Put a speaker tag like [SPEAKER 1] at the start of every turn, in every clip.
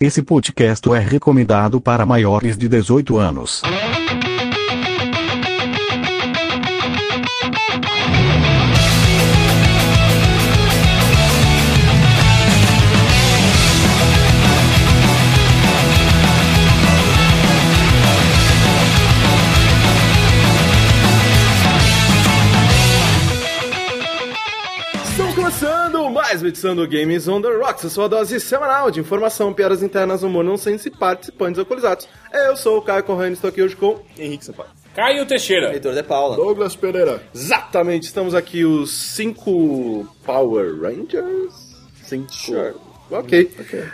[SPEAKER 1] Esse podcast é recomendado para maiores de 18 anos.
[SPEAKER 2] Estamos começando mais uma edição do Games on the Rocks, a sua dose semanal de informação, piadas internas, humor nonsense e participantes alcoolizados. Eu sou o Caio Corrêa e estou aqui hoje com Henrique Sampaio.
[SPEAKER 3] Caio
[SPEAKER 4] Então.
[SPEAKER 3] Teixeira.
[SPEAKER 2] Heitor de Paula.
[SPEAKER 4] Douglas Pereira.
[SPEAKER 2] Exatamente, estamos aqui os cinco Power Rangers? Cinco. Ok.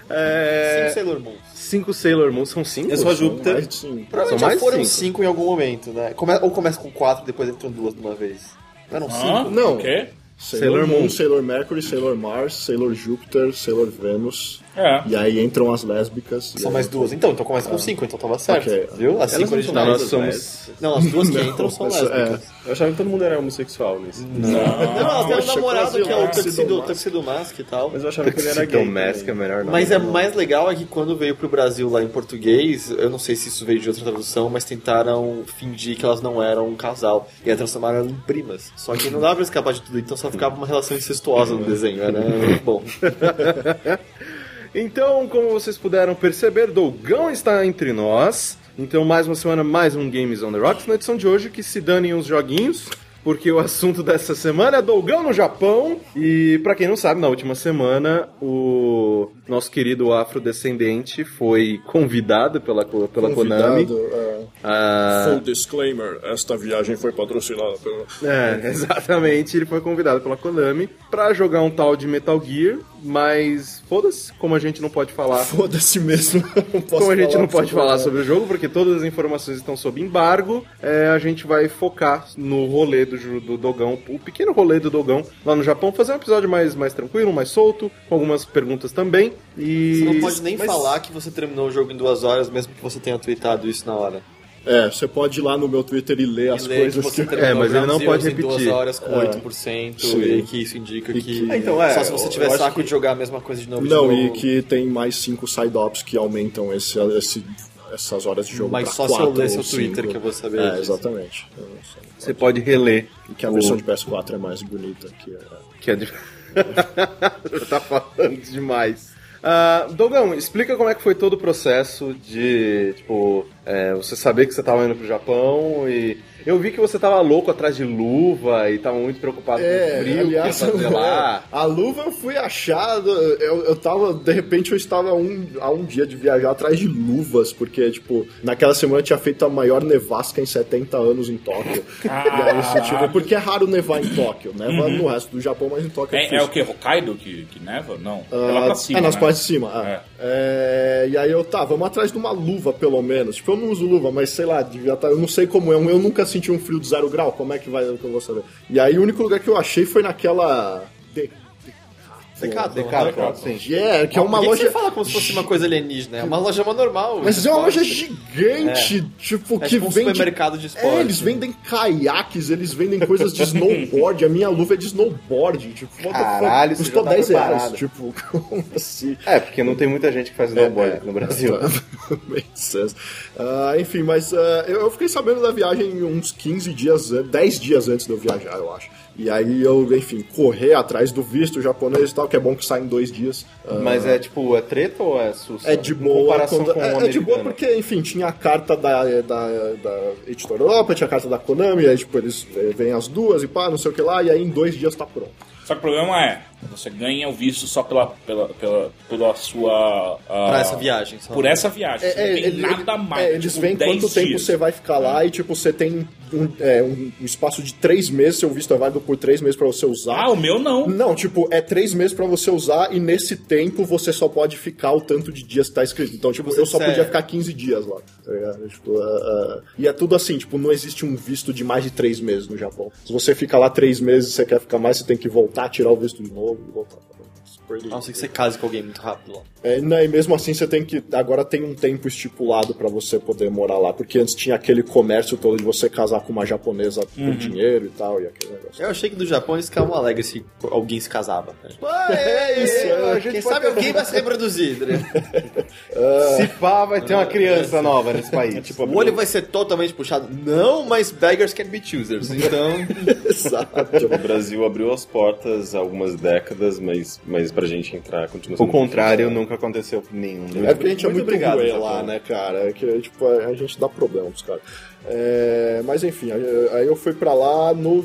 [SPEAKER 2] É,
[SPEAKER 5] Cinco Sailor Moon.
[SPEAKER 2] Cinco Sailor Moon, são cinco?
[SPEAKER 5] Eu sou a Júpiter.
[SPEAKER 4] Martinho.
[SPEAKER 2] São
[SPEAKER 5] Provavelmente
[SPEAKER 2] mais
[SPEAKER 5] já foram
[SPEAKER 2] cinco.
[SPEAKER 5] cinco. em algum momento, né? Come- ou começa com quatro, depois entram duas de uma vez. Não eram
[SPEAKER 3] Hã?
[SPEAKER 5] cinco?
[SPEAKER 4] Não.
[SPEAKER 3] O quê?
[SPEAKER 4] Sailor,
[SPEAKER 2] Sailor Moon.
[SPEAKER 4] Moon, Sailor Mercury, Sailor Mars, Sailor Júpiter, Sailor Vênus.
[SPEAKER 3] É.
[SPEAKER 4] E aí entram as lésbicas. e
[SPEAKER 5] São
[SPEAKER 4] aí-
[SPEAKER 5] mais duas. Então, então começa com cinco, então tava certo.
[SPEAKER 4] Ok.
[SPEAKER 5] Viu?
[SPEAKER 2] Elas
[SPEAKER 5] As cinco
[SPEAKER 2] não são
[SPEAKER 5] originais.
[SPEAKER 2] nós somos...
[SPEAKER 5] Não, é. as duas que
[SPEAKER 4] Não,
[SPEAKER 5] entram são
[SPEAKER 4] essa-
[SPEAKER 5] lésbicas.
[SPEAKER 2] Eu achava que todo mundo era homossexual nisso.
[SPEAKER 5] Não, elas têm um
[SPEAKER 4] Poxa,
[SPEAKER 5] namorado que é o
[SPEAKER 4] Brasil,
[SPEAKER 5] Tuxedo,
[SPEAKER 4] Mask.
[SPEAKER 5] Tuxedo Mask e tal.
[SPEAKER 2] eu achava que ele era gay. Mask é melhor não.
[SPEAKER 5] Mas é mais legal é que quando veio pro Brasil lá em português, eu não sei se isso veio de outra tradução, mas tentaram fingir que elas não eram um casal. E a transformaram elas em primas. Só que não dava pra escapar de tudo, então só ficava uma relação incestuosa no desenho. Era muito bom.
[SPEAKER 2] Então, como vocês puderam perceber, Dougão está entre nós. Então, mais uma semana, mais um Games on the Rocks. Na edição de hoje, que se danem uns joguinhos, porque o assunto dessa semana é Dougão no Japão. E, pra quem não sabe, na última semana, o nosso querido afrodescendente foi convidado pela, co- pela Konami.
[SPEAKER 4] Convidado, é.
[SPEAKER 2] a-
[SPEAKER 4] Full disclaimer: esta viagem foi patrocinada pelo.
[SPEAKER 2] É, exatamente. Ele foi convidado pela Konami pra jogar um tal de Metal Gear, mas foda-se, como a gente não pode falar
[SPEAKER 4] Foda-se mesmo. não posso
[SPEAKER 2] Como a gente
[SPEAKER 4] falar
[SPEAKER 2] não pode
[SPEAKER 4] sobre-
[SPEAKER 2] falar sobre o jogo, porque todas as informações estão sob embargo, é, a gente vai focar no rolê do, Ju- do Dogão, o pequeno rolê do Dogão lá no Japão, fazer um episódio mais, mais tranquilo, mais solto, com algumas perguntas também. E.
[SPEAKER 5] Você não pode nem
[SPEAKER 2] mas-
[SPEAKER 5] falar que você terminou o jogo em duas horas, mesmo que você tenha tweetado isso na hora.
[SPEAKER 4] É, você pode ir lá no meu Twitter e ler as
[SPEAKER 5] E ler
[SPEAKER 4] coisas
[SPEAKER 5] que você
[SPEAKER 4] que.
[SPEAKER 5] terminou
[SPEAKER 2] É, mas
[SPEAKER 5] o
[SPEAKER 2] ele não
[SPEAKER 5] Ground
[SPEAKER 2] pode
[SPEAKER 5] Zeroes em duas
[SPEAKER 2] repetir. É.
[SPEAKER 5] horas com 8%,
[SPEAKER 4] Sim.
[SPEAKER 5] e que isso indica que...
[SPEAKER 4] que-
[SPEAKER 2] Então, é,
[SPEAKER 5] só se você
[SPEAKER 2] eu-
[SPEAKER 5] tiver
[SPEAKER 2] eu acho
[SPEAKER 5] saco
[SPEAKER 2] que-
[SPEAKER 5] de jogar a mesma coisa de novo. de
[SPEAKER 4] Não,
[SPEAKER 5] novo.
[SPEAKER 4] e que tem mais cinco side-ops que aumentam esse, esse- essas horas de jogo.
[SPEAKER 5] Mas
[SPEAKER 4] pra
[SPEAKER 5] só se eu
[SPEAKER 4] quatro
[SPEAKER 5] ler
[SPEAKER 4] ou
[SPEAKER 5] seu Twitter
[SPEAKER 4] cinco.
[SPEAKER 5] que eu vou saber
[SPEAKER 4] É,
[SPEAKER 5] disso.
[SPEAKER 4] exatamente. Eu não sei.
[SPEAKER 2] Você pode reler.
[SPEAKER 4] E que a versão de PS4 é mais bonita que a.
[SPEAKER 2] Que é de... Já tá falando demais. Ah, Dogão, explica como é que foi todo o processo de, tipo, é, você saber que você tava indo pro Japão e... Eu vi que você tava louco atrás de luva e tava muito preocupado com
[SPEAKER 4] É,
[SPEAKER 2] o frio que ia fazer lá.
[SPEAKER 4] a luva eu fui achado. Eu, eu tava, de repente, eu estava a um, a um dia de viajar atrás de luvas, porque, tipo, naquela semana eu tinha feito a maior nevasca em 70 anos em Tóquio. E aí, assim, tipo, porque é raro nevar em Tóquio, neva no resto do Japão, mas em Tóquio
[SPEAKER 3] É, é
[SPEAKER 4] difícil.
[SPEAKER 3] o que? Hokkaido que, que neva? Não.
[SPEAKER 5] tá
[SPEAKER 3] é
[SPEAKER 4] Ah,
[SPEAKER 3] lá pra cima.
[SPEAKER 4] é, nas
[SPEAKER 3] né?
[SPEAKER 4] partes de cima. ah. É, e aí eu tá, vamos atrás de uma luva, pelo menos. Tipo, eu não uso luva, mas sei lá, devia tá, eu não sei como é. Eu nunca senti um frio de zero grau, como é que vai, eu não vou saber. E aí o único lugar que eu achei foi naquela. De,
[SPEAKER 5] Decathlon,
[SPEAKER 2] Decathlon, sim.
[SPEAKER 5] Decathlon.
[SPEAKER 4] yeah, que é
[SPEAKER 5] Por
[SPEAKER 4] uma
[SPEAKER 5] que que
[SPEAKER 4] loja.
[SPEAKER 5] você fala como se fosse uma coisa alienígena? É uma loja mó normal. tipo,
[SPEAKER 4] Mas
[SPEAKER 5] de
[SPEAKER 4] é uma
[SPEAKER 5] esporte.
[SPEAKER 4] loja gigante, tipo,
[SPEAKER 5] É
[SPEAKER 4] que
[SPEAKER 5] tipo um
[SPEAKER 4] vende
[SPEAKER 5] supermercado de esporte.
[SPEAKER 4] É, eles vendem caiaques, eles vendem coisas de snowboard. A minha luva é de snowboard. Tipo, what the fuck?
[SPEAKER 2] Caralho, você
[SPEAKER 4] custou
[SPEAKER 2] já tá
[SPEAKER 4] 10 reais.
[SPEAKER 2] preparado.
[SPEAKER 4] Tipo, como assim?
[SPEAKER 2] É, porque não tem muita gente que
[SPEAKER 4] É,
[SPEAKER 2] faz snowboard É, no Brasil.
[SPEAKER 4] Ah. Bem sucesso. Ah, enfim, mas ah, eu, eu fiquei sabendo da viagem uns 15 dias, an- 10 dias antes de eu viajar, eu acho. E aí eu, enfim, correr atrás do visto japonês e tal, que é bom que sai em dois dias. Ah,
[SPEAKER 2] Mas é, tipo, é treta ou é susto?
[SPEAKER 4] é de
[SPEAKER 2] Em
[SPEAKER 4] boa.
[SPEAKER 2] comparação
[SPEAKER 4] Quando,
[SPEAKER 2] com o
[SPEAKER 4] é, é de
[SPEAKER 2] americano.
[SPEAKER 4] boa porque, enfim, tinha a carta da, da, da Editora Europa, tinha a carta da Konami, aí, tipo, eles eh, vêm as duas e pá, não sei o que lá, e aí em dois dias tá pronto.
[SPEAKER 3] Só que o problema é, você ganha o visto só pela, pela, pela, pela sua... ah,
[SPEAKER 5] Pra essa viagem. Só.
[SPEAKER 3] Por essa viagem.
[SPEAKER 4] É,
[SPEAKER 3] Você não tem
[SPEAKER 4] ele-
[SPEAKER 3] nada
[SPEAKER 4] ele-
[SPEAKER 3] mais.
[SPEAKER 4] é, eles
[SPEAKER 3] tipo,
[SPEAKER 4] veem
[SPEAKER 3] 10
[SPEAKER 4] quanto tempo
[SPEAKER 3] dias.
[SPEAKER 4] você vai ficar lá e, tipo, você tem um, é, um- um espaço de três meses, seu visto é válido por três meses pra você usar.
[SPEAKER 3] Ah, o meu não.
[SPEAKER 4] Não, tipo, é três meses pra você usar e nesse tempo você só pode ficar o tanto de dias que tá escrito. Então, tipo,
[SPEAKER 5] Você
[SPEAKER 4] eu só
[SPEAKER 5] sério?
[SPEAKER 4] podia ficar 15 dias lá, tá ligado? Tipo, ah, ah, e é tudo assim, tipo, não existe um visto de mais de três meses no Japão. Se você fica lá três meses e você quer ficar mais, você tem que voltar, tirar o visto de novo e voltar. por
[SPEAKER 5] A
[SPEAKER 4] dia.
[SPEAKER 5] não ser que você case com alguém muito rápido lá.
[SPEAKER 4] É, né, e mesmo assim você tem que. Agora tem um tempo estipulado pra você poder morar lá, porque antes tinha aquele comércio todo de você casar com uma japonesa por dinheiro e tal, e aquele negócio.
[SPEAKER 5] Eu achei que do Japão eles ficavam alegres se alguém se casava. né? Tipo, ah,
[SPEAKER 2] É isso, é, a gente
[SPEAKER 5] quem
[SPEAKER 2] pode
[SPEAKER 5] sabe
[SPEAKER 2] ter-
[SPEAKER 5] alguém vai se reproduzir, né?
[SPEAKER 2] Se pá, vai ter uma criança nova nesse país.
[SPEAKER 5] O olho vai ser totalmente puxado. Não, mas beggars can be choosers. Então,
[SPEAKER 4] Exato.
[SPEAKER 6] O Brasil abriu as portas há algumas décadas, mas, mas pra gente entrar continua
[SPEAKER 2] O
[SPEAKER 6] sendo
[SPEAKER 2] contrário nunca aconteceu com nenhum.
[SPEAKER 4] É porque a gente é
[SPEAKER 5] Muito
[SPEAKER 4] muito
[SPEAKER 5] obrigado,
[SPEAKER 4] ruim
[SPEAKER 5] Japão.
[SPEAKER 4] lá, né, cara? É que, tipo, a, a gente dá problema pros caras. É, mas enfim, aí, aí eu fui pra lá no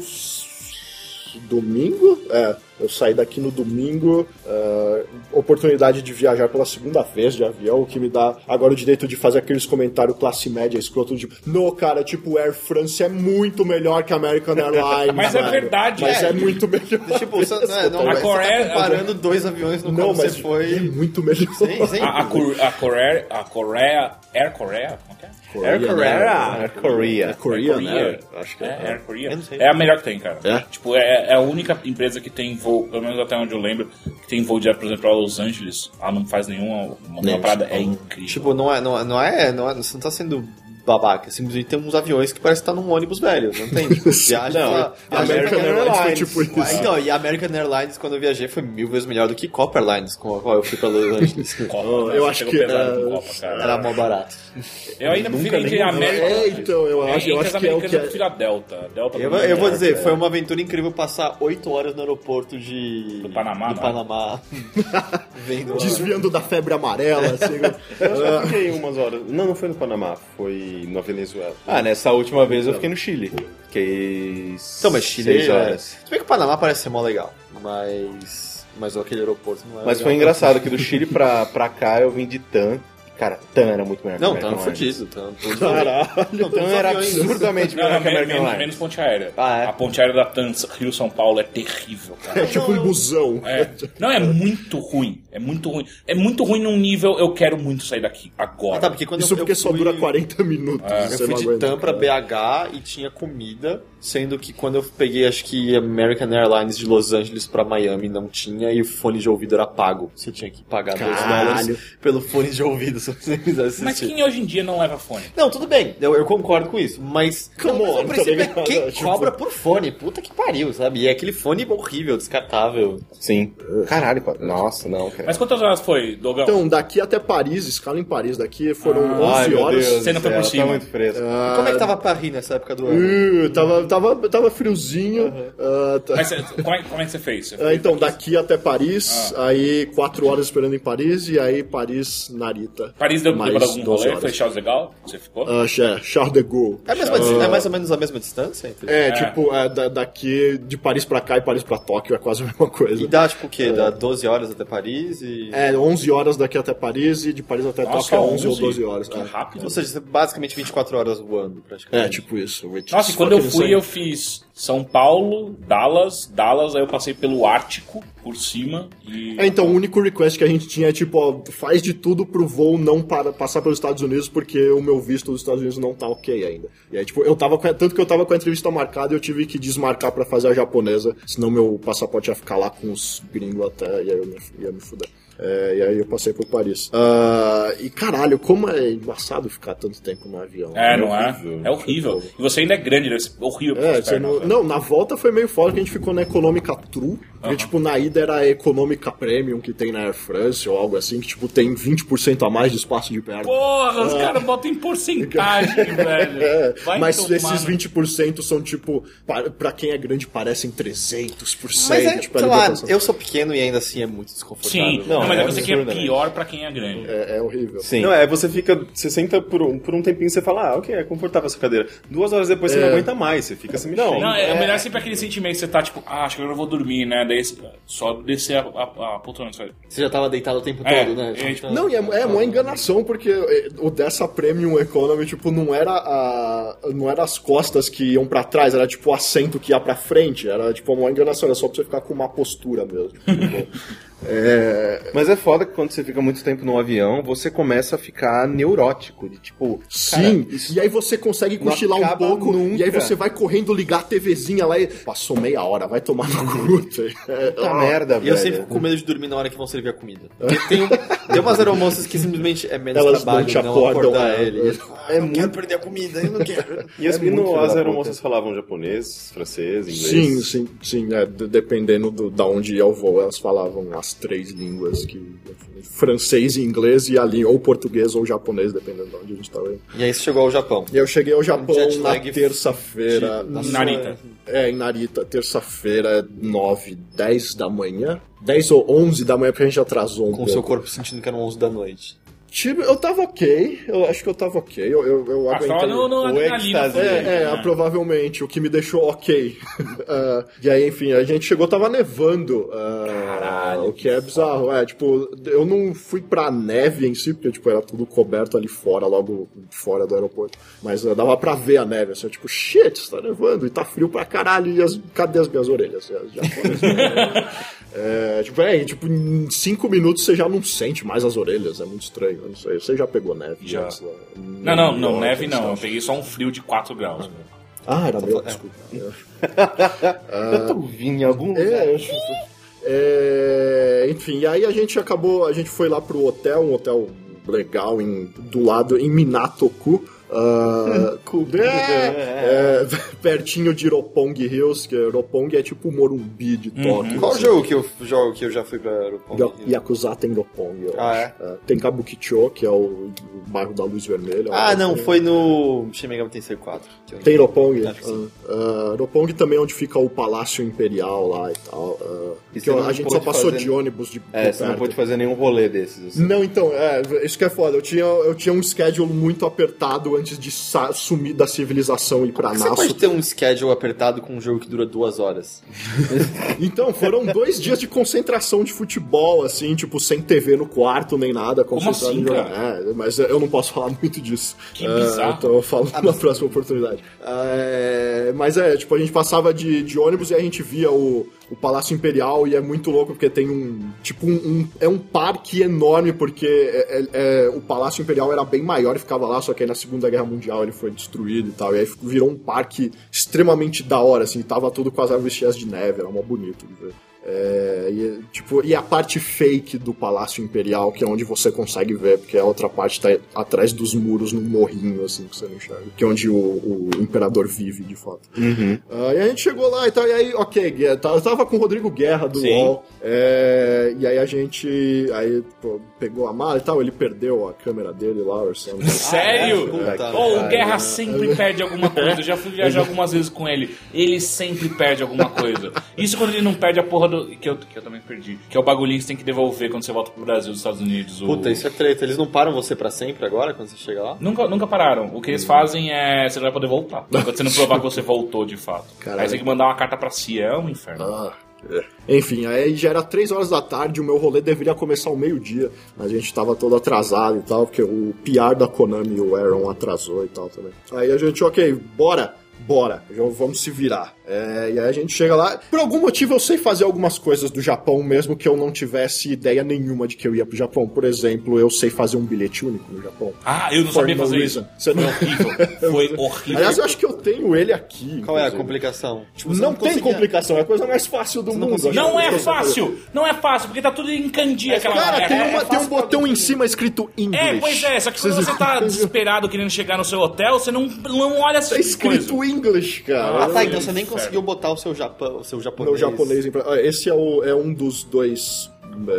[SPEAKER 4] s- domingo. É, eu saí daqui no domingo. é, oportunidade de viajar pela segunda vez de avião, o que me dá agora o direito de fazer aqueles comentários classe média, escroto, tipo, no, cara, tipo, Air France é muito melhor que a American Airlines.
[SPEAKER 3] Mas é
[SPEAKER 4] velho.
[SPEAKER 3] verdade,
[SPEAKER 4] Mas
[SPEAKER 5] é.
[SPEAKER 4] é, muito melhor.
[SPEAKER 5] tipo, você, né, não,
[SPEAKER 3] A
[SPEAKER 5] você
[SPEAKER 3] Coreia-
[SPEAKER 5] tá comparando dois aviões no
[SPEAKER 4] Não,
[SPEAKER 5] qual
[SPEAKER 4] mas
[SPEAKER 5] você
[SPEAKER 4] é
[SPEAKER 5] foi...
[SPEAKER 4] muito melhor.
[SPEAKER 5] Sim, sim.
[SPEAKER 3] A, a, Cor- a Coreia. A Coreia. Air Coreia? Como que é?
[SPEAKER 2] Air
[SPEAKER 4] né?
[SPEAKER 2] Korea. Air
[SPEAKER 4] É
[SPEAKER 2] Korea.
[SPEAKER 4] Korea,
[SPEAKER 3] Korea.
[SPEAKER 4] né? Acho que
[SPEAKER 3] É,
[SPEAKER 4] é.
[SPEAKER 3] Air Korea.
[SPEAKER 5] Eu não sei.
[SPEAKER 3] É a melhor que tem, cara.
[SPEAKER 4] É?
[SPEAKER 3] Tipo, é, é a única empresa que tem voo, pelo menos até onde eu lembro, que tem voo direto, por exemplo, pra Los Angeles. Ah, não faz nenhuma uma, uma
[SPEAKER 4] Nem,
[SPEAKER 3] parada.
[SPEAKER 4] tipo,
[SPEAKER 3] É incrível.
[SPEAKER 5] Tipo, não é, não, é- não é, não é- Você não tá sendo babaca. Simplesmente tem uns aviões que parece que tá num ônibus velho, não tem? Tipo, viagem
[SPEAKER 4] Não,
[SPEAKER 5] pra-
[SPEAKER 4] a
[SPEAKER 5] viagem
[SPEAKER 4] American
[SPEAKER 5] pra-
[SPEAKER 4] Airlines foi
[SPEAKER 5] Airlines.
[SPEAKER 4] tipo isso.
[SPEAKER 5] Ah, Então, e a American Airlines, quando eu viajei, foi mil vezes melhor do que Copper Lines, com a qual eu fui pra Los Angeles.
[SPEAKER 3] Copa,
[SPEAKER 4] eu
[SPEAKER 3] cara, você
[SPEAKER 4] acho
[SPEAKER 3] pegou
[SPEAKER 4] que é,
[SPEAKER 3] pesado
[SPEAKER 4] era-
[SPEAKER 3] com Copa, cara.
[SPEAKER 5] Era mó barato.
[SPEAKER 3] Eu ainda prefiro entre a América.
[SPEAKER 4] É, então, eu acho, eu
[SPEAKER 3] entre
[SPEAKER 4] acho
[SPEAKER 3] as
[SPEAKER 4] que é o
[SPEAKER 3] americanas
[SPEAKER 4] que
[SPEAKER 3] eu prefiro
[SPEAKER 4] é.
[SPEAKER 3] a Delta. A Delta
[SPEAKER 5] Eu,
[SPEAKER 3] pra mim
[SPEAKER 5] eu vou
[SPEAKER 3] é-
[SPEAKER 2] né?
[SPEAKER 5] dizer, foi uma aventura incrível passar oito horas no aeroporto de...
[SPEAKER 3] Do Panamá,
[SPEAKER 5] Do
[SPEAKER 3] né?
[SPEAKER 5] Panamá. Vendo...
[SPEAKER 4] Desviando da febre amarela, assim.
[SPEAKER 6] Eu
[SPEAKER 2] Ah.
[SPEAKER 6] já
[SPEAKER 2] É.
[SPEAKER 6] fiquei umas horas. Não, não foi no Panamá, foi na Venezuela.
[SPEAKER 2] Ah, nessa última vez eu fiquei no Chile. Fiquei.
[SPEAKER 5] Então, mas Chile...
[SPEAKER 2] seis
[SPEAKER 5] é-
[SPEAKER 2] horas.
[SPEAKER 5] Se bem que o Panamá parece ser mó legal, mas... Mas aquele aeroporto não é
[SPEAKER 2] Mas foi engraçado que do Chile pra, pra cá eu vim de TAN. Cara, TAN era muito melhor
[SPEAKER 5] Não,
[SPEAKER 2] que
[SPEAKER 5] tá
[SPEAKER 2] American Airlines.
[SPEAKER 5] fudido, tá...
[SPEAKER 4] Caralho.
[SPEAKER 2] TAN era absurdamente
[SPEAKER 3] Não,
[SPEAKER 2] melhor
[SPEAKER 3] não,
[SPEAKER 2] que
[SPEAKER 3] menos,
[SPEAKER 2] American
[SPEAKER 3] menos,
[SPEAKER 2] Airlines.
[SPEAKER 3] menos ponte aérea.
[SPEAKER 5] Ah, é?
[SPEAKER 3] A ponte aérea da TAN Rio-São Paulo é terrível, cara.
[SPEAKER 4] É tipo um busão.
[SPEAKER 3] É. Não, é muito ruim. É muito ruim. É muito ruim num nível eu quero muito sair daqui agora.
[SPEAKER 5] Tá, porque quando
[SPEAKER 4] Isso
[SPEAKER 5] eu-
[SPEAKER 4] porque
[SPEAKER 5] eu
[SPEAKER 4] só
[SPEAKER 5] fui- É.
[SPEAKER 4] dura 40 minutos.
[SPEAKER 5] Eu
[SPEAKER 4] você
[SPEAKER 5] fui
[SPEAKER 4] não
[SPEAKER 5] de
[SPEAKER 4] aguenta. É.
[SPEAKER 5] TAM pra BH e tinha comida, sendo que quando eu peguei, acho que American Airlines de Los Angeles pra Miami não tinha e o fone de ouvido era pago. Você tinha que pagar 2
[SPEAKER 4] Caralho.
[SPEAKER 5] dólares pelo fone de ouvido se você quisesse
[SPEAKER 3] Mas
[SPEAKER 5] assistir.
[SPEAKER 3] quem hoje em dia não leva fone?
[SPEAKER 5] Não, tudo bem, eu, eu concordo com isso, mas.
[SPEAKER 4] Come
[SPEAKER 5] não, mas
[SPEAKER 4] on,
[SPEAKER 5] o
[SPEAKER 4] tá
[SPEAKER 5] princípio é
[SPEAKER 4] ligado?
[SPEAKER 5] quem
[SPEAKER 4] Tipo-
[SPEAKER 5] cobra por fone, puta que pariu, sabe? E é aquele fone horrível, descartável.
[SPEAKER 6] Sim. Caralho, cara. Nossa, não, cara.
[SPEAKER 3] Mas quantas horas foi, Dogão?
[SPEAKER 4] Então, daqui até Paris, escala em Paris daqui, foram 11
[SPEAKER 6] meu
[SPEAKER 4] horas.
[SPEAKER 6] Deus
[SPEAKER 3] Você não
[SPEAKER 6] do
[SPEAKER 3] foi
[SPEAKER 6] céu,
[SPEAKER 3] por cima.
[SPEAKER 6] Tá muito fresco.
[SPEAKER 5] E como é que tava Paris nessa época do ano?
[SPEAKER 4] Uh, tava, tava, tava friozinho. ah, tá-
[SPEAKER 3] Mas cê- como, é, como é que você fez? Você
[SPEAKER 4] Ah,
[SPEAKER 3] fez
[SPEAKER 4] então, daqui até Paris, aí 4 horas esperando em Paris, e aí Paris, Narita.
[SPEAKER 3] Paris deu
[SPEAKER 4] Mais
[SPEAKER 3] tempo de algum
[SPEAKER 4] 12
[SPEAKER 3] rolê?
[SPEAKER 4] horas.
[SPEAKER 3] Foi Charles de Gaulle? Você ficou?
[SPEAKER 4] Ah, é, Charles de Gaulle.
[SPEAKER 5] É, a mesma dis- é mais ou menos a mesma distância? Entre...
[SPEAKER 4] É, tipo, é, da- daqui de Paris pra cá e Paris pra Tóquio é quase a mesma
[SPEAKER 5] E
[SPEAKER 4] coisa.
[SPEAKER 5] dá tipo o quê? Dá 12 horas até Paris e.
[SPEAKER 4] É, 11 horas daqui até Paris e de Paris até
[SPEAKER 3] Nossa,
[SPEAKER 4] Tóquio é 11 ou 12 horas.
[SPEAKER 3] Que
[SPEAKER 4] É.
[SPEAKER 3] rápido.
[SPEAKER 5] Ou seja, basicamente 24 horas voando,
[SPEAKER 4] É,
[SPEAKER 5] praticamente.
[SPEAKER 4] tipo isso. which
[SPEAKER 3] Nossa, e
[SPEAKER 4] is
[SPEAKER 3] quando eu
[SPEAKER 4] fucking
[SPEAKER 3] fui,
[SPEAKER 4] insane.
[SPEAKER 3] eu fiz São Paulo, Dallas, Dallas, aí eu passei pelo Ártico por cima e.
[SPEAKER 4] É, então, o único request que a gente tinha é tipo, ó, faz de tudo pro voo não para, passar pelos Estados Unidos, porque o meu visto dos Estados Unidos não tá ok ainda. E aí, tipo, eu tava com a- tanto que eu tava com a entrevista marcada e eu tive que desmarcar pra fazer a japonesa, senão meu passaporte ia ficar lá com os gringos até, e aí eu me, ia me fuder. É, e aí eu passei por Paris. Ah, e caralho, como é embaçado ficar tanto tempo no avião.
[SPEAKER 3] É,
[SPEAKER 4] né?
[SPEAKER 3] não é? É horrível. E você ainda é grande, deve ser horrível.
[SPEAKER 4] É,
[SPEAKER 3] pras
[SPEAKER 4] você
[SPEAKER 3] pernas,
[SPEAKER 4] não,
[SPEAKER 3] né?
[SPEAKER 4] não, na volta foi meio foda que a gente ficou na econômica true. Porque, tipo, na ida era a econômica premium que tem na Air France ou algo assim, que, tipo, tem 20% a mais de espaço de perna.
[SPEAKER 3] Porra, os caras botam em porcentagem,
[SPEAKER 4] É,
[SPEAKER 3] velho. Vai
[SPEAKER 4] Ah. mas
[SPEAKER 3] tomar,
[SPEAKER 4] esses
[SPEAKER 3] né?
[SPEAKER 4] 20% são, tipo, pa- pra quem é grande parecem 300%.
[SPEAKER 5] Mas é,
[SPEAKER 4] tipo,
[SPEAKER 5] sei lá,
[SPEAKER 4] alimentação.
[SPEAKER 5] eu sou pequeno e ainda assim é muito desconfortável.
[SPEAKER 3] Sim, não, mas
[SPEAKER 6] é
[SPEAKER 3] eu pensei que é
[SPEAKER 4] né?
[SPEAKER 6] absurdamente.
[SPEAKER 3] pior pra quem é grande.
[SPEAKER 4] É, é horrível.
[SPEAKER 6] Sim. Não, é, você fica, você senta por um, por um tempinho e você fala, ah, ok, é confortável essa cadeira. Duas horas depois
[SPEAKER 2] É.
[SPEAKER 6] você não aguenta mais, você fica se mexendo.
[SPEAKER 3] Não, é, melhor sempre aquele sentimento que você tá tipo, ah, acho que agora eu vou dormir, né? Daí você- só descer a, a, a poltrona. sabe?
[SPEAKER 5] Você já tava deitado o tempo
[SPEAKER 3] É,
[SPEAKER 5] todo, né?
[SPEAKER 3] é, tipo,
[SPEAKER 4] Não, e é, é uma enganação, porque é, o dessa Premium Economy, tipo, não era a, não era as costas que iam pra trás, era tipo o assento que ia pra frente. Era tipo uma enganação, era só pra você ficar com uma postura mesmo. Tipo, É,
[SPEAKER 2] Mas é foda que quando você fica muito tempo no avião, você começa a ficar neurótico, de tipo,
[SPEAKER 4] Sim,
[SPEAKER 2] cara, isso-
[SPEAKER 4] e aí você consegue
[SPEAKER 2] não
[SPEAKER 4] cochilar um
[SPEAKER 2] acaba
[SPEAKER 4] pouco,
[SPEAKER 2] nunca.
[SPEAKER 4] e aí você vai correndo ligar a TVzinha lá e. Passou meia hora, vai tomar no
[SPEAKER 2] Tá
[SPEAKER 4] cu. É,
[SPEAKER 2] puta
[SPEAKER 4] ah,
[SPEAKER 2] merda,
[SPEAKER 5] E
[SPEAKER 2] velho.
[SPEAKER 5] eu sempre fico com medo de dormir na hora que vão servir a comida. Porque tem, um- tem umas aeromoças que simplesmente é menos
[SPEAKER 4] Elas
[SPEAKER 5] trabalho
[SPEAKER 4] não te
[SPEAKER 5] não
[SPEAKER 4] acordam,
[SPEAKER 5] acordar
[SPEAKER 4] né?
[SPEAKER 5] ele.
[SPEAKER 4] É
[SPEAKER 5] não quero perder a comida, eu não quero.
[SPEAKER 6] E as,
[SPEAKER 2] É muito filho
[SPEAKER 6] as
[SPEAKER 2] da
[SPEAKER 6] aeromoças falavam japonês, francês, inglês.
[SPEAKER 4] Sim, sim, sim. é, de- dependendo do, da onde ia o voo, elas falavam as três línguas que. Francês, inglês e ali, ou português ou japonês, dependendo de onde a gente tava indo.
[SPEAKER 5] E aí você chegou ao Japão.
[SPEAKER 4] E eu cheguei ao Japão
[SPEAKER 5] jet
[SPEAKER 4] na
[SPEAKER 5] lag
[SPEAKER 4] terça-feira.
[SPEAKER 5] de- da
[SPEAKER 4] na-
[SPEAKER 3] Narita.
[SPEAKER 4] É, em Narita, terça-feira, 9, 10 da manhã. 10 ou 11 da manhã, porque a gente atrasou um
[SPEAKER 5] Com o
[SPEAKER 4] pouco.
[SPEAKER 5] seu corpo sentindo que eram 11 da noite.
[SPEAKER 4] Tipo, eu tava ok, eu acho que eu tava ok, eu, eu, eu
[SPEAKER 3] Ah,
[SPEAKER 4] aguentei.
[SPEAKER 3] só não, não,
[SPEAKER 6] o
[SPEAKER 3] adrenalina.
[SPEAKER 6] êxtase,
[SPEAKER 3] também,
[SPEAKER 4] É, é,
[SPEAKER 3] né?
[SPEAKER 4] provavelmente, o que me deixou ok. Ah, e aí, enfim, a gente chegou, tava nevando. ah, o que é bizarro, é, tipo, eu não fui pra neve em si, porque, tipo, era tudo coberto ali fora, logo fora do aeroporto. Mas ah, dava pra ver a neve, assim, eu, tipo, shit, está nevando e tá frio pra caralho, e as, cadê as minhas orelhas? E as japonesas? É, tipo, é, e, tipo, em cinco minutos você já não sente mais as orelhas, é muito estranho, eu não sei. Você já pegou neve?
[SPEAKER 3] Já.
[SPEAKER 4] antes, né?
[SPEAKER 3] Não, não, não,
[SPEAKER 4] York,
[SPEAKER 3] neve
[SPEAKER 4] Estados
[SPEAKER 3] não. Eu peguei só um frio de 4 graus.
[SPEAKER 4] ah, era
[SPEAKER 5] é.
[SPEAKER 4] meu, desculpa.
[SPEAKER 5] Eu tô vindo em algum
[SPEAKER 4] É, eu acho que- É, enfim, e aí a gente acabou, a gente foi lá pro hotel, um hotel legal em, do lado, em Minatoku. ah, é, é, pertinho de Roppongi Hills, que Roppongi é tipo o Morumbi de Tóquio.
[SPEAKER 5] Uhum. Qual
[SPEAKER 4] assim.
[SPEAKER 5] jogo que eu, jogo que eu já fui pra aeroporto?
[SPEAKER 4] Ya- Yakuza tem Roppongi, eu
[SPEAKER 5] Ah,
[SPEAKER 4] acho. É, tem Kabukicho, que é o, o bairro da Luz Vermelha. eu
[SPEAKER 5] Ah,
[SPEAKER 4] acho.
[SPEAKER 5] não, foi no Shin Megami Tensei 4. que eu-
[SPEAKER 4] Tem Roppongi?
[SPEAKER 5] Acho que sim.
[SPEAKER 4] Ah, ah, Roppongi também é onde fica o Palácio Imperial lá e tal. ah,
[SPEAKER 2] E
[SPEAKER 4] que
[SPEAKER 2] você
[SPEAKER 4] eu-
[SPEAKER 2] não
[SPEAKER 4] a gente só
[SPEAKER 2] pôde
[SPEAKER 4] passou
[SPEAKER 2] fazer-
[SPEAKER 4] de ônibus de
[SPEAKER 2] É,
[SPEAKER 4] de
[SPEAKER 2] você não
[SPEAKER 4] perto.
[SPEAKER 2] pôde fazer nenhum rolê desses. assim.
[SPEAKER 4] Não, então, é, isso que é foda. Eu tinha, eu tinha um schedule muito apertado antes de sa- sumir da civilização e ir pra
[SPEAKER 5] Você pode
[SPEAKER 4] NASA.
[SPEAKER 5] ter um schedule apertado com um jogo que dura duas horas.
[SPEAKER 4] Então, foram dois dias de concentração de futebol, assim, tipo, sem TV no quarto nem nada. concentrado
[SPEAKER 3] assim,
[SPEAKER 4] em jogar. É, mas eu não posso falar muito disso.
[SPEAKER 3] Que
[SPEAKER 4] É,
[SPEAKER 3] bizarro. Ah,
[SPEAKER 4] então eu falo na próxima oportunidade. É, mas é, tipo, a gente passava de, de ônibus e a gente via o, o Palácio Imperial e é muito louco porque tem um. Tipo, um, um- é um parque enorme porque é- é- é- o Palácio Imperial era bem maior e ficava lá, só que aí na Segunda Guerra Mundial ele foi destruído e tal. E aí ficou- virou um parque extremamente da hora, assim, tava tudo com as árvores cheias de neve, era mó bonito de ver. É, e, tipo, e a parte fake do Palácio Imperial, que é onde você consegue ver, porque a outra parte tá atrás dos muros, num morrinho, assim, que você não enxerga. Que é onde o, o imperador vive, de fato. Ah, e a gente chegou lá e tal, e aí, ok, Guerra, tá, eu tava- eu tava com o Rodrigo Guerra do
[SPEAKER 3] Sim.
[SPEAKER 4] UOL, é, e aí a gente aí, pô, pegou a mala e tal, ele perdeu a câmera dele lá, o Sam.
[SPEAKER 3] Sério?
[SPEAKER 5] Ah, é? Puta
[SPEAKER 3] Ou o
[SPEAKER 5] merda.
[SPEAKER 3] Guerra sempre perde alguma coisa. Eu já fui viajar algumas vezes com ele. Ele sempre perde alguma coisa. Isso quando ele não perde a porra do. Que eu, que eu também perdi. Que é o bagulhinho que você tem que devolver quando você volta pro Brasil, dos Estados Unidos. o-
[SPEAKER 5] Puta, isso é treta. Eles não param você pra sempre agora, quando você chega lá?
[SPEAKER 3] Nunca, nunca pararam. O que eles fazem é. Você não vai poder voltar. Quando você não provar que você voltou de fato.
[SPEAKER 4] Caralho.
[SPEAKER 3] Aí você tem que mandar uma carta pra si. É um inferno.
[SPEAKER 4] Ah, é. Enfim, aí já era 3 horas da tarde, o meu rolê deveria começar ao meio-dia. A gente tava todo atrasado e tal, porque o PR da Konami, o Aaron, atrasou e tal também. Aí a gente, ok, bora, bora, já vamos se virar. É, e aí a gente chega lá. Por algum motivo eu sei fazer algumas coisas do Japão, mesmo que eu não tivesse ideia nenhuma de que eu ia pro Japão. Por exemplo, eu sei fazer um bilhete único no Japão.
[SPEAKER 3] Ah, eu não
[SPEAKER 4] For
[SPEAKER 3] sabia
[SPEAKER 4] no
[SPEAKER 3] fazer
[SPEAKER 4] reason.
[SPEAKER 3] isso.
[SPEAKER 4] Você
[SPEAKER 3] Foi
[SPEAKER 4] não-
[SPEAKER 3] horrível. Foi horrível.
[SPEAKER 4] Aliás, eu acho que eu tenho ele aqui.
[SPEAKER 5] Qual é a
[SPEAKER 4] inclusive.
[SPEAKER 5] complicação? Tipo, você
[SPEAKER 4] Não, tem
[SPEAKER 5] conseguia-
[SPEAKER 4] complicação, é a coisa mais fácil do mundo. acho
[SPEAKER 3] Não é
[SPEAKER 4] que eu consigo fazer.
[SPEAKER 3] fácil! Não é fácil, porque tá tudo em candi aquela
[SPEAKER 4] Cara,
[SPEAKER 3] merda.
[SPEAKER 4] tem,
[SPEAKER 3] É
[SPEAKER 4] uma- um tem um
[SPEAKER 3] fácil pra
[SPEAKER 4] botão em cima escrito English.
[SPEAKER 3] É, pois é, só que quando
[SPEAKER 4] Vocês-
[SPEAKER 3] você tá desesperado querendo chegar no seu hotel, você não, não olha
[SPEAKER 4] Tá
[SPEAKER 3] essa
[SPEAKER 4] escrito
[SPEAKER 3] coisa.
[SPEAKER 4] English, cara.
[SPEAKER 5] Ah, tá, então
[SPEAKER 3] Inferno.
[SPEAKER 5] você nem conseguiu botar o seu, Japão, o seu japonês.
[SPEAKER 4] Meu japonês. em pra- Ah, Esse é, o- é um dos dois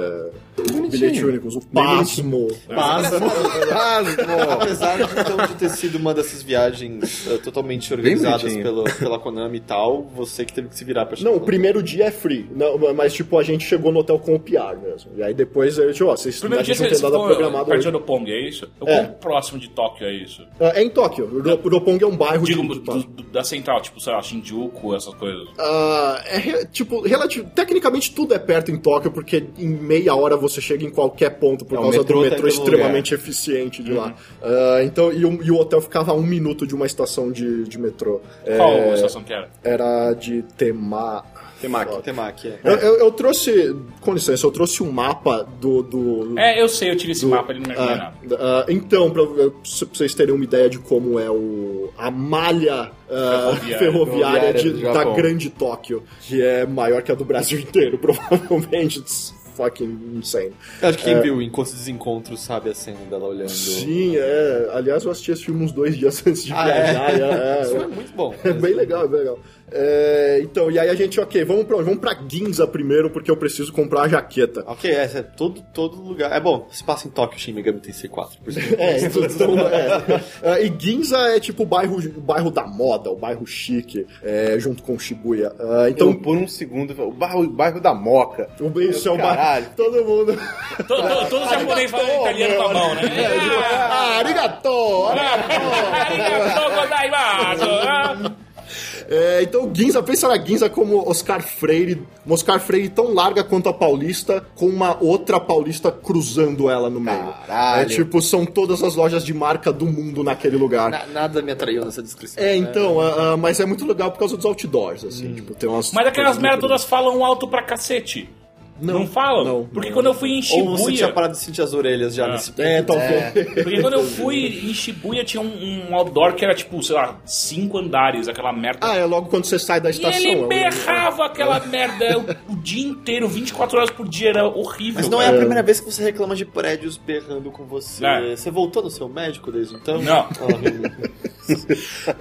[SPEAKER 4] é, bilhetes únicos. O Pasmo.
[SPEAKER 5] Pasmo. né?
[SPEAKER 2] Pasmo!
[SPEAKER 5] Apesar de, então, de ter sido uma dessas viagens eh, totalmente organizadas
[SPEAKER 2] bonitinho.
[SPEAKER 5] pelo, pela Konami e tal, você que teve que se virar pra chegar
[SPEAKER 4] Não, o
[SPEAKER 5] lá.
[SPEAKER 4] primeiro dia é free. Não, mas, tipo, a gente chegou no hotel com o PR mesmo. E aí depois, eu, tipo, ó, vocês
[SPEAKER 3] Primeiro
[SPEAKER 4] a
[SPEAKER 3] dia
[SPEAKER 4] gente não
[SPEAKER 3] você
[SPEAKER 4] tem nada
[SPEAKER 3] ficou
[SPEAKER 4] programado.
[SPEAKER 3] perto
[SPEAKER 4] hoje.
[SPEAKER 3] do Pong, é isso? Eu
[SPEAKER 4] É.
[SPEAKER 3] como próximo de Tóquio, é isso?
[SPEAKER 4] Ah, É em Tóquio. O Roppongi é um bairro
[SPEAKER 3] Digo,
[SPEAKER 4] de...
[SPEAKER 3] do- do- da central, tipo, sei lá, Shinjuku, essas coisas.
[SPEAKER 4] Ah, é re- tipo, relativo. Tecnicamente tudo é perto em Tóquio, porque em meia hora você chega em qualquer ponto por
[SPEAKER 5] É, o
[SPEAKER 4] causa
[SPEAKER 5] metrô
[SPEAKER 4] do
[SPEAKER 5] tá em
[SPEAKER 4] metrô
[SPEAKER 5] todo Uhum.
[SPEAKER 4] extremamente eficiente de lá. Ah, então, e o, e o hotel ficava a um minuto de uma estação de, de metrô. É,
[SPEAKER 3] Qual a estação que era?
[SPEAKER 4] era de Tema.
[SPEAKER 6] Temaki.
[SPEAKER 5] Temaki, é.
[SPEAKER 4] Eu, eu- eu trouxe, com licença, eu trouxe um mapa do. do
[SPEAKER 3] É, eu sei, eu tive esse
[SPEAKER 4] do-
[SPEAKER 3] mapa, ele não é me ajudou em
[SPEAKER 4] ah,
[SPEAKER 3] nada.
[SPEAKER 4] ah, então, pra, pra vocês terem uma ideia de como é o, a malha ah,
[SPEAKER 3] Ferroviária.
[SPEAKER 4] ferroviária,
[SPEAKER 2] Ferroviária
[SPEAKER 4] de-
[SPEAKER 2] do
[SPEAKER 4] da
[SPEAKER 2] Japão.
[SPEAKER 4] grande Tóquio, que é maior que a do Brasil inteiro, provavelmente. It's fucking insane.
[SPEAKER 5] Eu Acho que quem viu Encontros e Desencontros sabe a cena dela olhando.
[SPEAKER 4] É. Sim, é. Aliás, eu assisti esse filme uns dois dias antes de
[SPEAKER 5] Ah, é?
[SPEAKER 4] viajar. é, é.
[SPEAKER 5] Isso é muito bom.
[SPEAKER 4] É bem legal, é bem legal. É, então, e aí a gente, ok, vamos pra, vamos pra Ginza primeiro, porque eu preciso comprar a jaqueta.
[SPEAKER 5] Ok, é, é todo, todo lugar. É bom, se passa em Tóquio, Shin Megami Tensei 4. Por exemplo.
[SPEAKER 4] É,
[SPEAKER 5] "Tá
[SPEAKER 4] então, é. É, E Ginza é tipo o bairro, o bairro da moda, o bairro chique, é, junto com Shibuya. É, então,
[SPEAKER 6] Então, por um segundo, o bairro, o bairro da Moca.
[SPEAKER 4] o isso é o
[SPEAKER 6] Caralho.
[SPEAKER 4] bairro. Todo mundo.
[SPEAKER 3] Todo, todo, todo japonês fala italiano com a mão, né?
[SPEAKER 5] É,
[SPEAKER 4] Ah, arigato!
[SPEAKER 3] Arigatou gozaimasu, ah.
[SPEAKER 4] É, então Ginza, pensa na Ginza como Oscar Freire, uma Oscar Freire tão larga quanto a Paulista, com uma outra Paulista cruzando ela no meio.
[SPEAKER 5] Caralho.
[SPEAKER 4] É tipo, são todas as lojas de marca do mundo naquele lugar.
[SPEAKER 5] Na- nada me atraiu nessa descrição.
[SPEAKER 4] É, então, ah, ah, mas é muito legal por causa dos outdoors,
[SPEAKER 5] Hum.
[SPEAKER 4] assim, tipo, tem umas...
[SPEAKER 3] Mas aquelas
[SPEAKER 4] coisas
[SPEAKER 3] merdas
[SPEAKER 4] muito-
[SPEAKER 3] todas falam alto pra cacete. Não, falam?
[SPEAKER 4] não,
[SPEAKER 3] porque
[SPEAKER 4] não.
[SPEAKER 3] quando eu fui em
[SPEAKER 5] Ou você tinha
[SPEAKER 3] Shibuya...
[SPEAKER 5] parado de sentir as orelhas já
[SPEAKER 3] Ah.
[SPEAKER 5] nesse
[SPEAKER 4] É, talvez.
[SPEAKER 3] Porque quando eu fui em Shibuya tinha um, um outdoor que era tipo, sei lá, cinco andares, aquela merda.
[SPEAKER 4] Ah, é logo quando você sai da
[SPEAKER 3] e
[SPEAKER 4] estação. é
[SPEAKER 3] ele
[SPEAKER 4] um-
[SPEAKER 3] berrava aquela merda o, o dia inteiro, 24 horas por dia, era horrível.
[SPEAKER 5] Mas não é a
[SPEAKER 3] cara.
[SPEAKER 5] primeira vez que você reclama de prédios berrando com você.
[SPEAKER 3] É.
[SPEAKER 5] Você voltou no seu médico desde então?
[SPEAKER 3] Não.
[SPEAKER 5] Ah,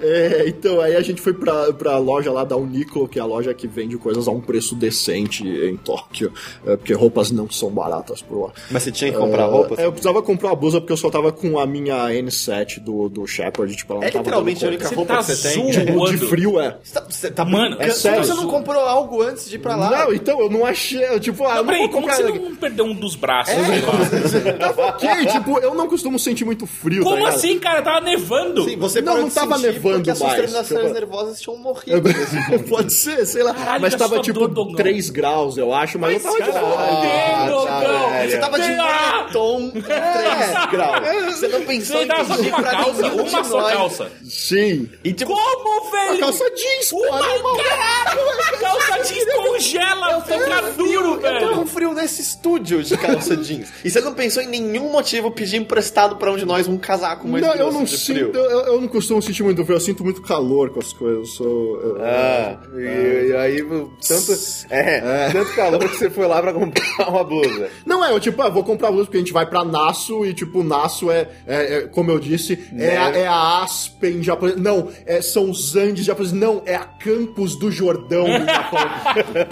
[SPEAKER 4] É, então, aí a gente foi pra, pra loja lá da Uniqlo, que é a loja que vende coisas a um preço decente em Tóquio, é, porque roupas não são baratas por lá.
[SPEAKER 5] Mas você tinha que comprar
[SPEAKER 4] É,
[SPEAKER 5] roupas?
[SPEAKER 4] é, eu precisava comprar uma blusa porque eu só tava com a minha N7 do, do Shepard, tipo, ela não
[SPEAKER 5] É
[SPEAKER 4] tava
[SPEAKER 5] literalmente a
[SPEAKER 4] dando
[SPEAKER 5] única
[SPEAKER 3] Você
[SPEAKER 5] roupa
[SPEAKER 3] tá
[SPEAKER 5] que você tem.
[SPEAKER 3] zoando.
[SPEAKER 4] conta. De frio, é.
[SPEAKER 5] Você tá, você tá
[SPEAKER 3] Mano,
[SPEAKER 5] brincando?
[SPEAKER 3] é
[SPEAKER 5] Como
[SPEAKER 4] sério.
[SPEAKER 5] você não comprou algo antes de ir pra Tá lá?
[SPEAKER 4] Não, então, eu não achei, eu, tipo, ah, eu não
[SPEAKER 3] Peraí,
[SPEAKER 4] vou É,
[SPEAKER 3] como que
[SPEAKER 4] comprar...
[SPEAKER 3] você não perdeu um dos braços? sei lá?
[SPEAKER 4] Tava ok, tipo, eu não costumo sentir muito frio, tá
[SPEAKER 3] Como
[SPEAKER 4] ligado?
[SPEAKER 3] assim, cara? Tava nevando.
[SPEAKER 5] Sim, você
[SPEAKER 4] Não,
[SPEAKER 5] parou
[SPEAKER 4] não
[SPEAKER 5] de
[SPEAKER 4] tava
[SPEAKER 5] sentir
[SPEAKER 4] nevando
[SPEAKER 5] porque as suas
[SPEAKER 4] mais.
[SPEAKER 5] terminações
[SPEAKER 4] Tipo-
[SPEAKER 5] nervosas tinham
[SPEAKER 4] Eu-
[SPEAKER 5] morrido.
[SPEAKER 4] Pode ser, sei lá.
[SPEAKER 3] Caralho,
[SPEAKER 4] mas
[SPEAKER 3] que
[SPEAKER 4] tava tipo
[SPEAKER 3] assustador, Dogão.
[SPEAKER 4] 3 graus, eu acho, mas, eu tava de boa.
[SPEAKER 3] Caralho, Dogão.
[SPEAKER 5] Você tava de
[SPEAKER 3] Sei lá.
[SPEAKER 5] moletom com
[SPEAKER 4] É.
[SPEAKER 5] 3 graus. Você não pensou
[SPEAKER 3] Você
[SPEAKER 5] em
[SPEAKER 3] tava só com
[SPEAKER 5] pedir
[SPEAKER 3] uma
[SPEAKER 5] pra
[SPEAKER 3] calça,
[SPEAKER 5] nenhum
[SPEAKER 3] uma
[SPEAKER 5] de
[SPEAKER 3] só
[SPEAKER 5] nós.
[SPEAKER 3] calça.
[SPEAKER 4] Sim. Oh
[SPEAKER 5] E tipo,
[SPEAKER 3] Como,
[SPEAKER 4] A
[SPEAKER 3] velho?
[SPEAKER 4] calça jeans, pô,
[SPEAKER 3] Puta
[SPEAKER 4] animal.
[SPEAKER 3] caralho! A calça jeans congela, fica duro,
[SPEAKER 5] Eu um tô
[SPEAKER 3] velho.
[SPEAKER 5] com frio nesse estúdio de calça jeans. E você não pensou em nenhum motivo pedir emprestado pra um de nós um casaco mais
[SPEAKER 4] Não, eu
[SPEAKER 5] grosso
[SPEAKER 4] não
[SPEAKER 5] de
[SPEAKER 4] sinto,
[SPEAKER 5] frio.
[SPEAKER 4] eu, eu não costumo sentir muito frio, eu sinto muito calor com as coisas, eu sou... eu-
[SPEAKER 2] Ah, e, e aí, tanto, é, tanto calor que você foi lá pra comprar uma blusa.
[SPEAKER 4] Não é, eu tipo, ah, vou comprar blusa porque a gente vai pra Nasso e tipo, Nasso é, é- é, como eu disse, é, a, é a Aspen japonesa. Não, é- são os Andes japoneses. Não, é a Campos do Jordão do Japão.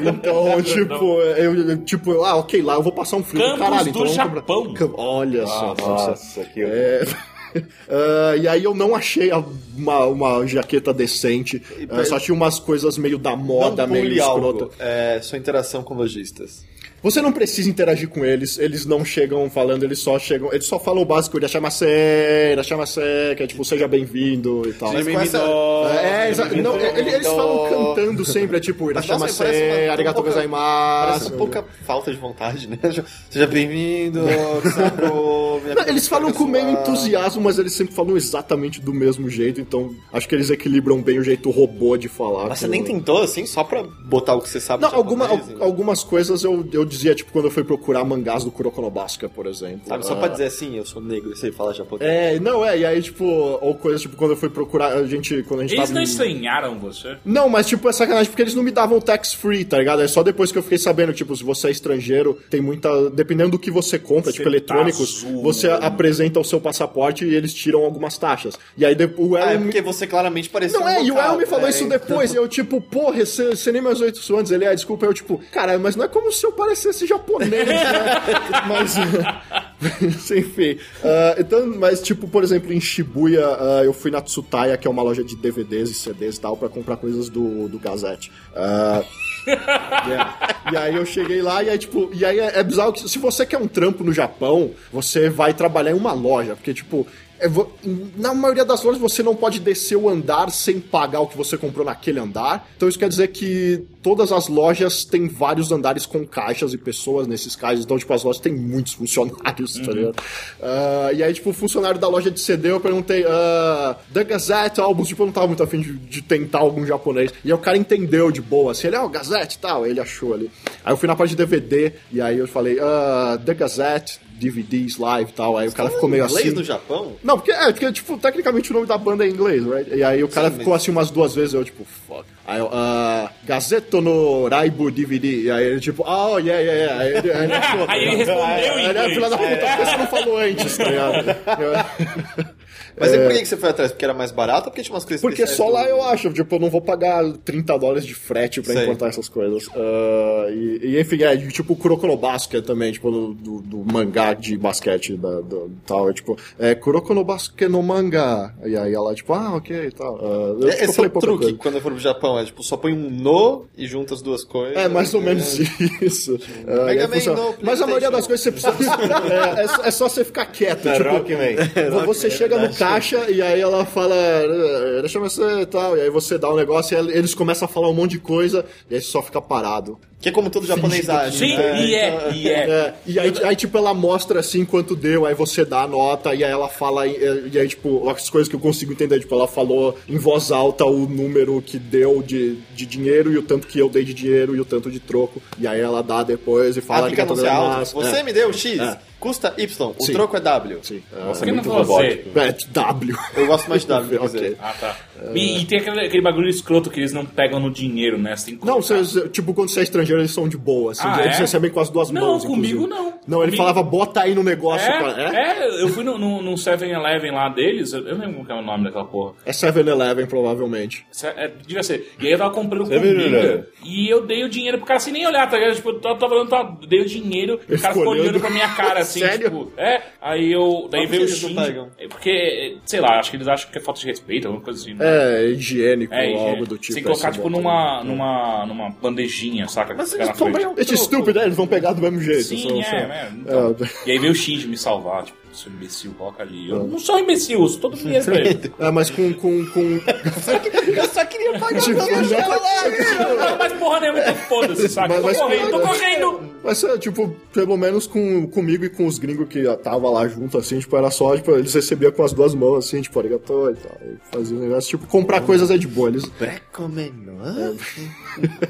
[SPEAKER 4] então, tipo, eu, eu- tipo, eu, ah, ok, lá eu vou passar um frio do
[SPEAKER 3] Campos
[SPEAKER 4] caralho.
[SPEAKER 3] do
[SPEAKER 4] então vamos comprar-
[SPEAKER 3] Japão.
[SPEAKER 4] Cam- Olha só,
[SPEAKER 2] Ah.
[SPEAKER 4] nossa.
[SPEAKER 2] que
[SPEAKER 4] É, ah, e aí eu não achei a- uma, uma jaqueta decente, ah, só tinha umas coisas meio da moda,
[SPEAKER 5] Não
[SPEAKER 4] meio
[SPEAKER 5] pule
[SPEAKER 4] escrota.
[SPEAKER 5] algo. É, sua interação com lojistas.
[SPEAKER 4] Você não precisa interagir com eles, eles não chegam falando, eles só chegam. Eles só falam o básico de achamaceira, achamaceira, que é tipo, seja bem-vindo e tal.
[SPEAKER 5] Mas com
[SPEAKER 4] É,
[SPEAKER 5] essa-
[SPEAKER 4] é, exa- não, ele- eles, falam cantando sempre, é tipo,
[SPEAKER 5] Nossa, Então, parece uma-
[SPEAKER 4] irachamaceira, arigato
[SPEAKER 5] pouca- Parece
[SPEAKER 4] gozaimasu.
[SPEAKER 5] Ah, pouca falta de vontade, né? Seja bem-vindo, que saco, minha
[SPEAKER 4] Não, eles falam com meio
[SPEAKER 5] pessoal.
[SPEAKER 4] entusiasmo, mas eles sempre falam exatamente do mesmo jeito, então acho que eles equilibram bem o jeito robô de falar.
[SPEAKER 5] Mas
[SPEAKER 4] com-
[SPEAKER 5] você nem tentou, assim, só pra botar o que você sabe
[SPEAKER 4] Não,
[SPEAKER 5] de
[SPEAKER 4] alguma-
[SPEAKER 5] japonês,
[SPEAKER 4] al-
[SPEAKER 5] né?
[SPEAKER 4] algumas coisas eu, eu dizia, tipo, quando eu fui procurar mangás do Kurokonobasca, por exemplo.
[SPEAKER 5] Sabe, só
[SPEAKER 4] Ah,
[SPEAKER 5] pra dizer assim, eu sou negro e sei falar japonês.
[SPEAKER 4] É, não, é, e aí, tipo, ou coisa, tipo, quando eu fui procurar, a gente, quando a gente
[SPEAKER 3] Eles
[SPEAKER 4] tava...
[SPEAKER 3] não é
[SPEAKER 4] em-
[SPEAKER 3] estranharam você?
[SPEAKER 4] Não, mas, tipo, é sacanagem, porque eles não me davam tax free, tá ligado? É só depois que eu fiquei sabendo, tipo, se você é estrangeiro, tem muita... Dependendo do que você compra,
[SPEAKER 3] Você
[SPEAKER 4] tipo,
[SPEAKER 3] tá
[SPEAKER 4] eletrônicos,
[SPEAKER 3] zoando.
[SPEAKER 4] você apresenta o passaporte e eles tiram algumas taxas. E aí, de- o Elon...
[SPEAKER 5] Ah, é
[SPEAKER 4] me-
[SPEAKER 5] porque você claramente parecia
[SPEAKER 4] Não,
[SPEAKER 5] um
[SPEAKER 4] é, e o
[SPEAKER 5] local,
[SPEAKER 4] Elon me falou
[SPEAKER 5] né?
[SPEAKER 4] isso depois, e eu, tipo, porra, você você nem mais oito anos, ele, é, desculpa, eu, tipo, cara, mas não é como se eu parecesse japonês, né? mas... Mas, Enfim. Ah, então, mas, tipo, por exemplo, em Shibuya, ah, eu fui na Tsutaya, que é uma loja de DVDs e CDs e tal, pra comprar coisas do, do Gazette. Ah, e- E aí eu cheguei lá e aí, tipo, e aí é, é bizarro que se você quer um trampo no Japão, você vai trabalhar em uma loja, porque, tipo. é vo- Na maioria das lojas você não pode descer o andar sem pagar o que você comprou naquele andar. Então isso quer dizer que todas as lojas têm vários andares com caixas e pessoas nesses caixas. Então, tipo, as lojas têm muitos funcionários,
[SPEAKER 5] Uhum.
[SPEAKER 4] tá ligado? Ah, e aí, tipo, o funcionário da loja de CD, eu perguntei, ah, The Gazette Albums, tipo, eu não tava muito afim de, de tentar algum japonês. E aí o cara entendeu de boa, assim, ele, ó, Gazette Gazette e tal. Ele achou ali. Aí eu fui na parte de DVD e aí eu falei, ah, The Gazette, DVDs, live e tal. Aí o cara ficou meio
[SPEAKER 5] Inglês né?
[SPEAKER 4] assim.
[SPEAKER 5] no Japão?
[SPEAKER 4] Não, porque, é, porque, tipo, tecnicamente o nome da banda é em inglês, right? E aí o cara
[SPEAKER 5] Sim,
[SPEAKER 4] ficou
[SPEAKER 5] mas-
[SPEAKER 4] assim umas duas vezes, eu, tipo, fuck. Aí eu, ah, Gazeto no Raibu DVD. E aí ele, tipo, ah, oh, yeah, yeah, yeah. Aí ele, aí ele achou, tá
[SPEAKER 3] Aí ele
[SPEAKER 4] ligado?
[SPEAKER 3] respondeu em
[SPEAKER 4] Aí ele, ah, filha da puta,
[SPEAKER 3] inglês.
[SPEAKER 4] por que você não falou antes, tá ligado?
[SPEAKER 5] Mas é. por que que você foi atrás? Porque era mais barato ou porque tinha umas coisas
[SPEAKER 4] Porque só
[SPEAKER 5] especiais
[SPEAKER 4] lá
[SPEAKER 5] do-
[SPEAKER 4] eu acho, tipo, eu não vou pagar 30 dólares de frete pra
[SPEAKER 5] Sei.
[SPEAKER 4] importar essas coisas. Ah, e, e enfim, é, e, tipo, o Kuroko no Basket também, tipo, do, do- do mangá de basquete da, do, tal. É tipo, é Kuroko no Basket no mangá. E aí ela, tipo, ah, ok e tal. Ah, eu,
[SPEAKER 5] É,
[SPEAKER 4] tipo,
[SPEAKER 5] Esse é
[SPEAKER 4] falei
[SPEAKER 5] o
[SPEAKER 4] pouca
[SPEAKER 5] truque
[SPEAKER 4] coisa.
[SPEAKER 5] quando eu for pro Japão, é tipo, só põe um no e junta as duas coisas.
[SPEAKER 4] É, mais ou menos isso. Ah, e aí
[SPEAKER 5] Mega Man
[SPEAKER 4] funciona.
[SPEAKER 5] no
[SPEAKER 4] Mas a
[SPEAKER 5] PlayStation.
[SPEAKER 4] maioria das coisas você precisa. é, é só- é só você ficar quieto.
[SPEAKER 6] É
[SPEAKER 4] tipo,
[SPEAKER 6] Rockman.
[SPEAKER 4] Vo- Você chega no caixa e aí ela fala, "Eh, deixa eu ver se e tal. E aí você dá um negócio e el- eles começam a falar um monte de coisa e aí você só fica parado.
[SPEAKER 5] Que é como todo japonês age.
[SPEAKER 3] Sim,
[SPEAKER 5] né?
[SPEAKER 3] e é, e é.
[SPEAKER 4] É, e aí, aí, tipo, ela mostra assim quanto deu, aí você dá a nota e aí ela fala. E, e aí, tipo, as coisas que eu consigo entender, tipo, ela falou em voz alta o número que deu de, de dinheiro e o tanto que eu dei de dinheiro e o tanto de troco. E aí ela dá depois e fala
[SPEAKER 5] Ah, tem que
[SPEAKER 4] "Arigato
[SPEAKER 5] anunciar alto.
[SPEAKER 4] gozaimasu".
[SPEAKER 5] Você
[SPEAKER 4] É,
[SPEAKER 5] me deu X,
[SPEAKER 4] É.
[SPEAKER 5] custa Y, o
[SPEAKER 4] Sim.
[SPEAKER 5] troco é W.
[SPEAKER 4] sim.
[SPEAKER 3] Por que não
[SPEAKER 4] muito
[SPEAKER 3] falou
[SPEAKER 4] robótico.
[SPEAKER 3] Z?
[SPEAKER 4] É, W.
[SPEAKER 5] Eu gosto mais de W, quer
[SPEAKER 4] Ok.
[SPEAKER 5] dizer.
[SPEAKER 3] Ah, tá. E, e tem aquele, aquele bagulho escroto que eles não pegam no dinheiro, né? Você tem que
[SPEAKER 4] Não,
[SPEAKER 3] colocar.
[SPEAKER 4] vocês, tipo, quando você é estrangeiro, eles são de boa, assim.
[SPEAKER 3] Ah,
[SPEAKER 4] eles
[SPEAKER 3] é?
[SPEAKER 4] recebem com as duas
[SPEAKER 3] Não,
[SPEAKER 4] mãos.
[SPEAKER 3] comigo
[SPEAKER 4] inclusive.
[SPEAKER 3] não.
[SPEAKER 4] Não, ele
[SPEAKER 3] Comigo-
[SPEAKER 4] falava, bota aí no negócio. cara.
[SPEAKER 3] É,
[SPEAKER 4] É?
[SPEAKER 3] é, eu fui no, no, no 7-Eleven lá deles, eu, eu não lembro qual é o nome daquela porra.
[SPEAKER 4] É 7-Eleven, provavelmente.
[SPEAKER 3] Isso é- é, devia ser. E aí eu tava comprando
[SPEAKER 6] 7-Eleven.
[SPEAKER 3] comida e eu dei o dinheiro pro cara sem nem olhar, tá ligado? Tipo, eu tava, tava olhando, tava- dei o dinheiro, o cara ficou
[SPEAKER 4] olhando.
[SPEAKER 3] olhando pra minha cara, assim,
[SPEAKER 4] Sério?
[SPEAKER 3] tipo, é. Aí eu. Daí veio
[SPEAKER 5] Mas por que
[SPEAKER 3] o
[SPEAKER 5] eles não
[SPEAKER 3] Shinji.
[SPEAKER 5] pegam?
[SPEAKER 3] É Porque, sei lá, acho que eles acham que é falta de respeito, alguma coisa assim. né?
[SPEAKER 4] É, higiênico
[SPEAKER 3] É,
[SPEAKER 4] ou
[SPEAKER 3] e-
[SPEAKER 4] algo do tipo.
[SPEAKER 3] Sem colocar,
[SPEAKER 4] assim,
[SPEAKER 3] tipo,
[SPEAKER 4] bota
[SPEAKER 3] numa,
[SPEAKER 4] aí.
[SPEAKER 3] numa, numa bandejinha, saca?
[SPEAKER 5] Mas
[SPEAKER 3] Ficar na
[SPEAKER 5] eles
[SPEAKER 3] frente.
[SPEAKER 5] compram um
[SPEAKER 4] Esse estúpido, né? Eles vão pegar do mesmo jeito.
[SPEAKER 3] Sim,
[SPEAKER 4] só- só-
[SPEAKER 3] é, é, então. E aí veio o Shinji me salvar, tipo, seu imbecil, coloca ali. Eu não sou um imbecil, eu sou todo dinheiro pra ele.
[SPEAKER 4] É, mas com. com, com...
[SPEAKER 5] Eu só queria pagar
[SPEAKER 4] Tipo,
[SPEAKER 5] menos
[SPEAKER 4] já-
[SPEAKER 5] pela live.
[SPEAKER 3] Não, não, mas porra nenhuma, então foda-se, saca?
[SPEAKER 4] Mas-
[SPEAKER 3] Eu
[SPEAKER 4] mas-
[SPEAKER 3] tô correndo, tô correndo!
[SPEAKER 4] Mas, é, tipo, pelo menos com, comigo e com os gringos que ó, tava lá junto, assim, tipo, era só, tipo, eles recebiam com as duas mãos, assim, tipo, arigatô e tal. E fazia um negócio, tipo, comprar coisas é de boa. Eles,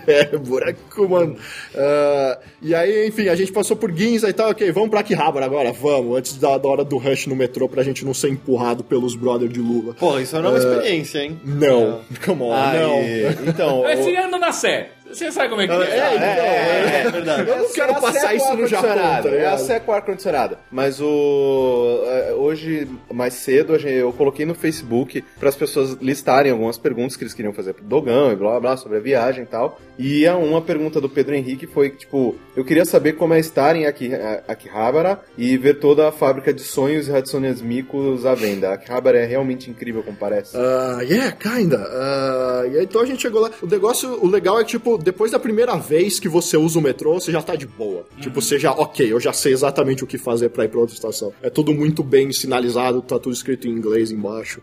[SPEAKER 4] É, buraco, mano. Ah, e aí, enfim, a gente passou por Ginza e tal, ok, vamos pra Akihabara agora, vamos, antes da, da hora do rush no metrô pra gente não ser empurrado pelos brother de Lula.
[SPEAKER 5] Porra, isso não é uma experiência, hein?
[SPEAKER 4] Não, come on, não.
[SPEAKER 6] Aí, Então,
[SPEAKER 3] Mas
[SPEAKER 6] o-
[SPEAKER 3] Você anda na Sé, você sabe como é que é.
[SPEAKER 6] é, é,
[SPEAKER 5] verdade.
[SPEAKER 4] Eu não quero
[SPEAKER 6] a
[SPEAKER 4] passar
[SPEAKER 6] Sé com
[SPEAKER 4] isso no
[SPEAKER 6] ar-condicionado,
[SPEAKER 4] Japão, tá
[SPEAKER 6] é a
[SPEAKER 4] ligado?
[SPEAKER 6] Sé com ar-condicionado.
[SPEAKER 2] Mas o é, hoje mais cedo a gente- eu coloquei no Facebook para as pessoas listarem algumas perguntas que eles queriam fazer pro Dogão e blá blá, blá sobre a viagem e tal. E a uma pergunta do Pedro Henrique foi tipo, eu queria saber como é estar em Aki- a- Akihabara e ver toda a fábrica de sonhos e Hatsune Mikus à venda. Akihabara é realmente incrível como parece.
[SPEAKER 4] Ah, yeah, kinda. Ah, e aí, então a gente chegou lá. O negócio, o legal é que, tipo, depois da primeira vez que você usa o metrô, você já tá de boa. Tipo, você já, ok, eu já sei exatamente o que fazer pra ir pra outra estação. É tudo muito bem sinalizado, tá tudo escrito em inglês embaixo.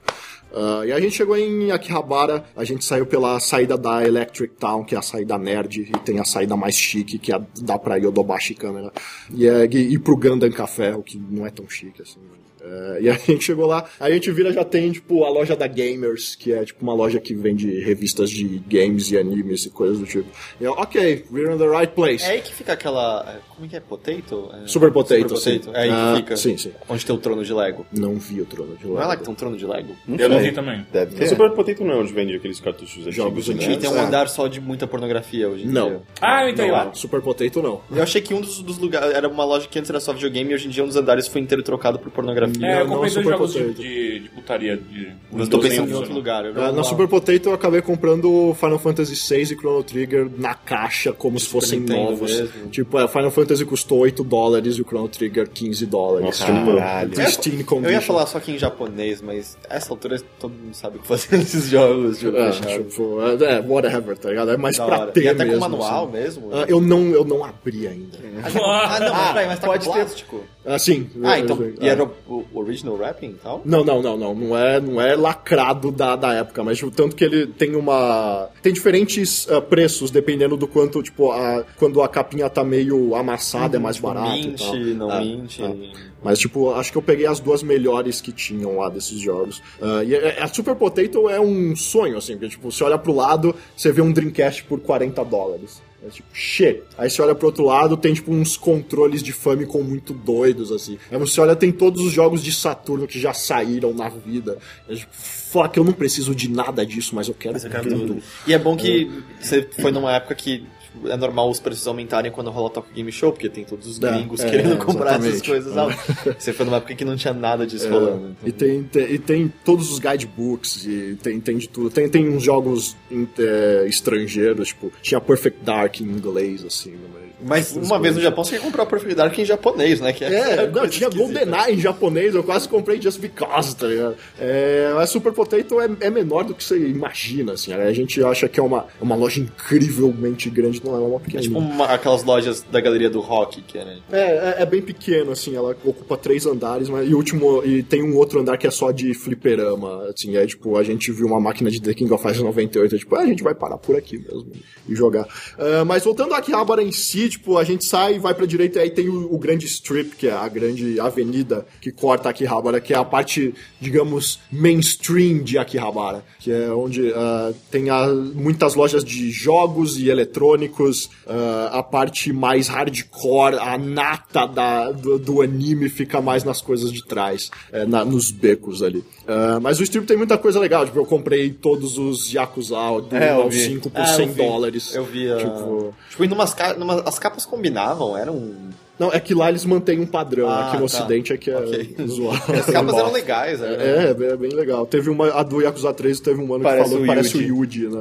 [SPEAKER 4] Ah, e a gente chegou em Akihabara, a gente saiu pela saída da Electric Town, que é a saída nerd, e tem a saída mais chique, que é a, dá pra Yodobashi Câmera. E, é, e, e pro Gundam Café, o que não é tão chique assim. né? É, e aí a gente chegou lá, aí a gente vira já tem, tipo, a loja da Gamers, que é, tipo, uma loja que vende revistas de games e animes e coisas do tipo. E eu, ok, we're in the right place.
[SPEAKER 5] É aí que fica aquela. é, Como é que é? Potato? É,
[SPEAKER 4] Super Potato,
[SPEAKER 5] Super
[SPEAKER 4] sim.
[SPEAKER 5] Potato. É aí
[SPEAKER 4] Ah,
[SPEAKER 5] que fica.
[SPEAKER 4] Sim, sim.
[SPEAKER 5] Onde tem o trono de Lego.
[SPEAKER 4] Não vi o trono de
[SPEAKER 5] Não é lá
[SPEAKER 4] lá.
[SPEAKER 5] que tem um trono de Lego?
[SPEAKER 3] Eu não vi também.
[SPEAKER 2] Deve
[SPEAKER 6] O
[SPEAKER 2] ter.
[SPEAKER 6] Super Potato não é onde vende aqueles cartuchos antigos.
[SPEAKER 4] Jogos
[SPEAKER 6] né?
[SPEAKER 4] antigos.
[SPEAKER 5] E tem um
[SPEAKER 4] É.
[SPEAKER 5] andar só de muita pornografia hoje em
[SPEAKER 4] Não.
[SPEAKER 5] dia.
[SPEAKER 3] Ah, eu entendi.
[SPEAKER 4] Não, Super Potato não.
[SPEAKER 5] Eu achei que um dos, dos lugares. Era uma loja que antes era só videogame e hoje em dia um dos andares foi inteiro trocado por pornografia.
[SPEAKER 3] É, eu comprei
[SPEAKER 4] Não, não,
[SPEAKER 3] dois
[SPEAKER 4] Super
[SPEAKER 3] jogos de,
[SPEAKER 4] Potato.
[SPEAKER 3] de, de putaria. De,
[SPEAKER 5] Mas eu tô pensando em
[SPEAKER 3] Windows
[SPEAKER 5] outro
[SPEAKER 3] Engine.
[SPEAKER 5] lugar. Eu
[SPEAKER 4] Ah,
[SPEAKER 5] jogo
[SPEAKER 4] na
[SPEAKER 5] lá.
[SPEAKER 4] Super Potato eu acabei comprando Final Fantasy VI e Chrono Trigger na caixa, como se fossem
[SPEAKER 5] Nintendo
[SPEAKER 4] novos.
[SPEAKER 5] mesmo.
[SPEAKER 4] Tipo, é, Final Fantasy custou 8 dólares e o Chrono Trigger 15 dólares.
[SPEAKER 6] Nossa,
[SPEAKER 4] tipo,
[SPEAKER 6] caralho.
[SPEAKER 4] pristine
[SPEAKER 5] Eu ia
[SPEAKER 4] condition.
[SPEAKER 5] falar só que em japonês, mas a essa altura todo mundo sabe o que fazer nesses jogos. Tipo,
[SPEAKER 4] É,
[SPEAKER 5] fechado.
[SPEAKER 4] tipo, é, é, whatever, tá ligado? É mais
[SPEAKER 5] Da
[SPEAKER 4] pra
[SPEAKER 5] hora.
[SPEAKER 4] ter
[SPEAKER 5] E até
[SPEAKER 4] mesmo,
[SPEAKER 5] com manual né?
[SPEAKER 4] assim.
[SPEAKER 5] mesmo.
[SPEAKER 4] Ah, eu, não, eu não abri ainda.
[SPEAKER 5] Ah, não, mas peraí, mas tá
[SPEAKER 6] pode
[SPEAKER 5] pode
[SPEAKER 6] ter-
[SPEAKER 5] com plástico.
[SPEAKER 4] Assim.
[SPEAKER 5] Ah, então.
[SPEAKER 4] eu-
[SPEAKER 5] E era o, o original wrapping e tal?
[SPEAKER 4] Não, não, não, não. Não é, não é lacrado da, da época, mas tipo, tanto que ele tem uma. Tem diferentes ah, preços, dependendo do quanto, tipo, a, quando a capinha tá meio amassada, é mais barato. e
[SPEAKER 5] Uhum, tipo, Mint,
[SPEAKER 4] tal.
[SPEAKER 5] não
[SPEAKER 4] É,
[SPEAKER 5] mint.
[SPEAKER 4] é. Mas, tipo, acho que eu peguei as duas melhores que tinham lá desses jogos. Ah, e a- a Super é Potato é um sonho, assim, porque, tipo, você olha pro lado, você vê um Dreamcast por 40 dólares. É tipo, shit. Aí você olha pro outro lado, tem tipo uns controles de Famicom muito doidos, assim. Aí você olha, tem todos os jogos de Saturno que já saíram na vida. É tipo, fuck, eu não preciso de nada disso, mas eu quero
[SPEAKER 5] Mas eu quero
[SPEAKER 4] tudo.
[SPEAKER 5] tudo. E é bom que
[SPEAKER 4] Hum.
[SPEAKER 5] você foi numa época que tipo, é normal os preços aumentarem quando rola o Top Game Show, porque tem todos os
[SPEAKER 4] É,
[SPEAKER 5] gringos
[SPEAKER 4] é,
[SPEAKER 5] querendo
[SPEAKER 4] é,
[SPEAKER 5] comprar essas
[SPEAKER 4] exatamente. É.
[SPEAKER 5] coisas. altas. Você foi numa época que não tinha nada disso rolando.
[SPEAKER 4] E tem, tem- e tem todos os guidebooks, e tem, tem de tudo. Tem, tem uns jogos in- é, estrangeiros, tipo, tinha Perfect Dark em inglês, assim. no meio.
[SPEAKER 5] Mas
[SPEAKER 4] Essas
[SPEAKER 5] uma vez no
[SPEAKER 4] coisas.
[SPEAKER 5] Japão você quer comprar o Perfect Dark em japonês, né? Que
[SPEAKER 4] É, né?
[SPEAKER 5] coisa
[SPEAKER 4] não, tinha
[SPEAKER 5] esquisita.
[SPEAKER 4] GoldenEye em japonês, eu quase comprei Just Because, tá ligado? É, mas Super Potato é, é menor do que você imagina, assim. A gente acha que é uma, uma loja incrivelmente grande, não é uma
[SPEAKER 5] É
[SPEAKER 4] pequena.
[SPEAKER 5] tipo uma- aquelas lojas da galeria do rock, que era.
[SPEAKER 4] É, é, é bem pequeno, assim, ela ocupa três andares, mas e, o último, e tem um outro andar que é só de fliperama, assim, é tipo, a gente viu uma máquina de The King of Fighters 98, é tipo, ah, a gente vai parar por aqui mesmo e jogar. Ah, mas voltando a Akihabara em si, tipo, a gente sai, vai pra direita e aí tem o, o grande strip, que é a grande avenida que corta Akihabara, que é a parte, digamos, mainstream de Akihabara, que é onde ah, tem a- muitas lojas de jogos e eletrônicos, ah, a parte mais hardcore, a nata da- do, do anime fica mais nas coisas de trás, é, na- nos becos ali. Ah, mas o strip tem muita coisa legal, tipo, eu comprei todos os Yakuza do
[SPEAKER 5] É, eu
[SPEAKER 4] 1 ao
[SPEAKER 5] vi.
[SPEAKER 4] 5 por
[SPEAKER 5] Ah, eu
[SPEAKER 4] 100
[SPEAKER 5] vi.
[SPEAKER 4] dólares.
[SPEAKER 5] Eu via. Tipo,
[SPEAKER 4] Tipo-
[SPEAKER 5] e numas, ca- numas- as capas combinavam, eram.
[SPEAKER 4] Não, é que lá eles mantêm um padrão,
[SPEAKER 5] Ah,
[SPEAKER 4] aqui no
[SPEAKER 5] tá.
[SPEAKER 4] ocidente é que é
[SPEAKER 5] Ok.
[SPEAKER 4] zoado.
[SPEAKER 5] As capas eram legais, era. né?
[SPEAKER 4] É, é bem, é bem legal. Teve uma, a do Yakuza 3 teve um ano
[SPEAKER 6] Parece
[SPEAKER 4] que falou
[SPEAKER 6] o
[SPEAKER 4] que parece o
[SPEAKER 6] Yuji.
[SPEAKER 4] Yuji, né?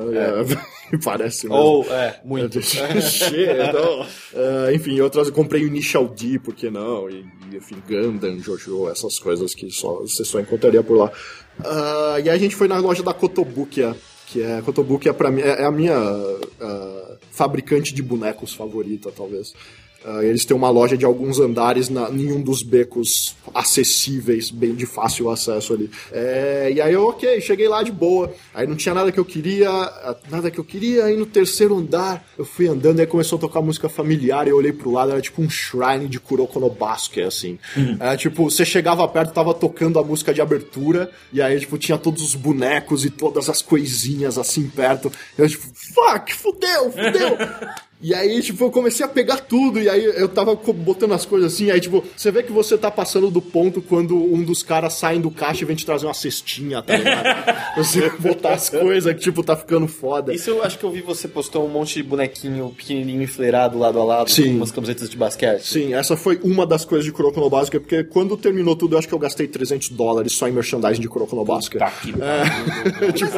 [SPEAKER 4] É. parece mesmo.
[SPEAKER 5] Ou, é, muito.
[SPEAKER 4] Cheio, então, é, enfim, outras eu comprei o Initial D, por que não? E, e, enfim, Gundam, Jojo, essas coisas que só, você só encontraria por lá. Ah, e aí a gente foi na loja da Kotobukiya, que é Kotobukiya pra mim é, é a minha ah, fabricante de bonecos favorita, talvez. Ah, eles têm uma loja de alguns andares na, em um dos becos acessíveis, bem de fácil acesso ali. É, e aí eu, ok, cheguei lá de boa. Aí não tinha nada que eu queria, ah, nada que eu queria. Aí no terceiro andar eu fui andando e aí começou a tocar música familiar. E eu olhei pro lado, era tipo um shrine de Kuroko no Basket, assim. Era tipo, você chegava perto, tava tocando a música de abertura. E aí, tipo, tinha todos os bonecos e todas as coisinhas assim perto. Eu, tipo, fuck, fudeu, fudeu. E aí, tipo, eu comecei a pegar tudo, e aí eu tava co- botando as coisas assim, aí, tipo, você vê que você tá passando do ponto quando um dos caras saem do caixa e vem te trazer uma cestinha, tá ligado? você botar as coisas que, tipo, tá ficando foda.
[SPEAKER 5] Isso eu acho que eu vi você postou um monte de bonequinho pequenininho enfileirado lado a lado,
[SPEAKER 4] Sim.
[SPEAKER 5] com umas camisetas de basquete.
[SPEAKER 4] Sim, essa foi uma das coisas de Kuroko no Basket, porque quando terminou tudo, eu acho que eu gastei 300 dólares só em merchandising de Kuroko no Basket.
[SPEAKER 3] Tá aqui. É.
[SPEAKER 4] tipo,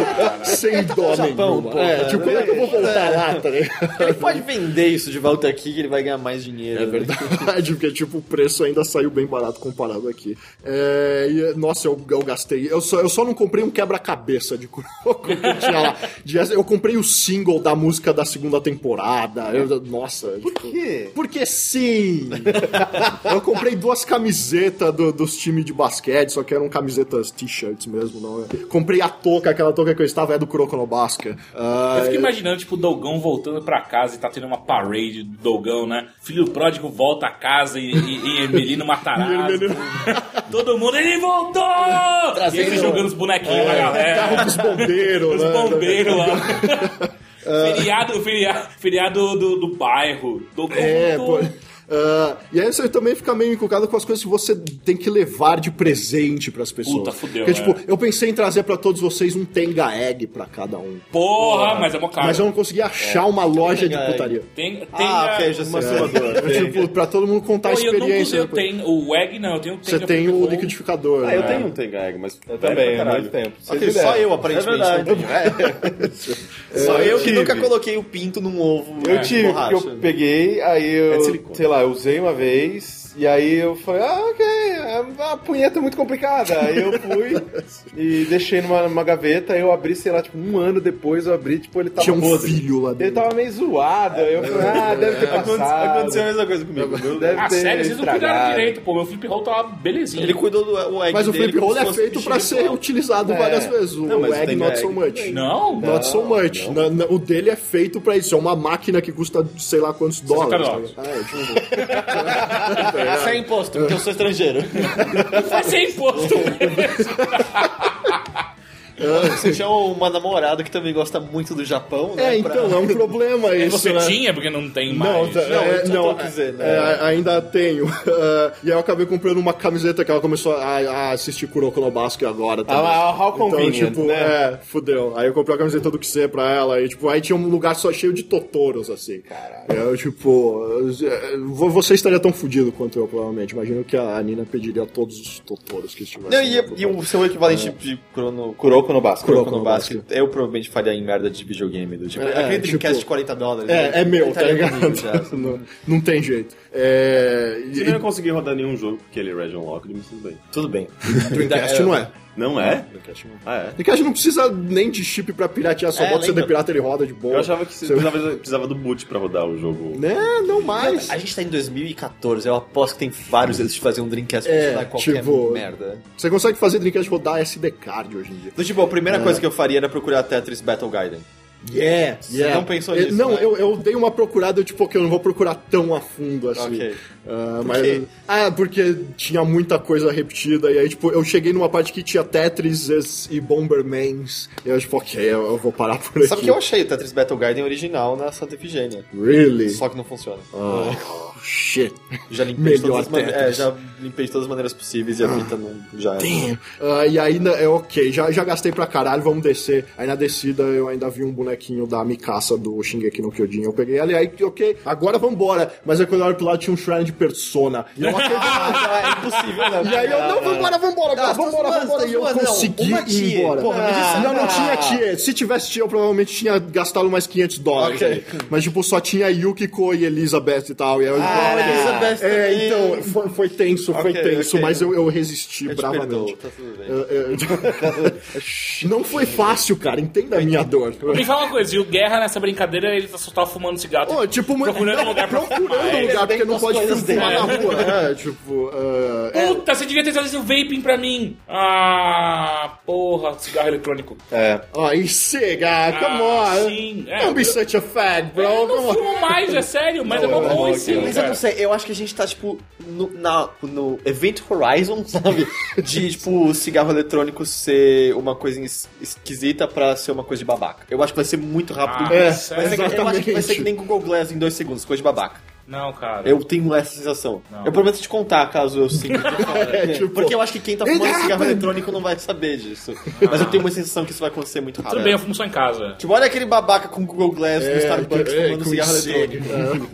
[SPEAKER 4] sem dó
[SPEAKER 5] Japão,
[SPEAKER 4] nenhuma.
[SPEAKER 5] pô, tá
[SPEAKER 4] é,
[SPEAKER 5] cara,
[SPEAKER 4] tipo, como é que eu vou voltar lá, tá ligado?
[SPEAKER 5] Ele pode vender isso de volta aqui que ele vai ganhar mais dinheiro.
[SPEAKER 4] É verdade, porque tipo, o preço ainda saiu bem barato comparado aqui. É, e, nossa, eu, eu gastei. Eu só, eu só não comprei um quebra-cabeça de Kuroko que tinha lá. De- Eu comprei o single da música da segunda temporada. Eu- nossa, tipo, Por
[SPEAKER 5] quê?
[SPEAKER 4] Porque sim! eu comprei duas camisetas do- dos times de basquete, só que eram camisetas t-shirts mesmo, não. é. Comprei a touca, aquela touca que eu estava é do Kuroko no Basket. Ah,
[SPEAKER 3] Eu fico imaginando, tipo, o Dogão voltando pra casa e tá tendo uma parade do Dogão, né? Filho pródigo volta a casa e, e, e Ermelino Matarazzo.
[SPEAKER 4] Ermelino.
[SPEAKER 3] Todo mundo, ele voltou! E ele jogando os bonequinhos pra
[SPEAKER 4] Carro
[SPEAKER 3] galera.
[SPEAKER 4] dos tá bombeiros,
[SPEAKER 3] Os
[SPEAKER 4] né? Ah.
[SPEAKER 3] bombeiros lá. feriado, feriado, feriado do, do bairro. Dogão
[SPEAKER 4] É, pô.
[SPEAKER 3] voltou.
[SPEAKER 4] Ah, e aí você também fica meio encucado com as coisas que você tem que levar de presente pras pessoas.
[SPEAKER 3] Puta, fudeu,
[SPEAKER 4] Porque, tipo,
[SPEAKER 3] é.
[SPEAKER 4] eu pensei em trazer pra todos vocês um Tenga Egg pra cada um.
[SPEAKER 3] Porra, mas é mó caro.
[SPEAKER 4] Mas um- eu não consegui achar uma loja de
[SPEAKER 5] Tenga Egg.
[SPEAKER 4] putaria.
[SPEAKER 3] Tem, tem
[SPEAKER 5] Ah,
[SPEAKER 3] a-
[SPEAKER 5] ok, já sei.
[SPEAKER 4] tipo, pra todo mundo contar
[SPEAKER 3] Pô,
[SPEAKER 4] a
[SPEAKER 3] eu não
[SPEAKER 4] experiência.
[SPEAKER 3] usei o
[SPEAKER 4] depois.
[SPEAKER 3] Tem, o Egg não, eu tenho o Tem.
[SPEAKER 4] você tem o liquidificador.
[SPEAKER 5] É,
[SPEAKER 6] Ah, eu
[SPEAKER 4] né?
[SPEAKER 6] tenho um Tengag, mas eu
[SPEAKER 5] também, há muito
[SPEAKER 6] tempo.
[SPEAKER 5] Ok, só eu aparentemente
[SPEAKER 6] É
[SPEAKER 5] não
[SPEAKER 6] verdade.
[SPEAKER 5] tenho. É. Só eu que
[SPEAKER 6] tive.
[SPEAKER 5] nunca coloquei o pinto num ovo.
[SPEAKER 6] Eu
[SPEAKER 7] É,
[SPEAKER 5] né,
[SPEAKER 6] tive,
[SPEAKER 5] borracha.
[SPEAKER 6] porque eu peguei, aí eu,
[SPEAKER 5] É de silicone.
[SPEAKER 6] sei lá, eu usei uma vez, e aí eu falei, ah, ok, é a punheta é muito complicada. Aí eu fui e deixei numa, numa gaveta, aí eu abri, sei lá, tipo, um ano depois eu abri, tipo, ele tava
[SPEAKER 4] Tinha um
[SPEAKER 6] podre.
[SPEAKER 4] filho lá
[SPEAKER 6] Ele
[SPEAKER 4] dentro.
[SPEAKER 6] tava meio zoado, aí eu falei,
[SPEAKER 7] É,
[SPEAKER 6] ah, deve ter
[SPEAKER 5] Aconte-
[SPEAKER 6] passado.
[SPEAKER 5] Aconteceu a mesma coisa comigo.
[SPEAKER 6] Deve
[SPEAKER 3] Ah,
[SPEAKER 6] ter
[SPEAKER 3] sério, vocês não cuidaram
[SPEAKER 6] estragado.
[SPEAKER 3] direito, pô. Meu flip roll tava belezinha.
[SPEAKER 5] Ele cuidou do o egg
[SPEAKER 4] Mas o
[SPEAKER 5] dele
[SPEAKER 4] flip
[SPEAKER 5] como
[SPEAKER 4] roll
[SPEAKER 5] se
[SPEAKER 4] é
[SPEAKER 5] fosse
[SPEAKER 4] feito
[SPEAKER 5] um
[SPEAKER 4] pra
[SPEAKER 5] bichinho
[SPEAKER 4] ser
[SPEAKER 5] atual.
[SPEAKER 4] utilizado
[SPEAKER 6] É.
[SPEAKER 4] várias vezes. O
[SPEAKER 6] Não, mas
[SPEAKER 4] Egg
[SPEAKER 6] tem
[SPEAKER 4] not
[SPEAKER 6] Egg
[SPEAKER 4] so much.
[SPEAKER 6] também.
[SPEAKER 3] Não?
[SPEAKER 4] Not so much. Na- na- o dele é feito pra isso. É uma máquina que custa sei lá quantos dólares.
[SPEAKER 3] dólares.
[SPEAKER 4] Ah, é, tipo, é
[SPEAKER 5] Sem é imposto, porque eu sou estrangeiro.
[SPEAKER 3] Vai ser imposto.
[SPEAKER 5] Você tinha uma namorada que também gosta muito do Japão, né?
[SPEAKER 4] É, então, é um problema
[SPEAKER 3] É,
[SPEAKER 4] isso,
[SPEAKER 3] você
[SPEAKER 4] né?
[SPEAKER 3] tinha, porque não tem
[SPEAKER 4] Não,
[SPEAKER 3] mais.
[SPEAKER 4] tá- é,
[SPEAKER 5] isso eu
[SPEAKER 4] não,
[SPEAKER 5] tô dizendo,
[SPEAKER 4] é,
[SPEAKER 5] é.
[SPEAKER 4] a- ainda tenho. É, e aí eu acabei comprando uma camiseta que ela começou a, a assistir Kuroko no Basque agora também.
[SPEAKER 6] Ah, how
[SPEAKER 4] então,
[SPEAKER 6] convenient,
[SPEAKER 4] tipo,
[SPEAKER 6] né?
[SPEAKER 4] é, fudeu. Aí eu comprei a camiseta do Kisei pra ela e, tipo, aí tinha um lugar só cheio de Totoros, assim. Caralho. Eu, tipo, eh, vo- você estaria tão fudido quanto eu, provavelmente. Imagino que a Nina pediria todos os Totoros que estivessem.
[SPEAKER 5] Não, e, é,
[SPEAKER 4] lá.
[SPEAKER 5] e o seu equivalente de Kurono,
[SPEAKER 6] Kuroko no Basque.
[SPEAKER 5] Kuroko
[SPEAKER 4] Assim, é. Kuroko
[SPEAKER 5] no
[SPEAKER 4] no
[SPEAKER 5] Basket, eu provavelmente faria em merda de videogame. Do tipo,
[SPEAKER 4] É,
[SPEAKER 5] aquele
[SPEAKER 4] tipo,
[SPEAKER 5] Dreamcast de 40 dólares. né?
[SPEAKER 4] É, é meu,
[SPEAKER 5] Ele
[SPEAKER 4] tá
[SPEAKER 5] estaria comigo
[SPEAKER 4] ligado?
[SPEAKER 5] já, assim.
[SPEAKER 4] não, não tem jeito. É,
[SPEAKER 7] Se não ia conseguir rodar nenhum jogo porque ele é Red Unlocked, mas tudo bem.
[SPEAKER 5] Tudo bem.
[SPEAKER 4] Dreamcast não é.
[SPEAKER 7] Não é?
[SPEAKER 4] Dreamcast não é.
[SPEAKER 7] Ah, é?
[SPEAKER 4] Dreamcast não precisa nem de chip pra piratear, só
[SPEAKER 5] É,
[SPEAKER 4] bota o CD
[SPEAKER 5] lembra?
[SPEAKER 4] pirata ele roda de boa.
[SPEAKER 7] Eu achava que você
[SPEAKER 4] Você-
[SPEAKER 7] precisava, precisava do boot pra rodar o jogo.
[SPEAKER 4] Né? Não mais.
[SPEAKER 5] A gente tá em 2014, eu aposto que tem vários eles de fazer um Dreamcast pra
[SPEAKER 4] É,
[SPEAKER 5] funcionar qualquer
[SPEAKER 4] tipo-
[SPEAKER 5] merda.
[SPEAKER 4] Você consegue fazer Dreamcast rodar SD card hoje em dia.
[SPEAKER 5] Do tipo, a primeira coisa que eu faria era procurar Tetris Battle Gaiden.
[SPEAKER 4] É. Yeah,
[SPEAKER 5] yeah. não pensou
[SPEAKER 4] Eh,
[SPEAKER 5] nisso,
[SPEAKER 4] Não,
[SPEAKER 5] né?
[SPEAKER 4] eu, eu dei uma procurada, tipo, que eu não vou procurar tão a fundo assim.
[SPEAKER 5] Ok.
[SPEAKER 4] Ah,
[SPEAKER 5] Por
[SPEAKER 4] mas,
[SPEAKER 5] quê?
[SPEAKER 4] ah, porque tinha muita coisa repetida. E aí, tipo, eu cheguei numa parte que tinha Tetris e Bombermans. E eu, tipo, ok, eu, eu vou parar por aqui.
[SPEAKER 5] Sabe o que eu achei? O Tetris Battle Gaiden original na Santa Efigênia.
[SPEAKER 4] Really?
[SPEAKER 5] Só que não funciona.
[SPEAKER 4] Oh, shit.
[SPEAKER 5] Já limpei, de
[SPEAKER 4] Melhor
[SPEAKER 5] todas, as mane-
[SPEAKER 4] Tetris.
[SPEAKER 5] é, já limpei de todas as maneiras possíveis e a fita não. Já é
[SPEAKER 4] Ah, e ainda, é ok, já, já gastei pra caralho, vamos descer. Aí na descida eu ainda vi um bonequinho da Mikasa do Shingeki no Kyojin. Eu peguei ele, aí, ok, agora vambora. Mas aí quando eu olho pro lado tinha um Shrine de Persona. E eu acreditava.
[SPEAKER 5] é impossível, né?
[SPEAKER 4] E aí eu, não, vambora, vambora, cara,
[SPEAKER 5] Não,
[SPEAKER 4] vambora,
[SPEAKER 5] duas,
[SPEAKER 4] vambora. E eu
[SPEAKER 5] duas, não,
[SPEAKER 4] consegui
[SPEAKER 5] uma
[SPEAKER 4] ir
[SPEAKER 5] tia,
[SPEAKER 4] embora.
[SPEAKER 5] porra, me diz-
[SPEAKER 4] não, não
[SPEAKER 5] Ah.
[SPEAKER 4] tinha tia. Se tivesse tia, eu provavelmente tinha gastado mais 500 dólares.
[SPEAKER 5] Ok.
[SPEAKER 4] aí. Mas, tipo, só tinha Yukiko e Elizabeth e tal. E aí eu,
[SPEAKER 5] Ah,
[SPEAKER 4] olha,
[SPEAKER 5] Elizabeth
[SPEAKER 4] É,
[SPEAKER 5] também.
[SPEAKER 4] então, foi, foi tenso, foi
[SPEAKER 5] Ok,
[SPEAKER 4] tenso,
[SPEAKER 5] ok.
[SPEAKER 4] mas eu, eu resisti
[SPEAKER 5] Eu te
[SPEAKER 4] bravamente.
[SPEAKER 5] perdoo, tá tudo bem.
[SPEAKER 4] Eu- eu- não foi fácil, cara. Entenda a minha dor.
[SPEAKER 3] Me fala uma coisa, e o Guerra nessa brincadeira, ele tá só tava fumando cigarro.
[SPEAKER 4] Ô, tipo, muito-
[SPEAKER 3] Procurando um lugar pra fumar,
[SPEAKER 4] procurando um
[SPEAKER 3] é.
[SPEAKER 4] lugar, porque não pode
[SPEAKER 5] coisas
[SPEAKER 4] fumar
[SPEAKER 5] dele.
[SPEAKER 4] na rua. É, tipo, ah, é,
[SPEAKER 3] Puta, você devia ter trazido o vaping pra mim. Ah, porra, cigarro eletrônico.
[SPEAKER 4] Aí chega, come
[SPEAKER 3] Ah,
[SPEAKER 4] on.
[SPEAKER 3] sim, é.
[SPEAKER 4] Don't be such a fag, bro.
[SPEAKER 3] Eu
[SPEAKER 4] come
[SPEAKER 3] não
[SPEAKER 4] on.
[SPEAKER 3] fumo mais, é sério, mas é uma boa
[SPEAKER 5] Mas eu
[SPEAKER 3] ensina.
[SPEAKER 5] não sei, eu acho que a gente tá, tipo, no, na, no Event Horizon, sabe? De, tipo, o cigarro eletrônico ser uma coisa es- esquisita pra ser uma coisa de babaca. Eu acho que vai ser muito rápido.
[SPEAKER 3] Ah,
[SPEAKER 4] É,
[SPEAKER 3] Mas
[SPEAKER 5] Mas é que- eu acho que vai ser que
[SPEAKER 4] exatamente.
[SPEAKER 5] nem Google Glass em dois segundos, coisa de babaca.
[SPEAKER 3] Não, cara.
[SPEAKER 5] Eu tenho essa sensação.
[SPEAKER 3] Não.
[SPEAKER 5] Eu prometo te contar caso eu sinta. que fala.
[SPEAKER 4] É, tipo,
[SPEAKER 5] Porque eu acho que quem tá
[SPEAKER 4] It
[SPEAKER 5] fumando cigarro
[SPEAKER 4] happened.
[SPEAKER 5] eletrônico não vai saber disso. Mas eu tenho uma sensação que isso vai acontecer muito rápido.
[SPEAKER 3] Tudo bem, eu fumo só em casa.
[SPEAKER 5] Tipo, olha aquele babaca com Google Glass no Starbucks
[SPEAKER 4] é,
[SPEAKER 5] fumando
[SPEAKER 4] com
[SPEAKER 5] cigarro
[SPEAKER 4] sede.
[SPEAKER 5] eletrônico.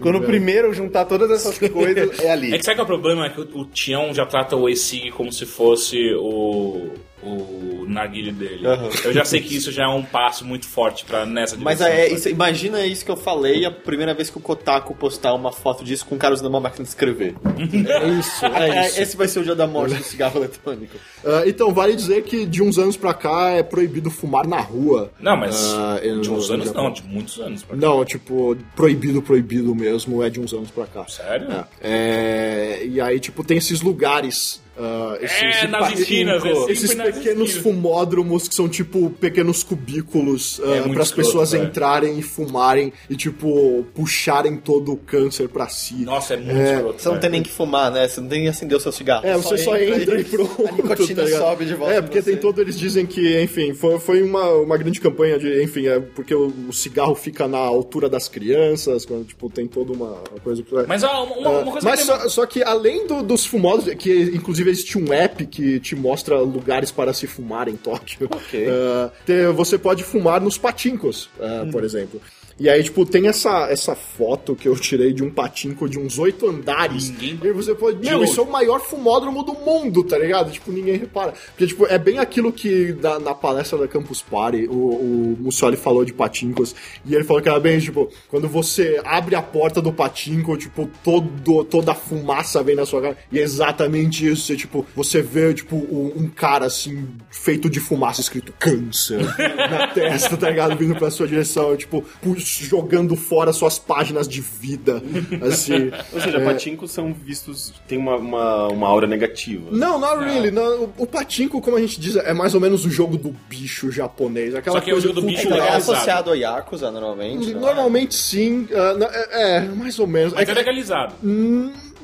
[SPEAKER 6] Quando primeiro juntar todas essas coisas, é ali.
[SPEAKER 3] É que sabe qual é o problema? É que o, o Tião já trata o Essig como se fosse o. o narguilho dele.
[SPEAKER 5] Aham.
[SPEAKER 3] Eu já sei que isso já é um passo muito forte pra nessa direção.
[SPEAKER 5] Mas é,
[SPEAKER 3] sabe?
[SPEAKER 5] isso- imagina isso que eu falei a primeira vez que o Kotaku postar uma foto disso com um cara usando uma máquina de escrever.
[SPEAKER 4] é isso,
[SPEAKER 5] É,
[SPEAKER 4] é isso.
[SPEAKER 5] Esse vai ser o dia da morte do cigarro eletrônico.
[SPEAKER 4] Ah, então, vale dizer que de uns anos pra cá é proibido fumar na rua.
[SPEAKER 3] Não, mas
[SPEAKER 4] Ah, eu-
[SPEAKER 3] de uns anos
[SPEAKER 4] eu-
[SPEAKER 3] não, de muitos anos. pra cá.
[SPEAKER 4] Não, tipo, proibido, proibido mesmo, é de uns anos pra cá.
[SPEAKER 3] Sério?
[SPEAKER 4] É, e aí, tipo, tem esses lugares. ah, esses,
[SPEAKER 3] É, nas
[SPEAKER 4] pa-
[SPEAKER 3] esquinas, é sempre
[SPEAKER 4] esses
[SPEAKER 3] nas
[SPEAKER 4] pequenos
[SPEAKER 3] esquinas.
[SPEAKER 4] fumódromos que são tipo pequenos cubículos
[SPEAKER 3] É muito
[SPEAKER 4] para as
[SPEAKER 3] escroto,
[SPEAKER 4] pessoas
[SPEAKER 3] velho.
[SPEAKER 4] entrarem e fumarem e tipo puxarem todo o câncer pra si.
[SPEAKER 3] Nossa, é muito escroto.
[SPEAKER 5] Você não
[SPEAKER 3] velho.
[SPEAKER 5] tem nem que fumar, né? Você não tem nem acender o seu cigarro.
[SPEAKER 4] É, você só entra e pronto.
[SPEAKER 5] A nicotina
[SPEAKER 4] tá ligado?
[SPEAKER 5] sobe de volta.
[SPEAKER 4] É,
[SPEAKER 5] em
[SPEAKER 4] porque
[SPEAKER 5] você.
[SPEAKER 4] tem todo. Eles dizem que, enfim, foi, foi uma, uma grande campanha de. Enfim, é porque o, o cigarro fica na altura das crianças, quando, tipo, tem toda uma, uma coisa que.
[SPEAKER 3] Mas ó, uma, uma coisa
[SPEAKER 4] Ah, Mas
[SPEAKER 3] que é eu
[SPEAKER 4] só, é só que além do- dos fumosos, que inclusive existe um app que te mostra lugares para se fumar em Tóquio. Ah, te- você pode fumar nos patincos, ah,
[SPEAKER 3] Hum.
[SPEAKER 4] por exemplo. E aí, tipo, tem essa, essa foto que eu tirei de um patinco de uns oito andares.
[SPEAKER 3] Ninguém-
[SPEAKER 4] E você pode. Meu,
[SPEAKER 3] longe.
[SPEAKER 4] isso é o maior fumódromo do mundo, tá ligado? Tipo, ninguém repara. Porque, tipo, é bem aquilo que na, na palestra da Campus Party o, o Mussoli falou de patincos. E ele falou que era bem, tipo, quando você abre a porta do patinco, tipo, todo, toda a fumaça vem na sua cara. E é exatamente isso. Você, tipo, você vê, tipo, um, um cara, assim, feito de fumaça, escrito câncer na testa, tá ligado? Vindo pra sua direção, tipo, pu- jogando fora suas páginas de vida, assim.
[SPEAKER 7] Ou seja, patincos são vistos. tem uma, uma, uma aura negativa.
[SPEAKER 4] Não, not really. Não, o, o patinco, como a gente diz, é mais ou menos o jogo do bicho japonês. Aquela
[SPEAKER 3] Só que é o
[SPEAKER 4] coisa
[SPEAKER 3] jogo do bicho
[SPEAKER 5] Então,
[SPEAKER 4] cultural.
[SPEAKER 5] é
[SPEAKER 7] Tá
[SPEAKER 3] legalizado.
[SPEAKER 5] associado ao Yakuza, normalmente. não é?
[SPEAKER 4] Normalmente sim. ah, na- é, é, mais ou menos. É
[SPEAKER 3] Mas
[SPEAKER 4] que-
[SPEAKER 3] é legalizado.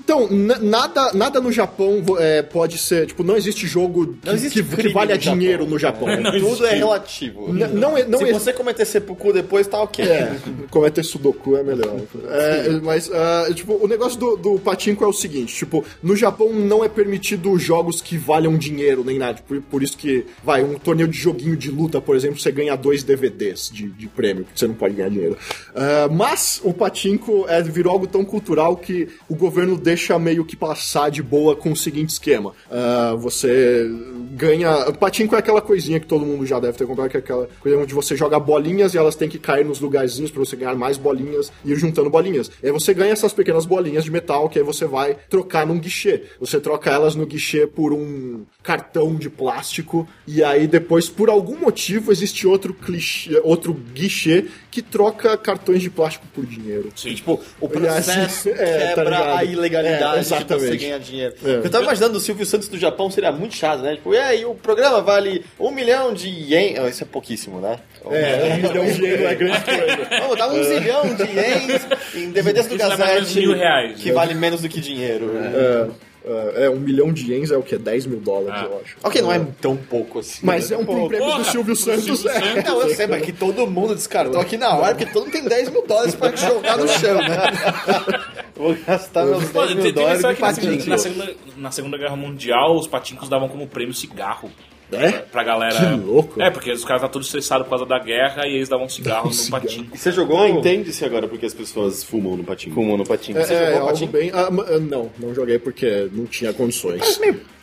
[SPEAKER 4] Então, na- nada, nada no Japão é, pode ser. Tipo, não existe jogo que,
[SPEAKER 5] Não existe
[SPEAKER 4] que- que
[SPEAKER 5] crime
[SPEAKER 4] valha
[SPEAKER 5] no Japão.
[SPEAKER 4] dinheiro no Japão.
[SPEAKER 3] Não
[SPEAKER 5] Tudo
[SPEAKER 3] existe.
[SPEAKER 5] é relativo.
[SPEAKER 4] N- não é- não
[SPEAKER 5] Se
[SPEAKER 4] é-
[SPEAKER 5] você cometer seppuku depois, tá ok.
[SPEAKER 4] É, cometer sudoku é melhor. É, mas, ah, tipo, o negócio do, do patinco é o seguinte, tipo, no Japão não é permitido jogos que valham dinheiro nem nada. Por, por isso que, vai, um torneio de joguinho de luta, por exemplo, você ganha dois DVDs de, de prêmio, porque você não pode ganhar dinheiro. Ah, mas o patinco é, virou algo tão cultural que o governo deixa meio que passar de boa com o seguinte esquema. Ah, você ganha... Patinco é aquela coisinha que todo mundo já deve ter comprado, que é aquela coisa onde você joga bolinhas e elas têm que cair nos lugarzinhos pra você ganhar mais bolinhas e ir juntando bolinhas. E aí você ganha essas pequenas bolinhas de metal que aí você vai trocar num guichê. Você troca elas no guichê por um cartão de plástico e aí depois, por algum motivo, existe outro clichê, outro guichê que troca cartões de plástico por dinheiro.
[SPEAKER 3] Sim.
[SPEAKER 5] Tipo, o processo
[SPEAKER 4] assim, é, tá
[SPEAKER 5] quebra
[SPEAKER 4] ligado?
[SPEAKER 5] a ilegalidade
[SPEAKER 4] É,
[SPEAKER 5] de você
[SPEAKER 4] exatamente.
[SPEAKER 5] ganhar dinheiro.
[SPEAKER 4] É.
[SPEAKER 5] Eu tava imaginando o Silvio Santos do Japão seria muito chato, né? Tipo, e aí, o programa vale um milhão de ien... Ah, isso é pouquíssimo, né?
[SPEAKER 4] É, um milhão de dinheiro é grande coisa.
[SPEAKER 5] Vamos dar um zilhão de ienes em DVDs do
[SPEAKER 3] Isso dá mais ou menos
[SPEAKER 5] Gazette,
[SPEAKER 3] mil reais,
[SPEAKER 5] que
[SPEAKER 3] né?
[SPEAKER 5] vale menos do que dinheiro.
[SPEAKER 4] É, é, um milhão de ienes é o que? 10 mil dólares,
[SPEAKER 3] Ah.
[SPEAKER 4] eu acho.
[SPEAKER 5] Ok, não é tão pouco assim.
[SPEAKER 4] Mas é um pro prêmio
[SPEAKER 3] porra,
[SPEAKER 4] do Silvio
[SPEAKER 3] pro
[SPEAKER 4] Santos.
[SPEAKER 3] Silvio
[SPEAKER 4] é.
[SPEAKER 5] Não, eu sei, mas que todo mundo descartou aqui na hora, porque todo mundo tem 10 mil dólares pra jogar no chão, né?
[SPEAKER 6] Vou gastar meus
[SPEAKER 3] Mano,
[SPEAKER 6] 10
[SPEAKER 3] tem-
[SPEAKER 6] mil
[SPEAKER 3] tem
[SPEAKER 6] dólares
[SPEAKER 3] pensar
[SPEAKER 6] em
[SPEAKER 5] é
[SPEAKER 3] que na segunda, na
[SPEAKER 4] né?
[SPEAKER 6] patinho.
[SPEAKER 3] segunda- na Segunda Guerra Mundial, os patincos davam como prêmio cigarro.
[SPEAKER 4] É?
[SPEAKER 3] Pra, pra galera.
[SPEAKER 4] Que louco.
[SPEAKER 3] É, porque os caras estavam todos estressados por causa da guerra e eles davam um cigarro no patinco.
[SPEAKER 7] E você jogou?
[SPEAKER 6] Não,
[SPEAKER 7] entende-se agora porque as pessoas fumam no patinho.
[SPEAKER 6] Fumou no patinho.
[SPEAKER 4] É, é algo bem. ah, ma- ah, não, não joguei porque não tinha condições.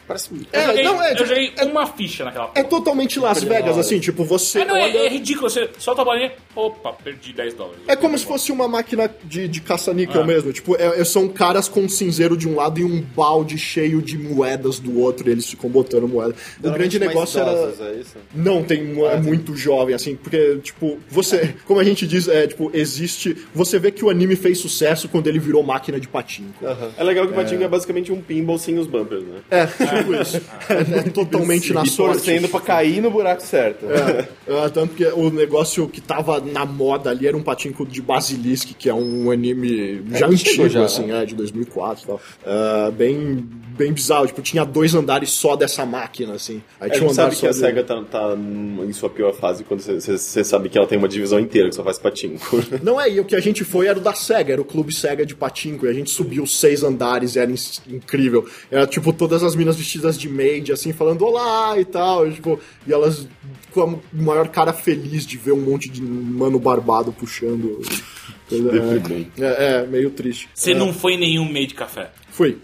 [SPEAKER 5] Parece um...
[SPEAKER 3] eu
[SPEAKER 4] É,
[SPEAKER 3] joguei,
[SPEAKER 4] não, é,
[SPEAKER 3] eu
[SPEAKER 4] tipo,
[SPEAKER 3] joguei uma ficha naquela porra.
[SPEAKER 4] É totalmente Las Vegas, assim, tipo, você
[SPEAKER 3] É, não, é, é
[SPEAKER 4] olha.
[SPEAKER 3] ridículo, você solta a bolinha, opa, perdi 10 dólares.
[SPEAKER 4] É como se fosse uma máquina de, de caça-níquel mesmo. Tipo, é- é- são caras com um cinzeiro de um lado e um balde cheio de moedas do outro, e eles ficam botando moeda. O grande negócio era.
[SPEAKER 5] É isso?
[SPEAKER 4] Não, tem mu- é muito jovem, assim, porque, tipo, você, como a gente diz, é, tipo, existe. Você vê que o anime fez sucesso quando ele virou máquina de patinco.
[SPEAKER 7] É legal que o patinho é, basicamente um pinball sem os bumpers, né?
[SPEAKER 4] É, tipo isso. É totalmente na
[SPEAKER 6] E
[SPEAKER 4] sorte.
[SPEAKER 6] torcendo pra cair no buraco certo.
[SPEAKER 4] É, tanto que o negócio que tava na moda ali era um patinco de Basilisk, que é um anime já antigo, assim, é, de 2004 e tal. É, bem, bem bizarro, tipo, tinha dois andares só dessa máquina, assim. Aí
[SPEAKER 7] A
[SPEAKER 5] É,
[SPEAKER 4] tinha um
[SPEAKER 7] gente
[SPEAKER 4] andar
[SPEAKER 7] sabe
[SPEAKER 4] só
[SPEAKER 7] que a
[SPEAKER 4] de-
[SPEAKER 7] SEGA tá, tá em sua pior fase quando você- você você sabe que ela tem uma divisão inteira que só faz patinho.
[SPEAKER 5] Ah.
[SPEAKER 4] Não é, e o que a gente foi era o da SEGA, era o clube SEGA de patinco, e a gente subiu seis andares, e era ins- incrível. Era tipo todas as minas vestidas de maid, assim, falando olá e tal, e, tipo, e elas com a maior cara feliz de ver um monte de mano barbado puxando.
[SPEAKER 7] Deprimente.
[SPEAKER 4] É, é, meio triste.
[SPEAKER 3] Você não foi em nenhum meio de café.
[SPEAKER 4] Fui.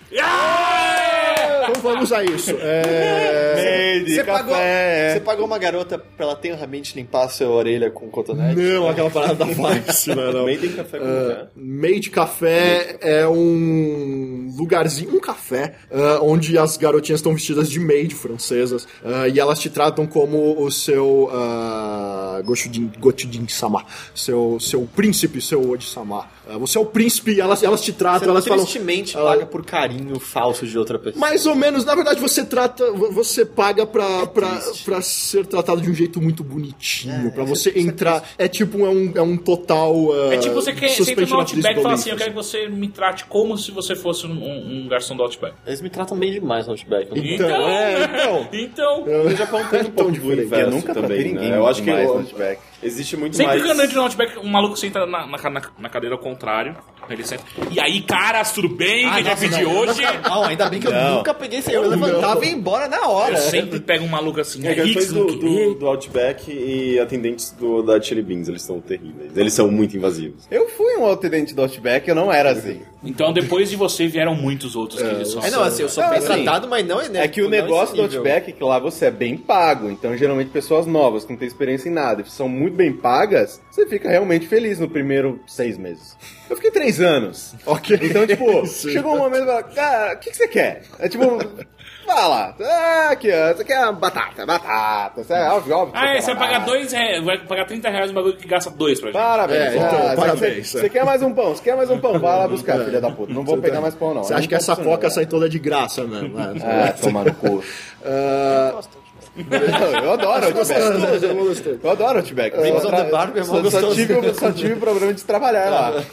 [SPEAKER 4] Então vamos a isso. É...
[SPEAKER 5] Você pagou, É.
[SPEAKER 7] É.
[SPEAKER 5] você pagou uma garota pra ela tenramente limpar a sua orelha com cotonete?
[SPEAKER 4] Não, aquela parada da Vice, não, não.
[SPEAKER 7] Também tem café com café.
[SPEAKER 4] Made Café é um lugarzinho, um café, ah, onde as garotinhas estão vestidas de maid francesas ah, e elas te tratam como o seu uh, Gochujin-sama, seu, seu príncipe, seu Oji-sama. Ah, você é o príncipe e elas, elas te tratam,
[SPEAKER 5] Você é um
[SPEAKER 4] elas falam... "Ah,
[SPEAKER 5] tristemente
[SPEAKER 4] ela-
[SPEAKER 5] paga por carinho falso de outra pessoa.
[SPEAKER 4] Mais ou menos, na verdade você trata, vo- você paga pra, pra,
[SPEAKER 5] É triste. é
[SPEAKER 4] pra ser tratado de um jeito muito bonitinho, pra você entrar, é tipo, é um, é um total ah,
[SPEAKER 3] É tipo, você, quer, você entra
[SPEAKER 4] suspension
[SPEAKER 3] no
[SPEAKER 4] of
[SPEAKER 3] Outback e fala
[SPEAKER 4] disbelief,
[SPEAKER 3] assim, eu quero que você me trate como se você fosse um, um- um garçom do Outback.
[SPEAKER 5] Eles me tratam bem demais no Outback. né? eu não-
[SPEAKER 4] Então, é, então.
[SPEAKER 3] Então,
[SPEAKER 4] No Japão tem um pouco
[SPEAKER 7] do inverso também, né? Eu acho que
[SPEAKER 6] mais
[SPEAKER 7] o-
[SPEAKER 6] flashback.
[SPEAKER 7] existe muito
[SPEAKER 3] sempre
[SPEAKER 7] mais...
[SPEAKER 3] que eu ando no Outback, um maluco senta na, na, ca- na- na cadeira ao contrário. Ele senta, e aí, caras, tudo bem?
[SPEAKER 5] Ah,
[SPEAKER 3] Quem já
[SPEAKER 5] nossa,
[SPEAKER 3] pediu
[SPEAKER 5] não.
[SPEAKER 3] hoje?
[SPEAKER 5] Não, ainda bem que eu nunca peguei isso aí. Eu levantava e ia embora na hora.
[SPEAKER 3] Eu sempre pego um maluco assim,
[SPEAKER 7] É,
[SPEAKER 3] é
[SPEAKER 7] garçons
[SPEAKER 3] Hicks,
[SPEAKER 7] do,
[SPEAKER 3] não
[SPEAKER 7] do, do Outback e atendentes do, da Chili Beans, eles são terríveis. Eles são muito invasivos.
[SPEAKER 6] Eu fui um alternante do Outback, eu não era assim.
[SPEAKER 3] Então depois de você vieram muitos outros que são.
[SPEAKER 5] É, não, assim, eu sou
[SPEAKER 6] Não,
[SPEAKER 5] bem
[SPEAKER 6] assim,
[SPEAKER 5] tratado, mas não é
[SPEAKER 6] É que o
[SPEAKER 5] não é
[SPEAKER 6] negócio do
[SPEAKER 5] esse nível.
[SPEAKER 6] Outback é que lá você é bem pago, então geralmente pessoas novas que não têm experiência em nada e são muito bem pagas, você fica realmente feliz no primeiro seis meses. Eu fiquei três anos.
[SPEAKER 4] Ok.
[SPEAKER 6] Então, tipo,
[SPEAKER 4] Sim.
[SPEAKER 6] chegou um momento e falou, cara, o que, que você quer? É tipo, fala, ah, aqui, ó, você quer batata, batata, você é óbvio, óbvio. que
[SPEAKER 3] Ah, é,
[SPEAKER 6] quer
[SPEAKER 3] você vai
[SPEAKER 6] batata.
[SPEAKER 3] pagar dois reais, vai pagar 30 reais no bagulho que gasta dois pra gente.
[SPEAKER 6] Parabéns, ah,
[SPEAKER 4] É, então,
[SPEAKER 6] você-
[SPEAKER 4] parabéns. É.
[SPEAKER 6] Você, você quer mais um pão? Você quer mais um pão? Vai lá buscar, filha da puta. Não vou pegar mais pão, não.
[SPEAKER 4] Você
[SPEAKER 6] É
[SPEAKER 4] acha que
[SPEAKER 6] um
[SPEAKER 4] essa
[SPEAKER 6] pão por
[SPEAKER 4] coca
[SPEAKER 6] semana.
[SPEAKER 4] sai toda de graça mesmo? né?
[SPEAKER 6] Ah, tomar no cu.
[SPEAKER 4] Ah,
[SPEAKER 6] Eu, eu adoro Outback.
[SPEAKER 4] eu não gostei.
[SPEAKER 6] Eu adoro Outback.
[SPEAKER 5] Bem,
[SPEAKER 6] Só
[SPEAKER 5] mas o
[SPEAKER 6] tra-
[SPEAKER 5] The Barber é mó
[SPEAKER 6] só, só
[SPEAKER 5] gostoso.
[SPEAKER 6] tive, só tive problema de trabalhar lá.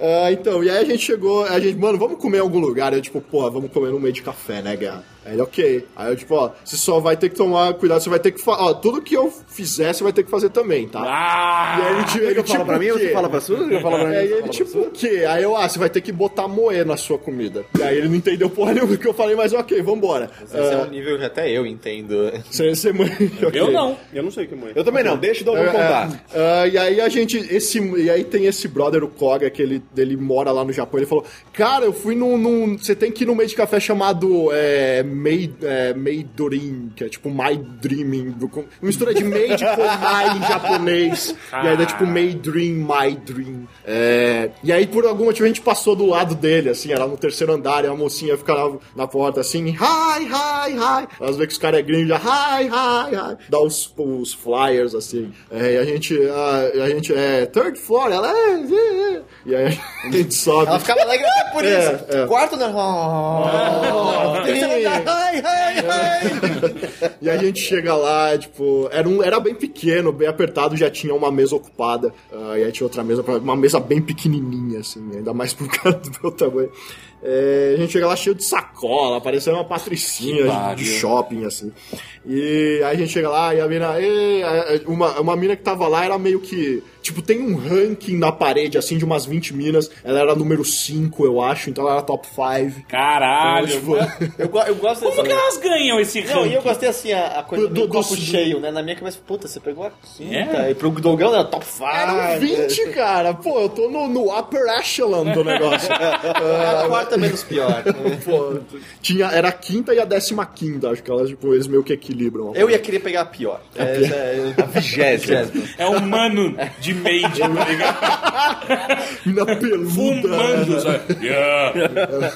[SPEAKER 4] Ah, então, e aí a gente chegou, a gente, mano, vamos comer em algum lugar. Eu, tipo, pô, vamos comer no meio de café, né, Guerra? Aí ele, ok. Aí eu, tipo, ó, você só vai ter que tomar cuidado, você vai ter que. fa- Ó, tudo que eu fizer, você vai ter que fazer também, tá?
[SPEAKER 3] Ah!
[SPEAKER 4] E aí ele, tipo, ele,
[SPEAKER 6] Eu
[SPEAKER 4] tipo,
[SPEAKER 6] falo pra mim,
[SPEAKER 4] o
[SPEAKER 6] você
[SPEAKER 4] quê?
[SPEAKER 6] fala pra sua, eu falo pra mim.
[SPEAKER 4] Aí
[SPEAKER 6] você
[SPEAKER 4] ele,
[SPEAKER 6] fala
[SPEAKER 4] tipo, o quê? Aí eu, ah, você vai ter que botar moer na sua comida. E aí ele não entendeu porra nenhuma do que eu falei, mas ok, vambora.
[SPEAKER 5] Esse é
[SPEAKER 4] Ah,
[SPEAKER 5] um nível que até eu entendo.
[SPEAKER 4] Você, você mãe.
[SPEAKER 3] Eu não.
[SPEAKER 7] Eu não sei o que mãe.
[SPEAKER 6] pra- Eu também não, deixa o Douglas
[SPEAKER 4] É,
[SPEAKER 6] contar.
[SPEAKER 4] é, é, e aí a gente, esse, e aí tem esse brother, o Koga, que ele, ele mora lá no Japão, ele falou, cara, eu fui num, num- você tem que ir num meio de café chamado é, Mei, é, Meidorin, que é tipo My Dreaming, do- com- mistura de Made com Mai em japonês, e aí dá tipo Mei Dream, My Dream, É, e aí por algum motivo a gente passou do lado dele, assim, era no terceiro andar, e a mocinha ficava na porta assim, hi, hi, hi, elas vê que os caras é gringo, já, hi, hi, hi, dá os, os flyers, assim, É, e a gente, ah, e a, gente, é, third floor, ela é, é, é. e aí a gente sobe.
[SPEAKER 5] Ela ficava alegre até por
[SPEAKER 4] É,
[SPEAKER 5] isso.
[SPEAKER 4] é.
[SPEAKER 5] Quarto, né?
[SPEAKER 3] Ah,
[SPEAKER 5] Oh, terceiro andar. Ai, ai, ai.
[SPEAKER 4] E a gente chega lá, tipo, era, um, era bem pequeno, bem apertado, já tinha uma mesa ocupada. ah, e aí tinha outra mesa, pra- uma mesa bem pequenininha, assim, ainda mais pro cara do meu tamanho. É, a gente chega lá cheio de sacola, parecendo uma patricinha de, de shopping, assim. E aí a gente chega lá e a mina. "Ei", a- a- uma, uma mina que tava lá era meio que. Tipo, tem um ranking na parede, assim, de umas 20 minas. Ela era número 5, eu acho, então ela era top Então, tipo, 5.
[SPEAKER 3] Caralho.
[SPEAKER 5] Eu, go- eu gosto
[SPEAKER 3] Como que
[SPEAKER 5] dessa...
[SPEAKER 3] elas ganham esse
[SPEAKER 5] Não,
[SPEAKER 3] ranking?
[SPEAKER 5] e eu gostei assim, a, a coisa do,
[SPEAKER 4] Do- do-
[SPEAKER 5] copo
[SPEAKER 4] do-
[SPEAKER 5] cheio, né? Na minha cabeça, puta, você pegou a quinta.
[SPEAKER 3] É.
[SPEAKER 5] E pro Dogão era top 5.
[SPEAKER 7] Ah, né?
[SPEAKER 4] Eram 20, cara. Pô, eu tô no, no upper echelon do negócio.
[SPEAKER 5] A quarta menos pior.
[SPEAKER 4] Pô, tinha, era a quinta e a décima quinta. Acho que elas, tipo, eles meio que equilibram.
[SPEAKER 7] É,
[SPEAKER 5] Eu ia querer pegar a pior. Essa é- A vigésima.
[SPEAKER 3] É um mano de made, tá ligado?
[SPEAKER 4] Mina peluda.
[SPEAKER 3] Fumando, sabe? Yeah.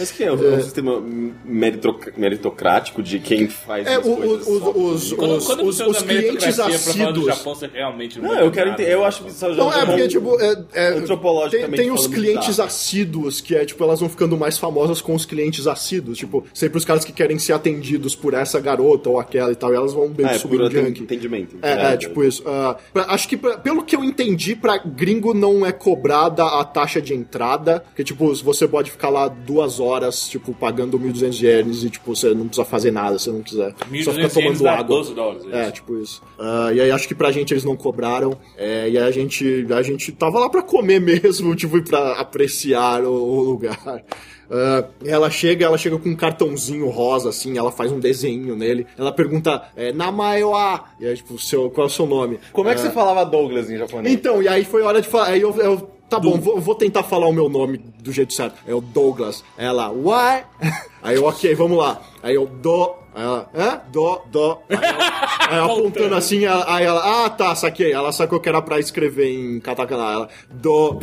[SPEAKER 7] Mas que é? Um sistema meritoc- meritocrático de quem faz
[SPEAKER 4] É,
[SPEAKER 7] as
[SPEAKER 4] o-
[SPEAKER 7] coisas.
[SPEAKER 4] os,
[SPEAKER 7] só.
[SPEAKER 4] os, os, os,
[SPEAKER 3] você
[SPEAKER 4] os
[SPEAKER 3] usa
[SPEAKER 4] clientes
[SPEAKER 3] meritocracia pra falar do
[SPEAKER 4] assíduos.
[SPEAKER 3] Japão, você realmente né?
[SPEAKER 7] Não, eu quero entender. Eu acho que só já um
[SPEAKER 4] Não, é porque, tipo, é, é, tem,
[SPEAKER 7] Antropologicamente
[SPEAKER 4] tem os
[SPEAKER 7] falando,
[SPEAKER 4] clientes
[SPEAKER 7] tá.
[SPEAKER 4] assíduos, que é, tipo, elas vão ficando mais famosas com os clientes assíduos. Tipo, sempre os caras que querem ser atendidos por essa garota ou aquela e tal, e elas vão bem
[SPEAKER 7] Ah, é
[SPEAKER 6] um
[SPEAKER 4] subindo
[SPEAKER 7] por
[SPEAKER 4] de ranking.
[SPEAKER 7] entendimento.
[SPEAKER 4] É, é, tipo isso. Ah, pra- acho que, pra- pelo que eu entendi, pra gringo não é cobrada a taxa de entrada, porque, tipo, você pode ficar lá duas horas, tipo, pagando 1.200 ienes e, tipo, você não precisa fazer nada, se não quiser. Só fica
[SPEAKER 3] 1.200 ienes
[SPEAKER 4] tomando
[SPEAKER 3] dá
[SPEAKER 4] água.
[SPEAKER 3] 12 dólares, é
[SPEAKER 4] É,
[SPEAKER 3] isso.
[SPEAKER 4] tipo isso. Ah, e aí acho que pra gente eles não cobraram, é, e aí a gente, a gente tava lá pra comer mesmo, tipo, e pra apreciar o, o lugar. Ah, ela chega, ela chega com um cartãozinho rosa, assim, ela faz um desenho nele. Ela pergunta, é, Namaewa! E aí, tipo, seu, qual é o seu nome?
[SPEAKER 6] Como é que você falava Douglas em japonês?
[SPEAKER 4] Então, e aí foi hora de falar. Aí eu, eu- tá bom, vou, vou tentar falar o meu nome do jeito certo. É o Douglas. Ela, why? Aí eu, ok, vamos lá. Aí eu, do. Aí ela, hã? Do, do. Aí ela, aí ela apontando assim, ela- aí ela, ah tá, saquei. Ela sacou que era pra escrever em katakana. Ela, do,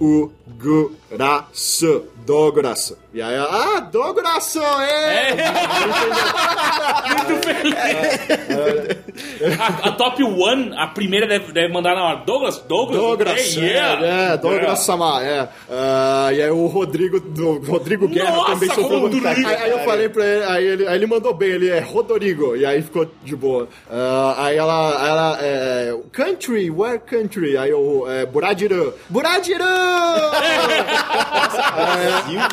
[SPEAKER 4] u, gu, ra, su, Douglas. E aí ela, ah, Douglas, é! É.
[SPEAKER 3] A, a top 1, a primeira deve, deve mandar na hora. Douglas, Douglas,
[SPEAKER 4] Douglas,
[SPEAKER 3] okay, yeah.
[SPEAKER 4] é, é, Douglas Samar, é. Ah, e aí o Rodrigo, do- Rodrigo Guerra
[SPEAKER 3] Nossa,
[SPEAKER 4] também sofreu
[SPEAKER 3] Rodrigo,
[SPEAKER 4] muito. Aí, aí eu falei pra ele aí, ele, aí ele mandou bem, ele é Rodrigo, e aí ficou de boa. Ah, aí ela, ela, é, country, where country? Aí eu, é, Buradiran, Buradiran!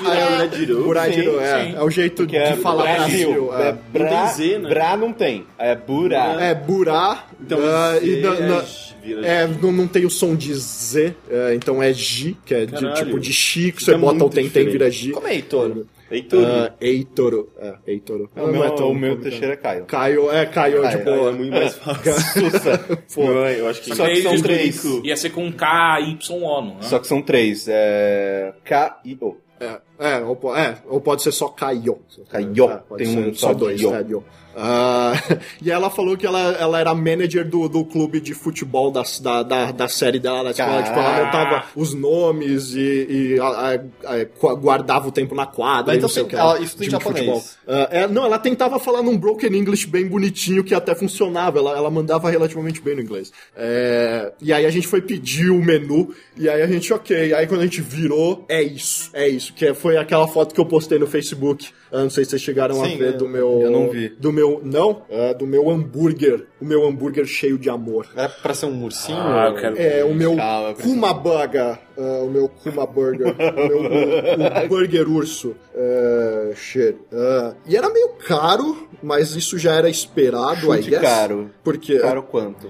[SPEAKER 7] Brasil virou
[SPEAKER 4] Buradiran, é, é o jeito de falar Brasil. é.
[SPEAKER 6] Bra,
[SPEAKER 7] Não tem Z, né?
[SPEAKER 6] Bra não tem. É Bura.
[SPEAKER 4] É, burá.
[SPEAKER 7] Então,
[SPEAKER 4] ah, e
[SPEAKER 7] Z
[SPEAKER 4] na-
[SPEAKER 7] é
[SPEAKER 4] na-
[SPEAKER 7] J- vira
[SPEAKER 4] é, não, não tem o som de Z, é, então é G, que é de-
[SPEAKER 7] Caralho.
[SPEAKER 4] tipo de X, que
[SPEAKER 7] Isso
[SPEAKER 4] você
[SPEAKER 7] é
[SPEAKER 4] bota o
[SPEAKER 7] muito
[SPEAKER 4] tentem e
[SPEAKER 7] diferente.
[SPEAKER 4] vira G.
[SPEAKER 5] Como é, Heitor?
[SPEAKER 7] Heitor.
[SPEAKER 4] Ah, Eitoro. É, Eitoro.
[SPEAKER 6] Então, o meu,
[SPEAKER 4] não é tão
[SPEAKER 6] o meu
[SPEAKER 4] complicado.
[SPEAKER 6] Teixeira é Caio.
[SPEAKER 4] Caio, é, Caio,
[SPEAKER 6] Caio,
[SPEAKER 4] tipo...
[SPEAKER 7] Pô, é muito mais fácil. Pô, eu acho que...
[SPEAKER 3] Só que são
[SPEAKER 6] três.
[SPEAKER 3] Ia ser com K, Y, O, não é?
[SPEAKER 6] Só que são três. É. K-I-O.
[SPEAKER 4] É, é, ou, po- é, ou pode ser só Caio.
[SPEAKER 6] Caio.
[SPEAKER 4] É, pode
[SPEAKER 6] Tem
[SPEAKER 4] ser
[SPEAKER 6] um
[SPEAKER 4] só
[SPEAKER 6] só
[SPEAKER 4] dois,
[SPEAKER 6] Io.
[SPEAKER 4] é, Io. Ah, e ela falou que ela, ela era manager do, do clube de futebol da, da, da, da série dela. da escola.
[SPEAKER 6] Caraca.
[SPEAKER 4] tipo, ela montava os nomes e, e a- a- a- qua- guardava o tempo na quadra.
[SPEAKER 5] Mas
[SPEAKER 4] e não
[SPEAKER 5] então
[SPEAKER 4] sei o
[SPEAKER 5] você-
[SPEAKER 4] que
[SPEAKER 5] ela
[SPEAKER 4] lá,
[SPEAKER 5] estuda em
[SPEAKER 4] time de
[SPEAKER 5] japonês.
[SPEAKER 4] futebol. Ah, é, não, ela tentava falar num broken English bem bonitinho que até funcionava. Ela, ela mandava relativamente bem no inglês. É, e aí a gente foi pedir o menu e aí a gente, ok. Aí quando a gente virou, é isso, é isso. Que foi aquela foto que eu postei no Facebook. Eu não sei se vocês chegaram a
[SPEAKER 5] Sim,
[SPEAKER 4] ver
[SPEAKER 5] eu-
[SPEAKER 4] do meu.
[SPEAKER 6] é. eu não vi.
[SPEAKER 4] Do meu. Não? É, do meu hambúrguer. O meu hambúrguer cheio de amor.
[SPEAKER 5] Era É pra ser um ursinho?
[SPEAKER 3] Ah, eu quero.
[SPEAKER 4] É, o meu
[SPEAKER 6] Calma, eu preciso-
[SPEAKER 4] Kumabaga. ah, o meu Kuma Burger, o meu o- o Burger Urso. É, shit. Ah, e era meio caro, mas isso já era esperado, I
[SPEAKER 6] Chute
[SPEAKER 4] guess.
[SPEAKER 6] caro.
[SPEAKER 4] Porque
[SPEAKER 6] Caro quanto?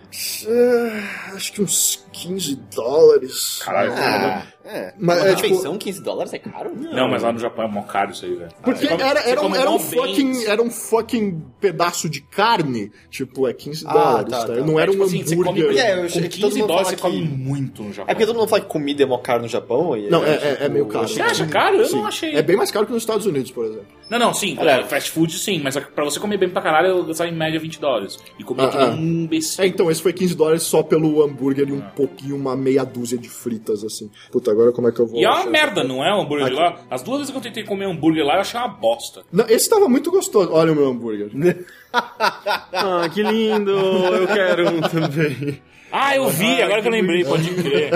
[SPEAKER 4] ah, acho que uns 15 dólares.
[SPEAKER 3] Caralho,
[SPEAKER 6] Ah, é.
[SPEAKER 4] Mas,
[SPEAKER 5] Uma
[SPEAKER 4] é, tipo,
[SPEAKER 5] refeição, 15 dólares é caro?
[SPEAKER 3] Não, mas lá no Japão é mó caro isso aí, velho.
[SPEAKER 4] Porque
[SPEAKER 3] Você come-
[SPEAKER 4] era,
[SPEAKER 3] você
[SPEAKER 4] era, um,
[SPEAKER 3] come
[SPEAKER 4] era, um
[SPEAKER 3] mal bem.
[SPEAKER 4] fucking, era um fucking pedaço de carne, tipo, é 15
[SPEAKER 5] Ah,
[SPEAKER 4] dólares,
[SPEAKER 5] tá,
[SPEAKER 4] tá?
[SPEAKER 5] tá.
[SPEAKER 4] Não
[SPEAKER 3] É,
[SPEAKER 4] era
[SPEAKER 3] tipo
[SPEAKER 4] um
[SPEAKER 3] assim, você come
[SPEAKER 4] hambúrguer.
[SPEAKER 3] bem.
[SPEAKER 5] É, eu achei
[SPEAKER 3] Com
[SPEAKER 5] que todo
[SPEAKER 3] 15
[SPEAKER 5] mundo
[SPEAKER 3] dólares
[SPEAKER 5] fala
[SPEAKER 3] você come
[SPEAKER 5] que-
[SPEAKER 3] muito no Japão.
[SPEAKER 5] É porque todo mundo fala que comida é mó caro no Japão. E
[SPEAKER 4] Não, é, é,
[SPEAKER 5] tipo,
[SPEAKER 4] é meio caro.
[SPEAKER 5] eu
[SPEAKER 3] Você acha caro? Eu não achei.
[SPEAKER 4] É bem mais caro que nos Estados Unidos, por exemplo.
[SPEAKER 3] Não, não, sim. é,
[SPEAKER 5] Olha,
[SPEAKER 3] fast food, sim. Mas pra você comer bem pra caralho, eu gastava em média 20 dólares. E comia
[SPEAKER 4] Ah,
[SPEAKER 3] que nem
[SPEAKER 4] ah.
[SPEAKER 3] um imbecil.
[SPEAKER 4] É, então, esse foi 15 dólares só pelo hambúrguer e um pouquinho, uma meia dúzia de fritas, assim. Puta, agora como é que eu vou...
[SPEAKER 3] E é uma
[SPEAKER 4] achar?
[SPEAKER 3] merda, não é o hambúrguer de lá? As duas vezes que eu tentei comer hambúrguer lá, eu achei uma bosta.
[SPEAKER 4] Não, esse tava muito gostoso. Olha o meu hambúrguer.
[SPEAKER 7] Ah, que lindo! Eu quero um também.
[SPEAKER 3] Ah, eu vi, agora que eu lembrei, pode crer.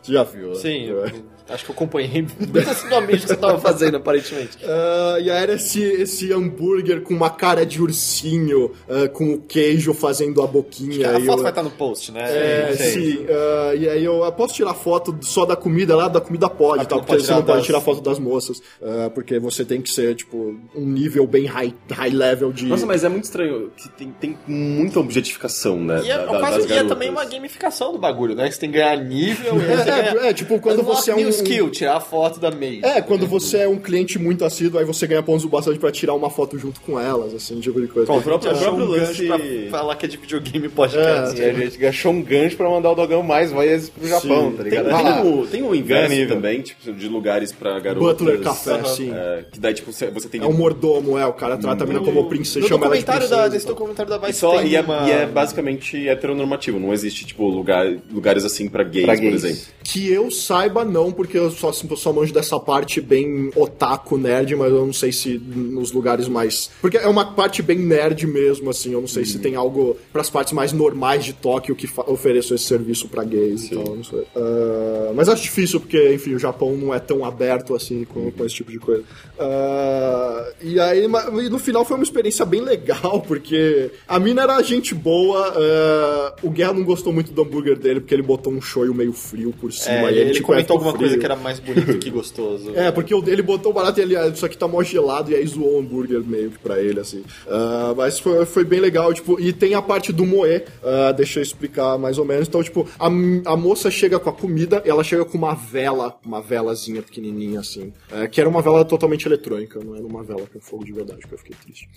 [SPEAKER 4] Você já viu, né?
[SPEAKER 5] Sim,
[SPEAKER 4] É.
[SPEAKER 5] eu- acho que eu acompanhei muito assiduamente o que você tava fazendo, aparentemente.
[SPEAKER 4] Ah, e aí era esse, esse hambúrguer com uma cara de ursinho, ah, com o queijo fazendo a boquinha.
[SPEAKER 5] a
[SPEAKER 4] e
[SPEAKER 5] foto
[SPEAKER 4] eu-
[SPEAKER 5] vai estar no post, né?
[SPEAKER 4] É, sim. ah, e aí eu ah, posso tirar foto só da comida lá, da comida pode,
[SPEAKER 5] Ah,
[SPEAKER 4] tal,
[SPEAKER 5] não
[SPEAKER 4] porque
[SPEAKER 5] pode
[SPEAKER 4] você
[SPEAKER 5] tirar
[SPEAKER 4] não pode
[SPEAKER 5] das-
[SPEAKER 4] tirar foto das moças, ah, porque você tem que ser, tipo, um nível bem high, high level de...
[SPEAKER 7] Nossa, mas é muito estranho que tem, tem muita objetificação, né?
[SPEAKER 5] E é,
[SPEAKER 7] da- da-
[SPEAKER 5] quase
[SPEAKER 7] das
[SPEAKER 5] que é
[SPEAKER 7] garotas.
[SPEAKER 5] também uma gamificação do bagulho, né? Que Você tem que ganhar nível e aí você ganha...
[SPEAKER 4] é, é, é, tipo, quando
[SPEAKER 5] Unlock
[SPEAKER 4] você é
[SPEAKER 5] new
[SPEAKER 4] um...
[SPEAKER 5] skill, tirar a foto da Mage.
[SPEAKER 4] É, quando você é um cliente muito assíduo, aí você ganha pontos o bastante pra tirar uma foto junto com elas, assim, tipo de coisa.
[SPEAKER 7] Bom, o próprio, o
[SPEAKER 5] Achou
[SPEAKER 7] próprio
[SPEAKER 5] um gancho
[SPEAKER 7] lance.
[SPEAKER 5] pra falar que é de videogame podcast.
[SPEAKER 4] É,
[SPEAKER 5] né,
[SPEAKER 6] E a gente achou um gancho pra mandar o Dogão mais vezes pro Japão,
[SPEAKER 7] Sim.
[SPEAKER 6] tá ligado?
[SPEAKER 7] Tem, um
[SPEAKER 6] Vai lá.
[SPEAKER 7] tem, o, tem o inverso
[SPEAKER 6] Ganha nível.
[SPEAKER 7] também, tipo, de lugares pra garotas.
[SPEAKER 4] Butler Café, sim.
[SPEAKER 7] é, que daí, tipo, você você tem.
[SPEAKER 4] É um mordomo, é, o cara trata a mina como princesa,
[SPEAKER 5] No
[SPEAKER 4] chama ela de
[SPEAKER 5] documentário
[SPEAKER 4] princesa.
[SPEAKER 5] da,
[SPEAKER 4] e
[SPEAKER 5] nesse
[SPEAKER 4] tal.
[SPEAKER 5] documentário da
[SPEAKER 7] E,
[SPEAKER 5] Vice
[SPEAKER 7] só,
[SPEAKER 5] tem
[SPEAKER 7] e, é,
[SPEAKER 5] uma-
[SPEAKER 7] e é basicamente heteronormativo, não existe, tipo, lugar, lugares assim pra gays,
[SPEAKER 6] Pra
[SPEAKER 7] por
[SPEAKER 6] gays.
[SPEAKER 7] exemplo.
[SPEAKER 4] Que eu saiba, não, porque eu só, assim, só manjo dessa parte bem otaku nerd, mas eu não sei se nos lugares mais. Porque é uma parte bem nerd mesmo, assim. Eu não sei
[SPEAKER 5] Uhum.
[SPEAKER 4] se tem algo pras partes mais normais de Tóquio que fa- ofereçam esse serviço pra gays e tal, não sei. Ah, mas acho difícil, porque, enfim, o Japão não é tão aberto assim com, com esse tipo de coisa. Ah, e aí, ma- e no final foi uma experiência bem legal, porque a mina era gente boa. ah, o Guerra não gostou muito do hambúrguer dele, porque ele botou um shoyu meio frio por cima.
[SPEAKER 5] É,
[SPEAKER 4] aí
[SPEAKER 5] ele,
[SPEAKER 4] tipo,
[SPEAKER 5] comentou
[SPEAKER 4] é,
[SPEAKER 5] alguma
[SPEAKER 4] frio.
[SPEAKER 5] coisa que era mais bonito que gostoso.
[SPEAKER 4] É, porque o- ele botou barato e ele, ah, isso aqui tá mó gelado, e aí zoou o hambúrguer meio que pra ele, assim. Ah, mas foi, foi bem legal, tipo, e tem a parte do moer, ah, deixa eu explicar mais ou menos. Então, tipo, a, m- a moça chega com a comida, ela chega com uma vela, uma velazinha pequenininha, assim, eh, que era uma vela totalmente eletrônica, não era uma vela com fogo de verdade, que eu fiquei triste.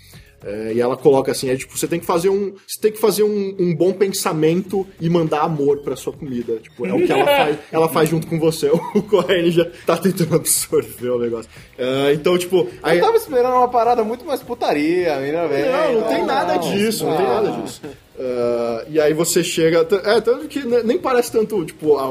[SPEAKER 4] Eh, e ela coloca assim, é tipo, você tem que fazer um, você tem que fazer um, um bom pensamento e mandar amor pra sua comida, tipo, é o que ela faz, ela faz junto com você. O Corrêne já tá tentando absorver o negócio. Eh, então, tipo, aí-
[SPEAKER 6] Eu tava esperando uma parada muito mais putaria, a mina velho.
[SPEAKER 4] não, é, não tem nada disso, não tem nada disso. Ah, e aí você chega. t- É, tanto que ne- nem parece tanto, tipo, a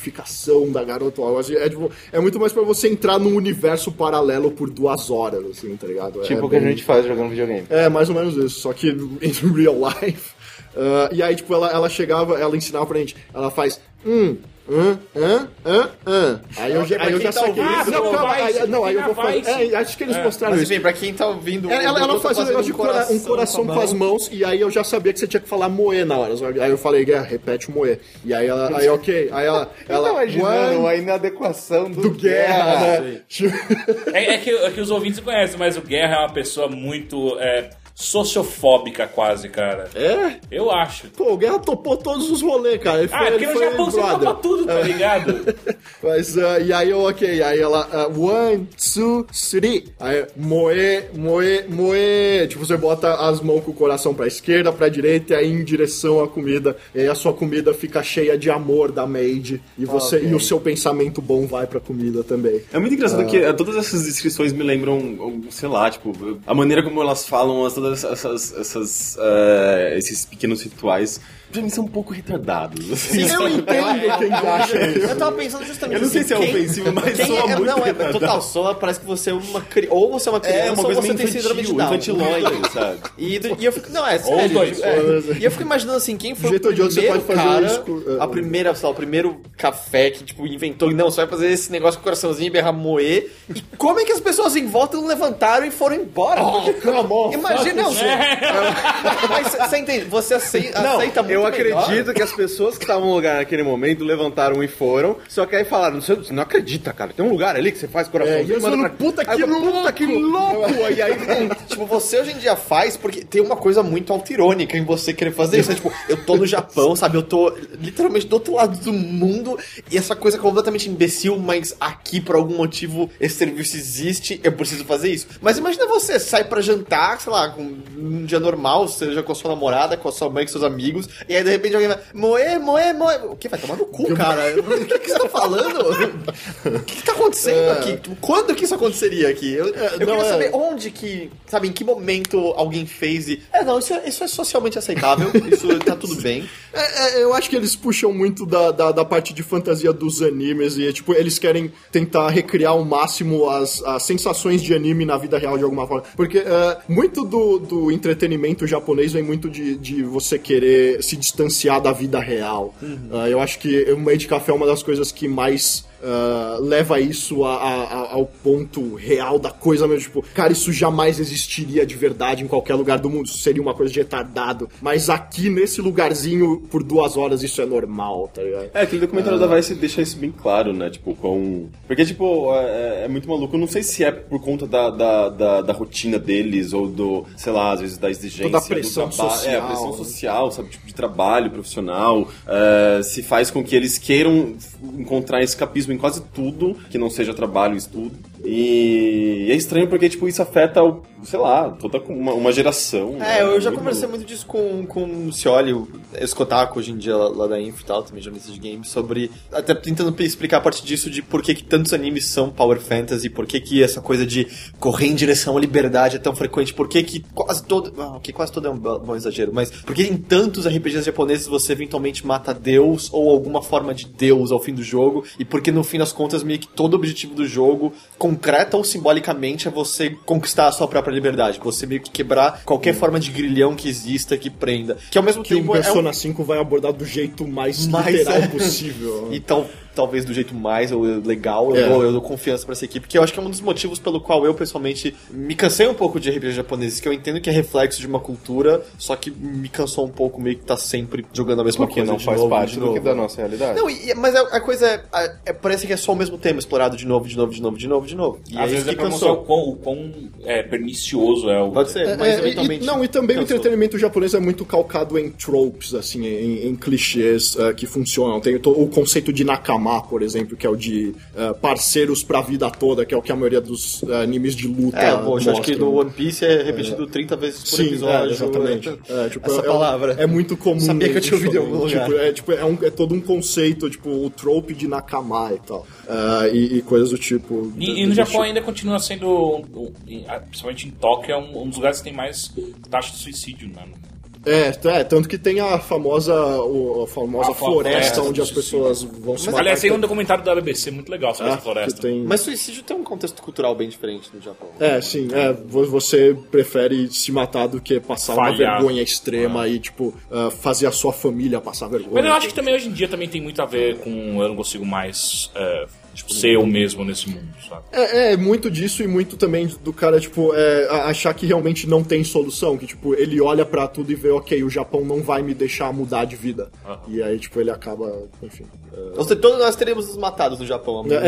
[SPEAKER 4] objetificação da garota ou algo assim. É, tipo, é muito mais pra você entrar num universo paralelo por duas horas, assim, tá ligado? É
[SPEAKER 6] Tipo o que a
[SPEAKER 4] bem-
[SPEAKER 6] gente faz jogando videogame.
[SPEAKER 4] é, mais ou menos isso, só que in real life. Ah, e aí, tipo, ela, ela chegava, ela ensinava pra gente, ela faz. Hum. Hum, hum, hum, hum. Aí eu, já- aí eu já saquei.
[SPEAKER 3] tá ouvindo,
[SPEAKER 4] Ah, não,
[SPEAKER 3] não,
[SPEAKER 4] calma,
[SPEAKER 3] vai,
[SPEAKER 4] aí, não, aí eu
[SPEAKER 3] fica
[SPEAKER 4] vou falar.
[SPEAKER 3] vai,
[SPEAKER 4] É, acho que eles mostraram
[SPEAKER 5] Mas
[SPEAKER 4] isso.
[SPEAKER 5] enfim, pra quem tá ouvindo...
[SPEAKER 4] Ela, ela-
[SPEAKER 5] eu
[SPEAKER 4] ela
[SPEAKER 5] tô
[SPEAKER 4] faz um
[SPEAKER 5] fazendo
[SPEAKER 4] negócio de cora- um coração com,
[SPEAKER 5] a
[SPEAKER 4] as
[SPEAKER 5] mão.
[SPEAKER 4] mãos, e aí eu já sabia que você tinha que falar moer na hora. só que Aí eu falei, Guerra, repete moer. E aí ela, aí ok, aí ela. ela
[SPEAKER 6] Ela imaginando
[SPEAKER 4] "One
[SPEAKER 6] a inadequação do,
[SPEAKER 4] do guerra, né?
[SPEAKER 3] É, é que, é que os ouvintes conhecem, mas o Guerra é uma pessoa muito é, sociofóbica, quase, cara.
[SPEAKER 4] É?
[SPEAKER 3] Eu acho.
[SPEAKER 4] Pô, o Guerra topou todos os rolês, cara. Ele foi,
[SPEAKER 3] Ah, é porque
[SPEAKER 4] ele
[SPEAKER 3] no
[SPEAKER 4] foi
[SPEAKER 3] Japão você
[SPEAKER 4] brother.
[SPEAKER 3] topa tudo, tá ligado?
[SPEAKER 4] Mas, ah, e aí, eu, ok, aí ela, ah, one, two, three. Aí, moe, moe, moe. Tipo, você bota as mãos com o coração pra esquerda, pra direita, e aí em direção à comida. E aí a sua comida fica cheia de amor da maid. E você, e o seu pensamento bom vai pra comida também.
[SPEAKER 7] É muito engraçado
[SPEAKER 6] Ah.
[SPEAKER 7] que eh, todas essas descrições me lembram, um, sei lá, tipo, a maneira como elas falam, as- todas essas, essas, eh, esses pequenos rituais, pra mim são um pouco retardados. assim,
[SPEAKER 4] Eu
[SPEAKER 7] sabe?
[SPEAKER 4] entendo quem acha isso.
[SPEAKER 5] Eu tava pensando justamente
[SPEAKER 7] Eu não sei
[SPEAKER 5] assim,
[SPEAKER 7] se é
[SPEAKER 5] quem-
[SPEAKER 7] ofensivo, mas
[SPEAKER 5] quem
[SPEAKER 7] soa
[SPEAKER 5] é,
[SPEAKER 7] muito
[SPEAKER 5] Não, é
[SPEAKER 7] retardado.
[SPEAKER 5] total, soa parece que você é uma criança, ou você é uma criança,
[SPEAKER 7] É uma
[SPEAKER 5] ou
[SPEAKER 7] coisa
[SPEAKER 5] você
[SPEAKER 7] meio
[SPEAKER 5] tem síndrome de
[SPEAKER 7] infantil,
[SPEAKER 5] Down.
[SPEAKER 7] infantiloide, sabe?
[SPEAKER 5] E, do- e eu fico. Não, é sério.
[SPEAKER 3] dois,
[SPEAKER 5] é.
[SPEAKER 4] ou dois.
[SPEAKER 5] E eu fico imaginando assim, quem foi
[SPEAKER 4] De jeito ou
[SPEAKER 5] o
[SPEAKER 4] de outro, você
[SPEAKER 5] primeiro
[SPEAKER 4] pode fazer
[SPEAKER 5] cara,
[SPEAKER 4] isso com- é,
[SPEAKER 5] a primeira, sei lá, o primeiro café que, tipo, inventou. Não, você vai fazer esse negócio com o coraçãozinho e berrar moer. E como é que as pessoas em volta não levantaram e foram embora? Porque-
[SPEAKER 4] Come on,
[SPEAKER 5] Imagina, não, você. Mas você entende, você acei- aceita,
[SPEAKER 7] Não,
[SPEAKER 5] tá muito
[SPEAKER 2] eu acredito que as pessoas que estavam no lugar naquele momento levantaram e foram, só que aí falaram, você você não acredita, cara, tem um lugar ali que você faz coraçãozinho,
[SPEAKER 4] É, e eu
[SPEAKER 2] manda
[SPEAKER 4] falando, "Puta
[SPEAKER 2] Aí
[SPEAKER 4] que
[SPEAKER 2] eu, Puta que louco! Aí, aí
[SPEAKER 5] tipo, você hoje em dia faz porque tem uma coisa muito autirônica em você querer fazer isso. né? Tipo, eu tô no Japão, sabe? Eu tô literalmente do outro lado do mundo e essa coisa é completamente imbecil, mas aqui por algum motivo esse serviço existe, eu preciso fazer isso. Mas imagina você, sai pra jantar, sei lá, com um dia normal, seja com a sua namorada, com a sua mãe, com seus amigos, e aí de repente alguém vai, moe, moe, moe. O que vai tomar no cu, cara? O que, que você tá falando? O que, que tá acontecendo aqui? Tipo, Quando que isso aconteceria aqui? Eu, eu
[SPEAKER 4] não,
[SPEAKER 5] queria
[SPEAKER 4] é.
[SPEAKER 5] saber onde que, sabe, em que momento alguém fez e. É, não, isso é, isso é socialmente aceitável, isso tá tudo bem.
[SPEAKER 4] É, é, eu acho que eles puxam muito da, da, da parte de fantasia dos animes e, tipo, eles querem tentar recriar ao máximo as, as sensações de anime na vida real de alguma forma. Porque é, muito do, do entretenimento japonês vem muito de, de você querer se distanciar da vida real. É, eu acho que o meio de café é uma das coisas que mais ah, leva isso a- a- a- ao ponto real da coisa mesmo. Tipo, cara, isso jamais existiria de verdade em qualquer lugar do mundo. Isso seria uma coisa de retardado. Mas aqui, nesse lugarzinho, por duas horas, isso é normal, tá ligado?
[SPEAKER 7] É, aquele documentário
[SPEAKER 5] Ah.
[SPEAKER 7] da Vice deixa isso bem claro, né? Tipo, com. Porque, tipo, é, é- é muito maluco. Eu não sei se é por conta da, da, da, da rotina deles ou do, sei lá, às vezes da exigência.
[SPEAKER 4] Toda a pressão
[SPEAKER 7] do trabalho. É, a
[SPEAKER 4] social,
[SPEAKER 7] pressão
[SPEAKER 4] né?
[SPEAKER 7] social, sabe? Tipo, de trabalho profissional. é, se faz com que eles queiram encontrar escapismo em quase tudo que não seja trabalho e estudo. E, e é estranho porque, tipo, isso afeta, o, sei lá, toda uma, uma geração. né?
[SPEAKER 5] É, eu já
[SPEAKER 7] Muito
[SPEAKER 5] conversei muito disso com, com o Cioli, o Escotaco hoje em dia lá, lá da Info e tal, também jornalista de games, sobre. Até tentando pe- explicar a parte disso de por que, que tantos animes são Power Fantasy, por que, que essa coisa de correr em direção à liberdade é tão frequente, por que, que quase todo. Ah, ok, quase todo é um bo- bom exagero, mas por que em tantos RPGs japoneses você eventualmente mata Deus ou alguma forma de Deus ao fim do jogo, e porque no fim das contas meio que todo o objetivo do jogo, concreta ou simbolicamente, é você conquistar a sua própria liberdade, você meio que quebrar qualquer forma de grilhão que exista que prenda. Que ao mesmo
[SPEAKER 4] Que o
[SPEAKER 5] tempo é um
[SPEAKER 4] Persona 5 vai abordar do jeito mais,
[SPEAKER 5] Mais,
[SPEAKER 4] literal
[SPEAKER 5] é.
[SPEAKER 4] possível.
[SPEAKER 5] E tal, talvez do jeito mais ou legal, eu,
[SPEAKER 4] É.
[SPEAKER 5] dou, eu dou confiança pra essa equipe, que eu acho que é um dos motivos pelo qual eu, pessoalmente, me cansei um pouco de RPG japoneses, que eu entendo que é reflexo de uma cultura, só que me cansou um pouco meio que tá sempre jogando a mesma
[SPEAKER 2] Porque
[SPEAKER 5] É coisa
[SPEAKER 2] não
[SPEAKER 5] de
[SPEAKER 2] faz
[SPEAKER 5] novo,
[SPEAKER 2] parte
[SPEAKER 5] de
[SPEAKER 2] do que
[SPEAKER 5] novo.
[SPEAKER 2] da nossa realidade.
[SPEAKER 5] Não, e- e- mas a, a coisa é, a- é- Parece que é só o mesmo tema, explorado de novo, de novo, de novo, de novo, de novo. E
[SPEAKER 3] Às
[SPEAKER 5] é isso
[SPEAKER 3] vezes é
[SPEAKER 5] que
[SPEAKER 3] pra mostrar o
[SPEAKER 5] cansou.
[SPEAKER 3] quão, o quão é, pernicioso é o.
[SPEAKER 5] Pode ser,
[SPEAKER 4] É,
[SPEAKER 5] mas
[SPEAKER 4] é, e-
[SPEAKER 5] eventualmente.
[SPEAKER 4] e, não, e também
[SPEAKER 5] cansou.
[SPEAKER 4] o entretenimento japonês é muito calcado em tropes, assim, em, em clichês eh, que funcionam. Tem o, to- o conceito de nakama, por exemplo, que é o de eh, parceiros pra vida toda, que é o que a maioria dos eh, animes de luta
[SPEAKER 5] É, pô, acho
[SPEAKER 4] mostram.
[SPEAKER 5] que no One Piece é repetido 30 vezes por
[SPEAKER 4] Sim,
[SPEAKER 5] episódio.
[SPEAKER 4] é, exatamente. É, tipo,
[SPEAKER 5] essa
[SPEAKER 4] é- é um-
[SPEAKER 5] palavra.
[SPEAKER 4] É, muito comum.
[SPEAKER 5] Sabia que eu tinha ouvido em algum
[SPEAKER 4] tipo,
[SPEAKER 5] lugar.
[SPEAKER 4] é, tipo, é um- é todo um conceito, tipo, o trope de nakama e tal. Eh, e, e coisas do tipo.
[SPEAKER 5] Então,
[SPEAKER 3] E,
[SPEAKER 4] do-
[SPEAKER 3] e no
[SPEAKER 4] do
[SPEAKER 3] Japão
[SPEAKER 4] tipo.
[SPEAKER 3] ainda continua sendo, um- um- a- principalmente em Tóquio, é um, um dos lugares que tem mais taxa de suicídio, né?
[SPEAKER 4] É, t- é, tanto que tem a famosa, o- a famosa
[SPEAKER 3] A fa-
[SPEAKER 4] floresta
[SPEAKER 3] floresta
[SPEAKER 4] onde as
[SPEAKER 3] do
[SPEAKER 4] pessoas vão se
[SPEAKER 3] Mas, aliás, tem
[SPEAKER 4] que-
[SPEAKER 3] um documentário da BBC muito legal sobre
[SPEAKER 4] Ah,
[SPEAKER 3] essa floresta.
[SPEAKER 4] que tem-
[SPEAKER 5] Mas suicídio tem um contexto cultural bem diferente no Japão.
[SPEAKER 4] É, sim, é, vo- você prefere se matar do que passar uma
[SPEAKER 3] Falhar.
[SPEAKER 4] vergonha extrema e, tipo, ah, fazer a sua família passar vergonha.
[SPEAKER 3] Mas eu acho que também hoje em dia também tem muito a ver com eu não consigo mais é, tipo, ser eu mesmo nesse mundo, sabe?
[SPEAKER 4] É, é, muito disso e muito também do cara, tipo, é, a- achar que realmente não tem solução. Que, tipo, ele olha pra tudo e vê, ok, o Japão não vai me deixar mudar de vida.
[SPEAKER 3] Ah.
[SPEAKER 4] E aí, tipo, ele acaba, enfim.
[SPEAKER 5] Ou seja, todos nós teríamos nos matado no Japão há muito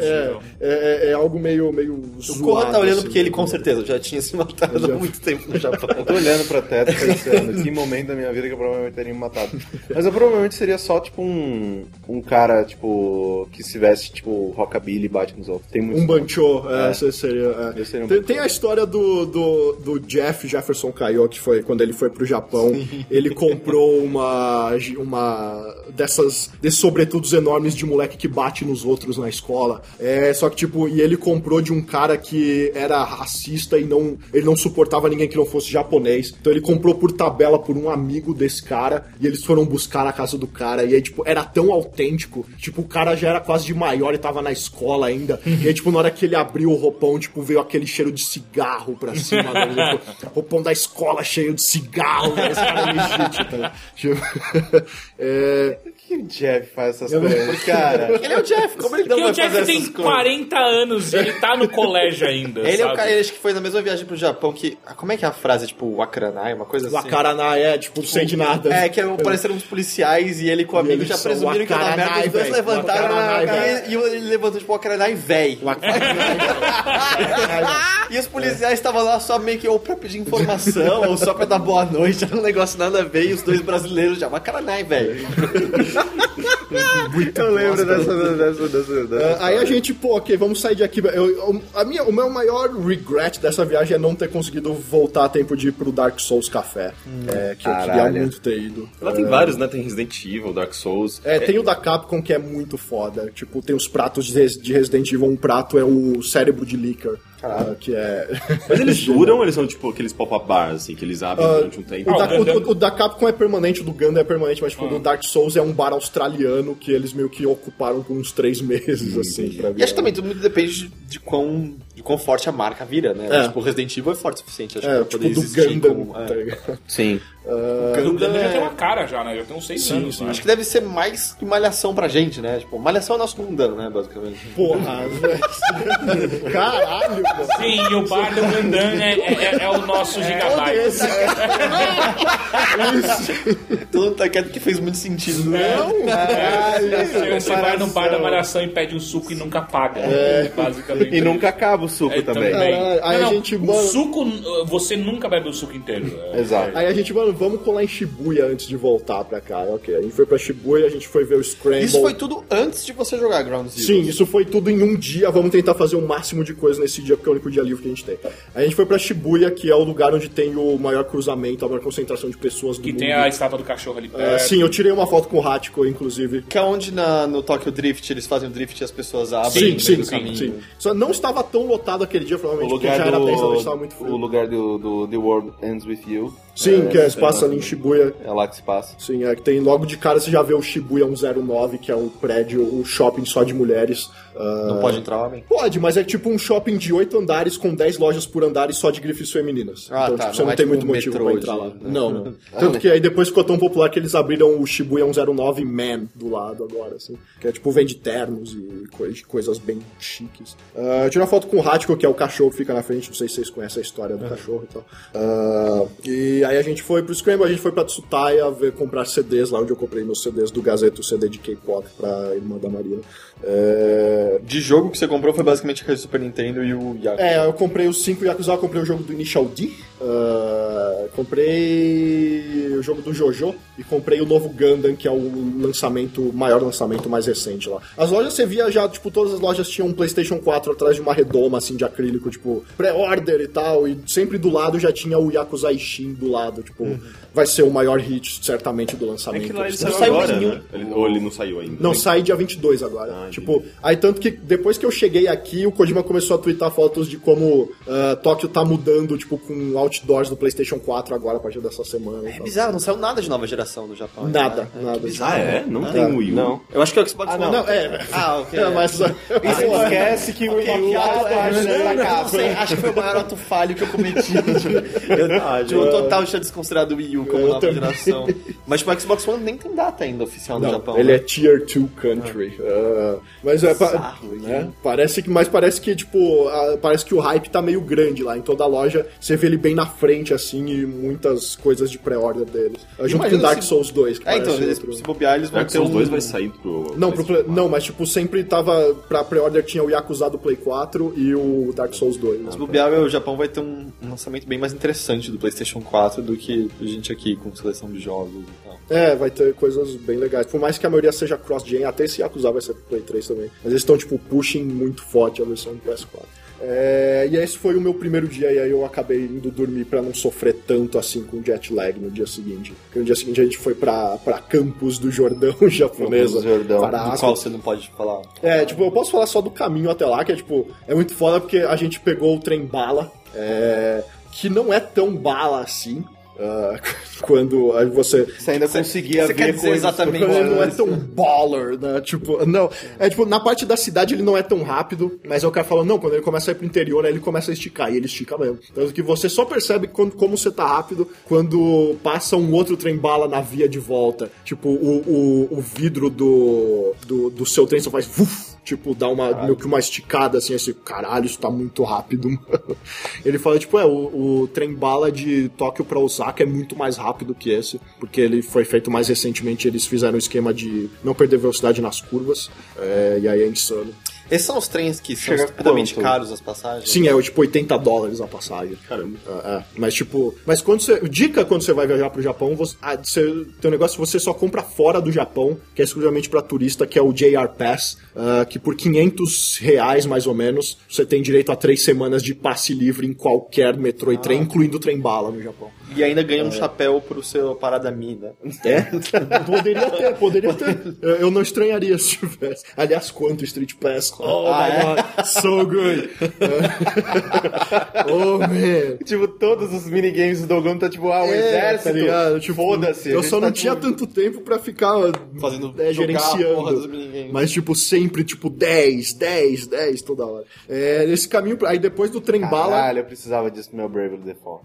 [SPEAKER 5] tempo.
[SPEAKER 4] É, é, é algo meio, meio
[SPEAKER 5] O
[SPEAKER 4] zoado.
[SPEAKER 5] Corra tá olhando
[SPEAKER 4] assim,
[SPEAKER 5] porque ele com
[SPEAKER 4] né?
[SPEAKER 5] certeza já tinha se matado
[SPEAKER 4] Já.
[SPEAKER 5] há muito tempo no Japão.
[SPEAKER 2] Eu tô olhando pra teto pensando que momento da minha vida que eu provavelmente teria me matado. Mas eu provavelmente seria só, tipo, um, um cara, tipo, que se veste, tipo, rockabilly e bate nos outros. Tem muito.
[SPEAKER 4] Um banchô, é,
[SPEAKER 2] É.
[SPEAKER 4] se- seria. é.
[SPEAKER 2] Eu seria um
[SPEAKER 4] tem,
[SPEAKER 2] banchô.
[SPEAKER 4] tem a história do, do, do Jeff Jefferson Caio, que foi quando ele foi pro Japão. Ele comprou uma. uma dessas. desses sobretudos enormes de moleque que bate nos outros na escola. É, só que, tipo, e ele comprou de um cara que era racista e não. ele não suportava ninguém que não fosse japonês. Então ele comprou por tabela por um amigo desse cara e eles foram buscar na casa do cara. E aí, tipo, era tão autêntico. Tipo, o cara já era quase de maior e tava na escola ainda. E aí, tipo, na hora que ele abriu o roupão, tipo, veio aquele cheiro de cigarro pra cima dele. Tipo, roupão da né? escola cheio de cigarro. né? Esse cara é legítimo. tá ligado? Tipo, é,
[SPEAKER 2] Que
[SPEAKER 6] que o Jeff faz essas coisas, cara?
[SPEAKER 5] Ele é o Jeff, como ele não
[SPEAKER 3] Porque
[SPEAKER 5] vai
[SPEAKER 3] o
[SPEAKER 5] fazer
[SPEAKER 3] Jeff
[SPEAKER 5] essas
[SPEAKER 3] tem
[SPEAKER 5] coisas?
[SPEAKER 3] 40 anos e ele tá no colégio ainda.
[SPEAKER 5] Ele é
[SPEAKER 3] sabe?
[SPEAKER 5] o cara, ele acho que foi na mesma viagem pro Japão que. ah, Como é que é a frase? Tipo, Wakaranai, uma coisa
[SPEAKER 4] O
[SPEAKER 5] assim.
[SPEAKER 4] Akaraná é, tipo, não sei de nada.
[SPEAKER 5] É, que eram, pareceram uns policiais e ele com o
[SPEAKER 4] E
[SPEAKER 5] amigo
[SPEAKER 4] eles
[SPEAKER 5] já
[SPEAKER 4] são
[SPEAKER 5] presumiram que era
[SPEAKER 4] Wakaranai,
[SPEAKER 5] merda. Os dois
[SPEAKER 4] velho.
[SPEAKER 5] levantaram
[SPEAKER 4] Wakaranai,
[SPEAKER 5] e, e ele levantou tipo Wakaranai, véi. E os policiais estavam lá só meio que ou pra pedir informação ou só pra dar boa noite. Era um negócio nada a ver e os dois brasileiros já, Wakaranai, véi.
[SPEAKER 6] Eu lembro dessa, dessa, dessa, dessa.
[SPEAKER 4] Ah, aí a gente, pô, ok, vamos sair de aqui. Eu- eu- a minha, o meu maior regret dessa viagem é não ter conseguido voltar a tempo de ir pro Dark Souls Café. é, que eu queria muito ter ido.
[SPEAKER 7] Lá tem vários, né? Tem Resident Evil, Dark Souls.
[SPEAKER 4] É, tem o da Capcom que é muito foda. Tipo, tem os pratos de Res- de Resident Evil. Um prato é o cérebro de Licker. que é.
[SPEAKER 7] Mas eles duram, eles são tipo aqueles pop-up bars, assim, que eles abrem durante um tempo.
[SPEAKER 4] O
[SPEAKER 3] Ah,
[SPEAKER 4] da,
[SPEAKER 3] o Gundam- Ah.
[SPEAKER 4] o- o da Capcom é permanente, o do Gundam é permanente, mas tipo, o do Dark Souls é um bar australiano que eles meio que ocuparam por uns três meses, assim, pra
[SPEAKER 5] Hum, E acho que também tudo muito depende de, de quão, de quão forte a marca vira, né?
[SPEAKER 4] É.
[SPEAKER 5] Tipo, o Resident Evil é forte o suficiente, acho,
[SPEAKER 4] É,
[SPEAKER 5] pra
[SPEAKER 4] tipo,
[SPEAKER 5] poder
[SPEAKER 4] do
[SPEAKER 5] existir
[SPEAKER 4] Gundam,
[SPEAKER 5] como- é.
[SPEAKER 4] tá ligado?
[SPEAKER 7] Sim.
[SPEAKER 3] O Gundam já tem uma cara já, né? Já tem uns 6 anos. né?
[SPEAKER 5] Acho que deve ser mais que malhação pra gente, né? Tipo, malhação é o nosso Gundam, né, basicamente.
[SPEAKER 4] Porra, velho. Caralho, mano.
[SPEAKER 3] Sim, e o bar do Gundam é, é- é o nosso gigabyte.
[SPEAKER 5] tá. Todo mundo tá quieto que fez muito sentido, né?
[SPEAKER 4] É,
[SPEAKER 3] Você você vai no bar da malhação e pede um suco e nunca paga. né, Basicamente.
[SPEAKER 2] E nunca acaba o suco
[SPEAKER 3] É,
[SPEAKER 2] também.
[SPEAKER 4] Caralho, aí a gente,
[SPEAKER 3] o
[SPEAKER 4] mano-
[SPEAKER 3] suco, uh, você nunca bebe o suco inteiro. É.
[SPEAKER 2] Exato.
[SPEAKER 4] Aí a gente, mano, vamos colar em Shibuya antes de voltar pra cá. Ok, a gente foi pra Shibuya, a gente foi ver o Scramble.
[SPEAKER 5] Isso foi tudo antes de você jogar Ground Zero.
[SPEAKER 4] é Sim, isso foi tudo em um dia. Vamos tentar fazer o máximo de coisa nesse dia, porque é o único dia livre que a gente tem. A gente foi pra Shibuya, que é o lugar onde tem o maior cruzamento, a maior concentração de pessoas do
[SPEAKER 3] Que
[SPEAKER 4] mundo.
[SPEAKER 3] tem a estátua do cachorro ali
[SPEAKER 4] É,
[SPEAKER 3] perto.
[SPEAKER 4] sim, eu tirei uma foto com o Hachiko, inclusive.
[SPEAKER 5] Que é onde na- no Tokyo Drift eles fazem o drift e as pessoas abrem
[SPEAKER 4] Sim,
[SPEAKER 5] no
[SPEAKER 4] sim,
[SPEAKER 5] meio do
[SPEAKER 4] sim,
[SPEAKER 5] caminho.
[SPEAKER 4] sim. Só não estava tão lotado aquele dia,
[SPEAKER 2] O
[SPEAKER 4] provavelmente, porque
[SPEAKER 2] lugar
[SPEAKER 4] já era 10 da noite, estava
[SPEAKER 2] do.
[SPEAKER 4] muito
[SPEAKER 2] O
[SPEAKER 4] frio.
[SPEAKER 2] lugar do, do The World Ends With You.
[SPEAKER 4] Sim, que é,
[SPEAKER 2] essa
[SPEAKER 4] se passa
[SPEAKER 2] é
[SPEAKER 4] ali em Shibuya.
[SPEAKER 2] É lá que se passa.
[SPEAKER 4] Sim, é que tem logo de cara você já vê o Shibuya 109, que é um prédio, um shopping só de mulheres. Ah,
[SPEAKER 5] Não pode entrar homem.
[SPEAKER 4] Pode, mas é tipo um shopping de oito andares com 10 lojas por andar e só de grifes femininas.
[SPEAKER 5] Ah,
[SPEAKER 4] então,
[SPEAKER 5] tá,
[SPEAKER 4] tipo, você
[SPEAKER 5] não
[SPEAKER 4] não,
[SPEAKER 5] é
[SPEAKER 4] tem
[SPEAKER 5] tipo
[SPEAKER 4] muito
[SPEAKER 5] um
[SPEAKER 4] motivo
[SPEAKER 5] metrô
[SPEAKER 4] pra entrar
[SPEAKER 5] de-
[SPEAKER 4] lá. Não, não. Tanto que aí depois ficou tão popular que eles abriram o Shibuya 109 Man do lado agora, assim. Que é tipo, vende ternos e coi- coisas bem chiques. Ah, eu tirei uma foto com o Hachiko, que é o cachorro que fica na frente. Não sei se vocês conhecem a história do cachorro e tal. Ah, e aí a gente foi pro Scramble, a gente foi pra Tsutaya ver, comprar CDs lá onde eu comprei meus CDs do Gazeto, CD de K-pop pra irmã da Marina. É...
[SPEAKER 5] De jogo que você comprou foi basicamente aquele Super Nintendo e o Yakuza.
[SPEAKER 4] É, eu comprei os 5 Yakuza, eu comprei o jogo do Initial D, ah, comprei o jogo do Jojo e comprei o novo Gundam, que é o lançamento, maior lançamento mais recente lá. As lojas você via já, tipo, todas as lojas tinham um PlayStation 4 atrás de uma redoma, assim, de acrílico, tipo, pré-order e tal, e sempre do lado já tinha o Yakuza Ishin do lado, tipo, vai ser o maior hit, certamente, do lançamento. Não saiu nenhum.
[SPEAKER 7] né? Ele- ou ele não saiu ainda.
[SPEAKER 4] Não, sai dia 22 agora. tipo, aí tanto que depois que eu cheguei aqui, o Kojima começou a twittar fotos de como ah, Tóquio tá mudando, tipo, com outdoors do PlayStation 4 agora, a partir dessa semana. e
[SPEAKER 5] É
[SPEAKER 4] tal.
[SPEAKER 5] bizarro, não saiu nada de nova geração do Japão. ainda,
[SPEAKER 4] Nada,
[SPEAKER 5] né? É,
[SPEAKER 4] nada.
[SPEAKER 5] que bizarro.
[SPEAKER 7] Ah, é? Não tem Wii U?
[SPEAKER 2] Não.
[SPEAKER 5] Eu acho que o Xbox
[SPEAKER 4] tá. não,
[SPEAKER 5] One-
[SPEAKER 4] é.
[SPEAKER 5] Ah, ok.
[SPEAKER 4] É, mas...
[SPEAKER 5] é
[SPEAKER 4] é
[SPEAKER 6] Esquece que o
[SPEAKER 5] Que
[SPEAKER 6] Yu
[SPEAKER 5] ato
[SPEAKER 6] tá
[SPEAKER 5] falho
[SPEAKER 4] né?
[SPEAKER 6] achando
[SPEAKER 5] da
[SPEAKER 6] da
[SPEAKER 5] Capcom. né? Sei,
[SPEAKER 6] capa.
[SPEAKER 5] acho que foi o maior ato falho que eu cometi. Eu, de um total tinha desconsiderado o Wii U como
[SPEAKER 4] Eu
[SPEAKER 5] nova
[SPEAKER 4] também.
[SPEAKER 5] geração. Mas tipo, o Xbox One nem tem data ainda oficial no
[SPEAKER 4] Não,
[SPEAKER 5] Japão.
[SPEAKER 4] ele
[SPEAKER 5] né?
[SPEAKER 4] é Tier 2 Country. Ah, mas é... pa-
[SPEAKER 5] Bizarro,
[SPEAKER 4] né? Parece que, mas parece que, tipo, a- parece que o hype tá meio grande lá. Em toda a loja, você vê ele bem na frente, assim, e muitas coisas de pré-order deles. Ah, junto com
[SPEAKER 5] Imagina
[SPEAKER 4] Dark
[SPEAKER 5] se-
[SPEAKER 4] Souls 2, que
[SPEAKER 5] É, então,
[SPEAKER 4] parece
[SPEAKER 5] eles,
[SPEAKER 4] outro-
[SPEAKER 5] se bobear, eles vão
[SPEAKER 7] Dark
[SPEAKER 5] ter
[SPEAKER 7] Souls
[SPEAKER 5] um...
[SPEAKER 7] 2 vai sair pro.
[SPEAKER 4] Não, pro Play- não, mas tipo, sempre tava pra pre-order tinha o Yakuza do Play 4 e o Dark Souls 2. né?
[SPEAKER 5] Se bobear, o Japão vai ter um um lançamento bem mais interessante do PlayStation 4 do que a gente aqui com seleção de jogos e tal.
[SPEAKER 4] É, vai ter coisas bem legais. Por mais que a maioria seja cross-gen, até esse Yakuza vai ser pro Play 3 também. Mas eles estão, tipo, pushing muito forte a versão do PS4. É, e esse foi o meu primeiro dia, e aí eu acabei indo dormir pra não sofrer tanto assim com jet lag no dia seguinte. Porque no dia seguinte a gente foi pra, pra Campos do Jordão japonesa.
[SPEAKER 2] Campos do Jordão.
[SPEAKER 4] para
[SPEAKER 5] Do
[SPEAKER 4] aspas.
[SPEAKER 5] qual você não pode falar.
[SPEAKER 4] É, tipo, eu posso falar só do caminho até lá, que é tipo, é muito foda porque a gente pegou o trem bala, é, que não é tão bala assim. ah, quando aí você
[SPEAKER 6] Você ainda conseguia
[SPEAKER 5] você
[SPEAKER 6] ver
[SPEAKER 5] quer dizer
[SPEAKER 6] coisas
[SPEAKER 5] exatamente
[SPEAKER 6] tocando.
[SPEAKER 4] ele não é tão baller, né? Tipo, não. É tipo, na parte da cidade ele não é tão rápido, mas é o cara falando, não, quando ele começa a ir pro interior, aí ele começa a esticar, e ele estica mesmo. Tanto que você só percebe quando- como você tá rápido quando passa um outro trem bala na via de volta. Tipo, o, o, o vidro do, do, do seu trem só faz. vuf, Tipo, dá uma, meio que uma esticada assim, assim, caralho, isso tá muito rápido, mano. Ele fala, tipo, é, o, o trem bala de Tóquio pra Osaka é muito mais rápido que esse, porque ele foi feito mais recentemente, eles fizeram um esquema de não perder velocidade nas curvas, é, e aí é insano.
[SPEAKER 5] Esses são os trens que são
[SPEAKER 6] Chega
[SPEAKER 5] estupidamente
[SPEAKER 6] quanto?
[SPEAKER 5] caros as passagens.
[SPEAKER 4] Sim, é tipo 80 dólares a passagem. Caramba. É, é. Mas tipo, mas quando você. Dica quando você vai viajar pro Japão, você, ah, você- tem um negócio que você só compra fora do Japão, que é exclusivamente pra turista, que é o JR Pass, ah, que por 500 reais mais ou menos, você tem direito a três semanas de passe livre em qualquer metrô e trem, incluindo o trem bala no Japão.
[SPEAKER 5] E ainda ganha um chapéu pro seu parada mina.
[SPEAKER 4] É? poderia ter, poderia ter. Eu, eu não estranharia se tivesse. Aliás, quanto Street Pass? Oh
[SPEAKER 5] Ah,
[SPEAKER 4] my god, so good. oh man.
[SPEAKER 6] Tipo, todos os minigames do Dogão tá tipo, ah,
[SPEAKER 5] É,
[SPEAKER 6] o
[SPEAKER 4] tá
[SPEAKER 6] exército.
[SPEAKER 4] ligado? Tipo,
[SPEAKER 6] Foda-se.
[SPEAKER 4] Eu
[SPEAKER 6] a gente
[SPEAKER 4] só
[SPEAKER 6] tá,
[SPEAKER 4] não
[SPEAKER 6] tipo,
[SPEAKER 4] tinha tanto tempo pra ficar
[SPEAKER 5] Fazendo
[SPEAKER 4] é,
[SPEAKER 5] jogar a porra dos
[SPEAKER 4] gerenciando.
[SPEAKER 5] minigames.
[SPEAKER 4] Mas, tipo, sempre, tipo, 10, 10, 10 toda hora. É, esse caminho, aí depois do trem bala.
[SPEAKER 6] Caralho, eu precisava disso pro meu Bravely Default.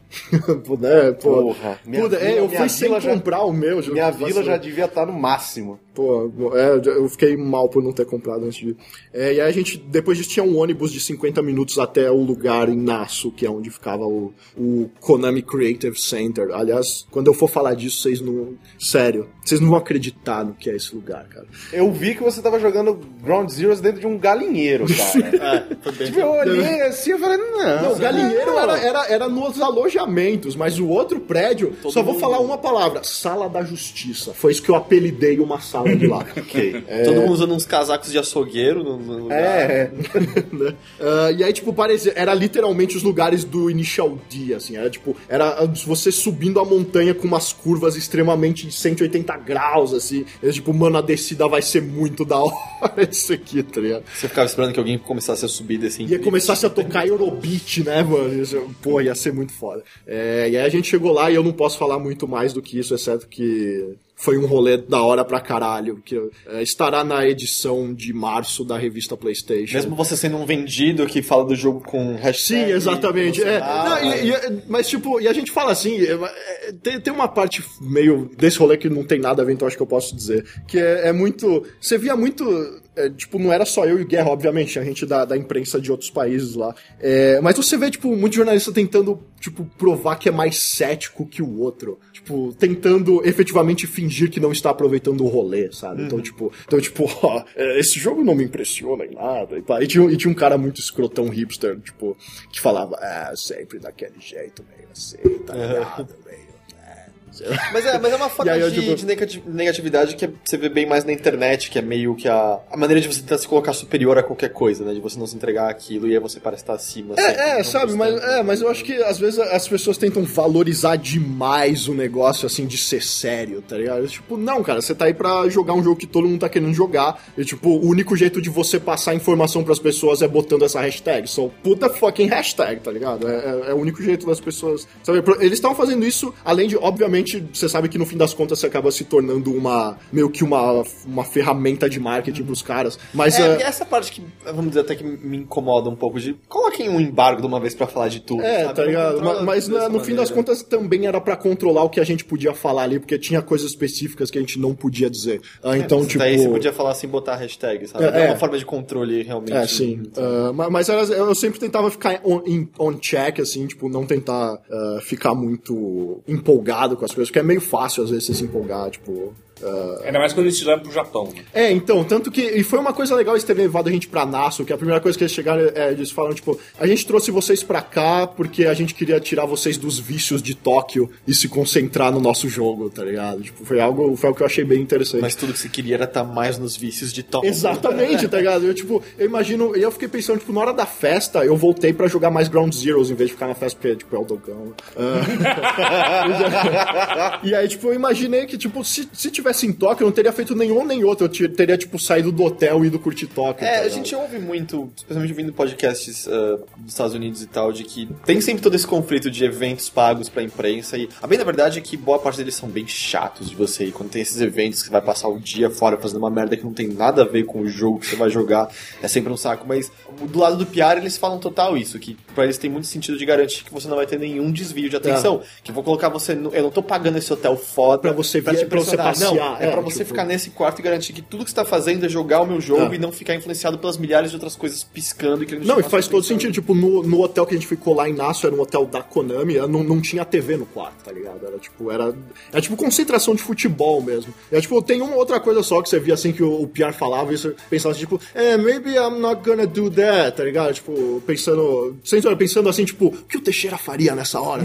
[SPEAKER 4] Pô, né, pô.
[SPEAKER 6] Porra, minha
[SPEAKER 4] Puta, é,
[SPEAKER 6] vila-
[SPEAKER 4] eu
[SPEAKER 6] minha
[SPEAKER 4] fui sem
[SPEAKER 6] vila já-
[SPEAKER 4] comprar o meu.
[SPEAKER 6] Minha
[SPEAKER 4] vai
[SPEAKER 6] vila
[SPEAKER 4] ser-
[SPEAKER 6] já devia estar no máximo.
[SPEAKER 4] Pô, é, eu fiquei mal por não ter comprado antes de. É, e aí a gente, depois disso, tinha um ônibus de 50 minutos até o lugar em Nasso, que é onde ficava o, o Konami Creative Center. Aliás, quando eu for falar disso, vocês não. Sério, vocês não vão acreditar no que é esse lugar, cara.
[SPEAKER 6] Eu vi que você tava jogando Ground Zeroes dentro de um galinheiro, cara.
[SPEAKER 5] É, foi bem.
[SPEAKER 6] tipo, eu olhei assim e falei, não.
[SPEAKER 4] Ah, então
[SPEAKER 2] é
[SPEAKER 4] Não, o galinheiro era, era, era nos alojamentos, mas o outro prédio, só vou falar uma palavra: Sala da Justiça. Foi isso que eu apelidei uma sala de lá.
[SPEAKER 5] ok.
[SPEAKER 4] É.
[SPEAKER 5] Todo mundo usando uns casacos de açougueiro no, no lugar.
[SPEAKER 6] É,
[SPEAKER 4] né? Ah, e aí, tipo, parecia, era literalmente os lugares do Initial D, assim, era tipo, era você subindo a montanha com umas curvas extremamente de 180 graus, assim, e, tipo, mano, a descida vai ser muito da hora isso aqui, tá ligado?
[SPEAKER 5] Você ficava esperando que alguém começasse a subir assim.
[SPEAKER 4] Ia começasse a tocar Eurobeat, né, mano? Isso, Pô, ia ser muito foda. É, e aí a gente chegou lá e eu não posso falar muito mais do que isso, exceto que foi um rolê da hora pra caralho, que é, estará na edição de março da revista PlayStation.
[SPEAKER 5] Mesmo você sendo um vendido que fala do jogo com
[SPEAKER 4] Sim,
[SPEAKER 5] hashtag.
[SPEAKER 4] exatamente. É.
[SPEAKER 5] emocional,
[SPEAKER 4] Não, e- e- mas, tipo, e a gente fala assim, é, é, tem, tem uma parte meio desse rolê que não tem nada a ver, então acho que eu posso dizer. Que é, é muito. Você via muito. é, tipo, não era só eu e o Guerra, obviamente, a gente da, da imprensa de outros países lá. É, mas você vê, tipo, muito jornalista tentando, tipo, provar que é mais cético que o outro. Tipo, tentando efetivamente fingir que não está aproveitando o rolê, sabe? Então, tipo, então, tipo, ó, é, esse jogo não me impressiona em nada. E, pá. E tinha, e tinha um cara muito escrotão hipster, tipo, que falava, ah, sempre daquele jeito, meio assim, tá ligado, meio.
[SPEAKER 5] Mas é, mas é uma forma
[SPEAKER 4] E aí eu
[SPEAKER 5] de,
[SPEAKER 4] digo-
[SPEAKER 5] de negati- negatividade que é- você vê bem mais na internet, que é meio que a, a maneira de você tentar se colocar superior a qualquer coisa, né? De você não se entregar àquilo e aí você parece estar acima. sempre,
[SPEAKER 4] É, é
[SPEAKER 5] não
[SPEAKER 4] sabe, mas,
[SPEAKER 5] gostando.
[SPEAKER 4] é, mas eu acho que às vezes as pessoas tentam valorizar demais o negócio, assim, de ser sério, tá ligado? Tipo, não, cara, você tá aí pra jogar um jogo que todo mundo tá querendo jogar, e tipo, o único jeito de você passar informação pras pessoas é botando essa hashtag, são puta fucking hashtag, tá ligado? É, é- é o único jeito das pessoas, sabe? Pro- Eles estavam fazendo isso, além de, obviamente, você sabe que no fim das contas você acaba se tornando uma, meio que uma, uma ferramenta de marketing pros caras, mas...
[SPEAKER 5] É,
[SPEAKER 4] é,
[SPEAKER 5] porque essa parte que, vamos dizer, até que me incomoda um pouco de. Coloquem um embargo de uma vez pra falar de tudo.
[SPEAKER 4] É,
[SPEAKER 5] sabe?
[SPEAKER 4] tá ligado?
[SPEAKER 5] Controla
[SPEAKER 4] Ma- Mas,
[SPEAKER 5] dessa
[SPEAKER 4] né, no fim
[SPEAKER 5] maneira.
[SPEAKER 4] das contas também era pra controlar o que a gente podia falar ali, porque tinha coisas específicas que a gente não podia dizer. Ah, então, tipo.
[SPEAKER 5] É, Daí você podia falar sem botar hashtag, sabe?
[SPEAKER 4] É,
[SPEAKER 5] É,
[SPEAKER 4] é.
[SPEAKER 5] uma forma de controle realmente.
[SPEAKER 4] É, sim. Ah, ma- mas era- eu sempre tentava ficar on, em- on check, assim, tipo, não tentar ah, ficar muito empolgado com as coisas, porque é meio fácil às vezes você se empolgar, tipo.
[SPEAKER 3] Ainda mais quando eles te levam pro Japão. né?
[SPEAKER 4] É, então, tanto que. E foi uma coisa legal eles terem levado a gente pra Nassau, que a primeira coisa que eles chegaram, é, eles falaram, tipo, a gente trouxe vocês pra cá porque a gente queria tirar vocês dos vícios de Tóquio e se concentrar no nosso jogo, tá ligado? Tipo, foi algo, foi algo que eu achei bem interessante.
[SPEAKER 5] Mas tudo que você queria era estar mais nos vícios de top.
[SPEAKER 4] Exatamente, tá ligado? Eu, tipo, eu imagino. E eu fiquei pensando, tipo, na hora da festa, eu voltei pra jogar mais Ground Zeroes em vez de ficar na festa, porque, tipo, é o Dogão. Ah. e aí, tipo, eu imaginei que, tipo, se, se tivesse estivesse em Tóquio, eu não teria feito nenhum nem outro. Eu te- teria, tipo, saído do hotel e ido curtir Tóquio.
[SPEAKER 5] É, a
[SPEAKER 4] tá ligado?
[SPEAKER 5] gente ouve muito, especialmente ouvindo podcasts ah, dos Estados Unidos e tal, de que tem sempre todo esse conflito de eventos pagos pra imprensa. E a bem da verdade é que boa parte deles são bem chatos de você. E quando tem esses eventos que você vai passar o dia fora fazendo uma merda que não tem nada a ver com o jogo que você vai jogar, é sempre um saco. Mas do lado do PR eles falam total isso, que pra eles tem muito sentido de garantir que você não vai ter nenhum desvio de atenção. Que eu vou colocar você. No, eu não tô pagando esse hotel foda
[SPEAKER 4] Pra você vir-
[SPEAKER 5] te
[SPEAKER 4] pra você
[SPEAKER 5] impressionar.
[SPEAKER 4] passear,
[SPEAKER 5] Não, é,
[SPEAKER 4] é,
[SPEAKER 5] pra você
[SPEAKER 4] tipo-
[SPEAKER 5] ficar nesse quarto e garantir que tudo que você tá fazendo é jogar o meu jogo
[SPEAKER 4] É.
[SPEAKER 5] e não ficar influenciado pelas milhares de outras coisas piscando e querendo
[SPEAKER 4] Não, e
[SPEAKER 5] chamar
[SPEAKER 4] faz
[SPEAKER 5] sua
[SPEAKER 4] todo
[SPEAKER 5] atenção.
[SPEAKER 4] sentido. Tipo, no, no hotel que a gente ficou lá em Nassau, era um hotel da Konami, era- não, não tinha TV no quarto, tá ligado? Era tipo, era, era tipo concentração de futebol mesmo. É tipo, tem uma outra coisa só que você via assim que o, o Piar falava e você pensava assim, tipo, é, maybe I'm not gonna do that, tá ligado? Tipo, pensando, sempre pensando assim, tipo, o que o Teixeira faria nessa hora?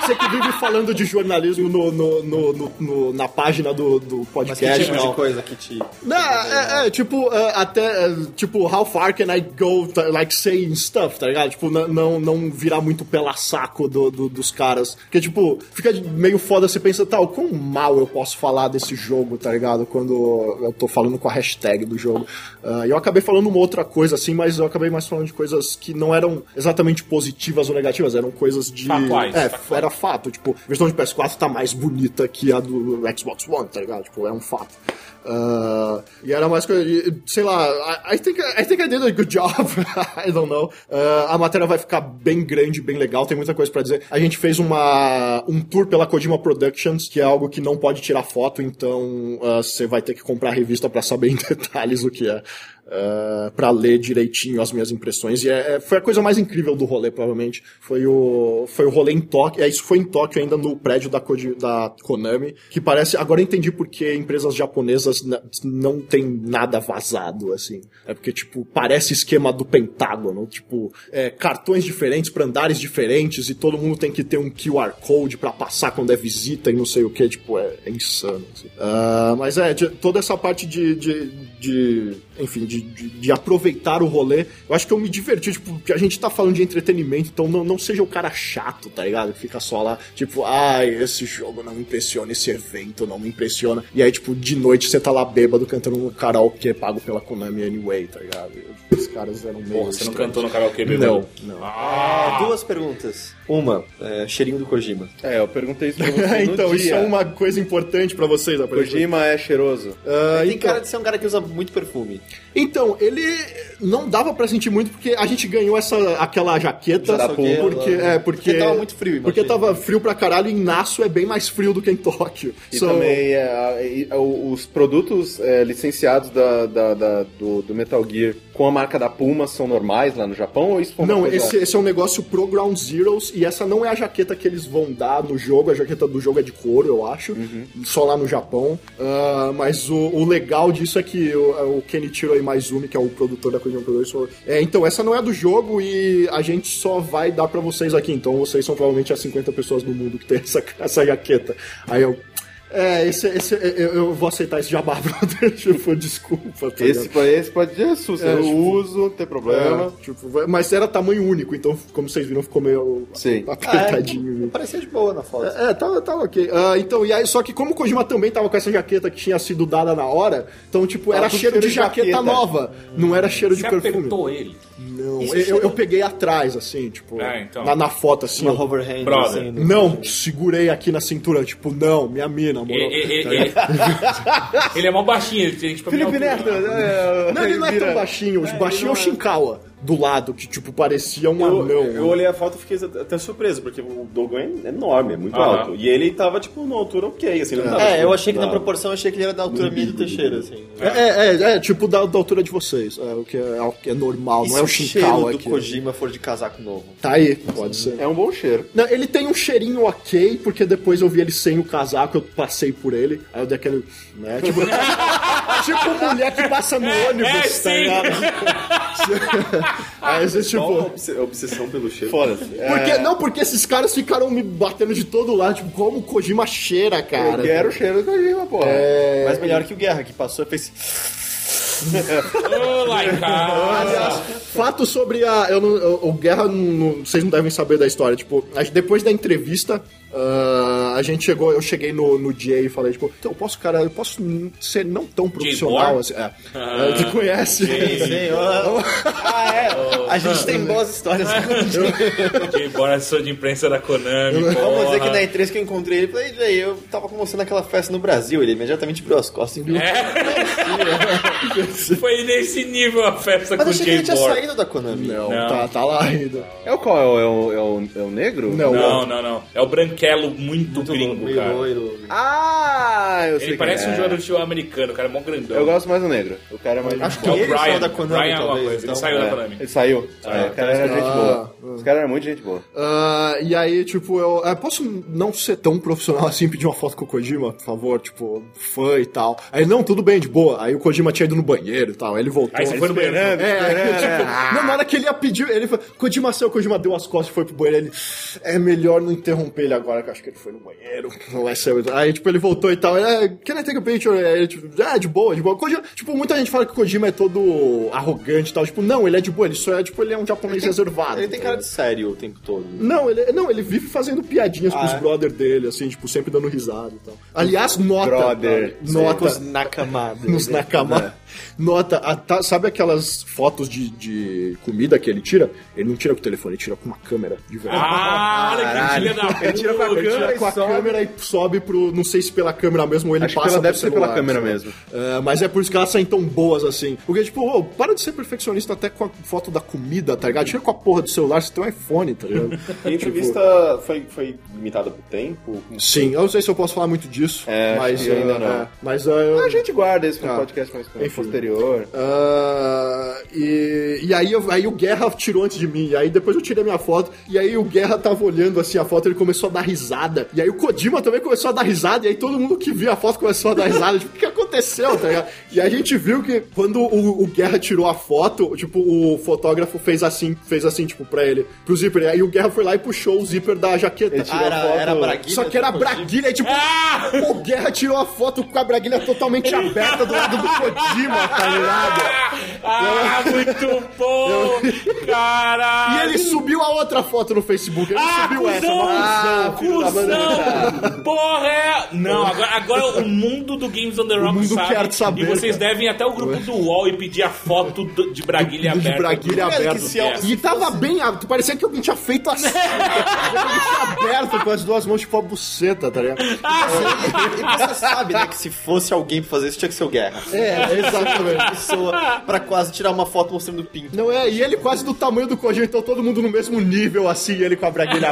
[SPEAKER 4] você que vive falando de jornalismo no, no- no- no- no- na página do, do
[SPEAKER 5] Mas
[SPEAKER 4] podcast.
[SPEAKER 5] que tipo
[SPEAKER 4] não.
[SPEAKER 5] de coisa que te.
[SPEAKER 4] Não, é, é, tipo, é, até, é, tipo, how far can I go, tá, like, saying stuff, tá ligado? Tipo, n- não, não virar muito pela saco do, do- dos caras. Porque, tipo, fica de- meio foda, você pensa, tal, quão mal eu posso falar desse jogo, tá ligado? Quando eu tô falando com a hashtag do jogo. Ah, eu acabei falando uma outra coisa, assim, mas eu acabei mais falando de coisas que não eram exatamente positivas ou negativas, eram coisas de...
[SPEAKER 3] Factuais,
[SPEAKER 4] é,
[SPEAKER 3] factuais.
[SPEAKER 4] era fato. Tipo, a versão de PS4 tá mais bonita que a do Xbox One, tá ligado? Tipo, é um fato. Ah, e era mais coisa. e, Sei lá, I, I, think, I think I did a good job. I don't know. Ah, a matéria vai ficar bem grande, bem legal, tem muita coisa pra dizer. A gente fez uma, um tour pela Kojima Productions, que é algo que não pode tirar foto, então ah, você vai ter que comprar a revista pra saber em detalhes o que é. ah, pra ler direitinho as minhas impressões. E é- é- foi a coisa mais incrível do rolê, provavelmente. Foi o, foi o rolê em Tóquio. É, isso foi em Tóquio ainda no prédio da, Koji- da Konami, que parece. Agora eu entendi porque empresas japonesas n- não tem nada vazado, assim. É porque, tipo, parece esquema do Pentágono. Tipo, é, cartões diferentes pra andares diferentes e todo mundo tem que ter um QR Code pra passar quando é visita e não sei o que. Tipo, é, é insano. assim. Ah, mas é, de- toda essa parte de- de de, enfim, de, de, de aproveitar o rolê. Eu acho que eu me diverti, tipo, porque a gente tá falando de entretenimento, então não, não seja o cara chato, tá ligado? Que fica só lá, tipo, ai, esse jogo não me impressiona, esse evento não me impressiona. E aí, tipo, de noite você tá lá bêbado cantando um karaokê pago pela Konami anyway, tá ligado? Os caras eram meio.
[SPEAKER 3] Porra, você né? não
[SPEAKER 4] estranhos.
[SPEAKER 3] cantou no karaokê,
[SPEAKER 4] Não,
[SPEAKER 3] bêbado?
[SPEAKER 4] não.
[SPEAKER 5] Duas perguntas. Uma, é, cheirinho do Kojima.
[SPEAKER 2] É, eu perguntei isso um pra você. no
[SPEAKER 4] então, isso
[SPEAKER 2] dia.
[SPEAKER 4] é uma coisa importante pra vocês, aparentemente.
[SPEAKER 2] Kojima é cheiroso.
[SPEAKER 4] Ah,
[SPEAKER 5] Tem
[SPEAKER 4] então-
[SPEAKER 5] cara de ser um cara que usa muito perfume.
[SPEAKER 4] Então, ele não dava pra sentir muito porque a gente ganhou essa aquela jaqueta
[SPEAKER 5] Jarapuca.
[SPEAKER 4] porque é porque,
[SPEAKER 5] Porque tava muito frio, imagina.
[SPEAKER 4] Porque tava frio pra caralho e em Nasso é bem mais frio do que em Tóquio.
[SPEAKER 2] E
[SPEAKER 4] So,
[SPEAKER 2] também é, a- e- a- o- os produtos é, licenciados da, da- da- do, do Metal Gear com a marca da Puma são normais lá no Japão ou isso foi uma
[SPEAKER 4] Não,
[SPEAKER 2] coisa-
[SPEAKER 4] esse, esse é um negócio pro Ground Zeroes e essa não é a jaqueta que eles vão dar no jogo. A jaqueta do jogo é de couro, eu acho,
[SPEAKER 2] Uhum.
[SPEAKER 4] só lá no Japão. Ah, mas o, o legal disso é que o, o Kenichiro Maizumi, que é o produtor da Kojima Productions, falou: é, então essa não é do jogo e a gente só vai dar pra vocês aqui. Então vocês são provavelmente as 50 pessoas do mundo que tem essa, essa jaqueta. Aí eu. É, esse, esse, eu, eu vou aceitar esse jabá, brother. Tipo, desculpa. tá ligado?
[SPEAKER 2] Esse, pode- esse pode ser susto.
[SPEAKER 4] É,
[SPEAKER 2] eu
[SPEAKER 4] tipo-
[SPEAKER 2] uso, não tem
[SPEAKER 4] É,
[SPEAKER 2] problema.
[SPEAKER 4] tipo, vai- mas era tamanho único, então, como vocês viram, ficou meio
[SPEAKER 2] Sim.
[SPEAKER 4] apertadinho.
[SPEAKER 5] Ah, Parecia de boa na foto.
[SPEAKER 4] É, tava, tava ok. Ah, então, e aí, só que como o Kojima também tava com essa jaqueta que tinha sido dada na hora, então, tipo, era
[SPEAKER 2] tudo
[SPEAKER 4] cheiro de
[SPEAKER 2] cheiro de
[SPEAKER 4] jaqueta,
[SPEAKER 2] jaqueta.
[SPEAKER 4] nova, não era cheiro de
[SPEAKER 3] Você
[SPEAKER 4] perfume.
[SPEAKER 3] apertou ele.
[SPEAKER 4] Não, eu, eu- eu peguei atrás, assim, tipo,
[SPEAKER 3] Ah, então.
[SPEAKER 4] na, na foto, assim.
[SPEAKER 5] Uma
[SPEAKER 4] eu-
[SPEAKER 5] hoverhand.
[SPEAKER 3] Brother.
[SPEAKER 5] assim, no-
[SPEAKER 4] Não, segurei aqui na cintura, tipo, não, minha mina, amor.
[SPEAKER 3] Ele, ele- ele- ele- ele é mó baixinho, ele tem tipo a minha
[SPEAKER 2] Felipe Neto,
[SPEAKER 3] altura.
[SPEAKER 2] é,
[SPEAKER 4] Não, ele não é
[SPEAKER 2] vira-
[SPEAKER 4] tão baixinho, o baixinho é o Shinkawa, do lado, que, tipo, parecia um
[SPEAKER 7] Eu,
[SPEAKER 4] anão.
[SPEAKER 7] eu olhei a foto e fiquei até surpreso, porque o Dogon é enorme, é muito
[SPEAKER 3] Ah.
[SPEAKER 7] alto. E ele tava, tipo, numa altura ok, assim, ele não tava,
[SPEAKER 5] É,
[SPEAKER 7] tipo,
[SPEAKER 5] eu achei que na
[SPEAKER 7] na-
[SPEAKER 5] proporção, eu achei que ele era da altura minha e do Teixeira, assim.
[SPEAKER 4] É, é, é, é, tipo da, da altura de vocês. É o que é, é o que é normal,
[SPEAKER 5] E
[SPEAKER 4] não
[SPEAKER 5] se
[SPEAKER 4] é o
[SPEAKER 5] cheiro
[SPEAKER 4] Shinkawa
[SPEAKER 5] do
[SPEAKER 4] aqui.
[SPEAKER 5] Kojima for de casaco novo?
[SPEAKER 4] Tá aí, pode ser.
[SPEAKER 2] É um bom cheiro.
[SPEAKER 4] Não, ele tem um cheirinho ok, porque depois eu vi ele sem o casaco, eu passei por ele, aí eu dei aquele. Né, tipo, tipo mulher que passa no ônibus,
[SPEAKER 3] é,
[SPEAKER 4] tá
[SPEAKER 3] sim.
[SPEAKER 4] ligado? aí às vezes,
[SPEAKER 7] Qual a
[SPEAKER 4] tipo.
[SPEAKER 7] obse- a obsessão pelo cheiro?
[SPEAKER 2] Foda-se. É,
[SPEAKER 4] Porque, Não, porque esses caras ficaram me batendo de todo lado, tipo, como o Kojima cheira, cara.
[SPEAKER 2] eu quero o cheiro do Kojima, porra.
[SPEAKER 4] É.
[SPEAKER 5] Mas melhor que o Guerra, que passou e fez...
[SPEAKER 3] Ô, Laika!
[SPEAKER 4] Fato sobre a. Eu não- eu- o Guerra, não- não- vocês não devem saber da história. Tipo, a- depois da entrevista, ah, a gente chegou, eu cheguei no, no Jay e falei, tipo, então eu posso, cara, eu posso n- ser não tão profissional
[SPEAKER 3] Moore?
[SPEAKER 4] assim. É, É, tu conhece?
[SPEAKER 5] Ah, é. A gente tem boas histórias.
[SPEAKER 3] De bora sou de imprensa da Konami,
[SPEAKER 5] Vamos dizer que na
[SPEAKER 3] porra.
[SPEAKER 5] E3 que eu encontrei ele, falei, "Jay, eu tava com você naquela festa no Brasil. Ele imediatamente virou as costas e viu.
[SPEAKER 3] É. Foi nesse nível a festa com
[SPEAKER 5] Mas eu
[SPEAKER 3] o
[SPEAKER 5] achei que ele tinha
[SPEAKER 3] J-Board.
[SPEAKER 5] saído da Konami.
[SPEAKER 4] Não,
[SPEAKER 3] Não.
[SPEAKER 4] Tá, tá lá ainda.
[SPEAKER 2] É o qual? É o, é o, é o, é o negro?
[SPEAKER 4] Não,
[SPEAKER 3] Não, não, não. É o branquelo muito,
[SPEAKER 5] Muito
[SPEAKER 3] gringo,
[SPEAKER 5] meio
[SPEAKER 3] cara.
[SPEAKER 5] loiro.
[SPEAKER 2] Ah, eu sei
[SPEAKER 3] Ele
[SPEAKER 2] quem
[SPEAKER 3] parece
[SPEAKER 2] é.
[SPEAKER 3] um jogador de futebol americano, o cara é mó grandão.
[SPEAKER 2] Eu gosto mais do negro. O cara é mais.
[SPEAKER 5] Acho que
[SPEAKER 3] É o
[SPEAKER 5] ele
[SPEAKER 3] Brian.
[SPEAKER 5] saiu da Konami,
[SPEAKER 3] Brian é uma
[SPEAKER 5] talvez.
[SPEAKER 3] coisa, ele
[SPEAKER 5] então,
[SPEAKER 3] saiu da
[SPEAKER 5] é.
[SPEAKER 3] Konami.
[SPEAKER 2] Ele saiu. É,
[SPEAKER 5] então
[SPEAKER 2] o cara era
[SPEAKER 5] tá.
[SPEAKER 2] gente
[SPEAKER 4] Ah.
[SPEAKER 2] boa. Os caras eram muito gente boa.
[SPEAKER 4] Ah, e aí, tipo, eu ah, posso não ser tão profissional assim, pedir uma foto com o Kojima, por favor, tipo, fã e tal. Aí, não, tudo bem, de boa. Aí o Kojima tinha ido no banheiro e tal, aí ele voltou.
[SPEAKER 3] Aí você foi no banheiro.
[SPEAKER 4] É, aí, tipo, não, na hora que ele ia pedir, ele falou, Kojima saiu, o Kojima deu as costas e foi pro banheiro, ele, é melhor não interromper ele agora, que eu acho que ele foi no banheiro, não é seu. Aí, tipo, ele voltou e tal, é, can I take a picture? Aí, ele, tipo, é, de boa, de boa. Kojima, tipo, muita gente fala que o Kojima é todo arrogante e tal, tipo, não, ele é de boa, ele só é, tipo, ele é um japonês reservado.
[SPEAKER 5] Ele tem cara de sério o tempo todo. né?
[SPEAKER 4] Não, ele, não, ele vive fazendo piadinhas com os
[SPEAKER 5] é?
[SPEAKER 4] brother dele, assim, tipo, sempre dando risada e tal. Aliás, nota.
[SPEAKER 2] Brother.
[SPEAKER 4] Nota.
[SPEAKER 5] Os Nakamada.
[SPEAKER 4] Nos Nakama. É. Nota, a ta- sabe aquelas fotos de, de comida que ele tira? Ele não tira com o telefone, ele tira com uma câmera de verdade.
[SPEAKER 3] Ah, olha que filha da puta.
[SPEAKER 4] Ele tira com a câmera e sobe pro. Não sei se pela câmera mesmo ou ele
[SPEAKER 2] Acho que
[SPEAKER 4] passa.
[SPEAKER 2] ela
[SPEAKER 4] pro
[SPEAKER 2] deve ser pela
[SPEAKER 4] celular,
[SPEAKER 2] câmera
[SPEAKER 4] sabe?
[SPEAKER 2] mesmo.
[SPEAKER 4] É, mas é por isso que elas saem tão boas assim. Porque, tipo, ô, para de ser perfeccionista até com a foto da comida, tá ligado? Tira com a porra do celular, você tem um iPhone, tá ligado?
[SPEAKER 7] A entrevista foi, foi limitada por tempo?
[SPEAKER 4] Sim, eu não sei se eu posso falar muito disso,
[SPEAKER 2] É,
[SPEAKER 4] mas
[SPEAKER 2] acho que ainda
[SPEAKER 4] ah,
[SPEAKER 2] não.
[SPEAKER 4] é, mas ah, eu,
[SPEAKER 2] A gente guarda isso pra um
[SPEAKER 4] Ah.
[SPEAKER 2] podcast mais
[SPEAKER 4] Enfim.
[SPEAKER 2] posterior.
[SPEAKER 4] Ah, e, e aí, eu- aí o Guerra tirou antes de mim. E aí depois eu tirei minha foto. E aí o Guerra tava olhando assim a foto, ele começou a dar risada. E aí o Kodima também começou a dar risada. E aí todo mundo que viu a foto começou a dar risada. tipo, o que aconteceu? Tá ligado? E a gente viu que quando o, o Guerra tirou a foto, tipo, o fotógrafo fez assim, fez assim, tipo, pra ele, pro zíper. E aí o Guerra foi lá e puxou o zíper da jaqueta.
[SPEAKER 5] Ah, era, era braguilha.
[SPEAKER 4] Só que era braguilha, e tipo,
[SPEAKER 3] Ah!
[SPEAKER 4] o Guerra tirou a foto com a braguilha totalmente aberta do lado do Kodima, tá ligado?
[SPEAKER 3] Ah, muito bom!
[SPEAKER 4] E
[SPEAKER 3] Caralho!
[SPEAKER 4] ele subiu a outra foto no Facebook. Ele
[SPEAKER 3] Ah,
[SPEAKER 4] subiu essa.
[SPEAKER 3] cuzão!
[SPEAKER 4] Ah, filho da
[SPEAKER 3] cuzão! Porra! é- Não, agora, agora o mundo do Games on the Rock
[SPEAKER 4] mundo
[SPEAKER 3] sabe.
[SPEAKER 4] quer saber,
[SPEAKER 3] e vocês
[SPEAKER 4] cara.
[SPEAKER 3] devem ir até o grupo do UOL e pedir a foto do- de Braguilha
[SPEAKER 4] de
[SPEAKER 3] aberta.
[SPEAKER 4] braguilha
[SPEAKER 5] Cara, que
[SPEAKER 4] aberta.
[SPEAKER 3] um
[SPEAKER 5] se é-
[SPEAKER 4] E tava bem aberto. Parecia que alguém tinha feito assim. Alguém tinha aberto com as duas mãos, tipo a buceta, tá ligado?
[SPEAKER 5] E você sabe, né, que se fosse alguém pra fazer isso, tinha que ser o Guerra.
[SPEAKER 4] É, exatamente.
[SPEAKER 5] Pessoa pra quase tirar uma foto mostrando o pinto.
[SPEAKER 4] Não é, e ele quase do tamanho do Kojima, então todo mundo no mesmo nível, assim, ele com a braguilha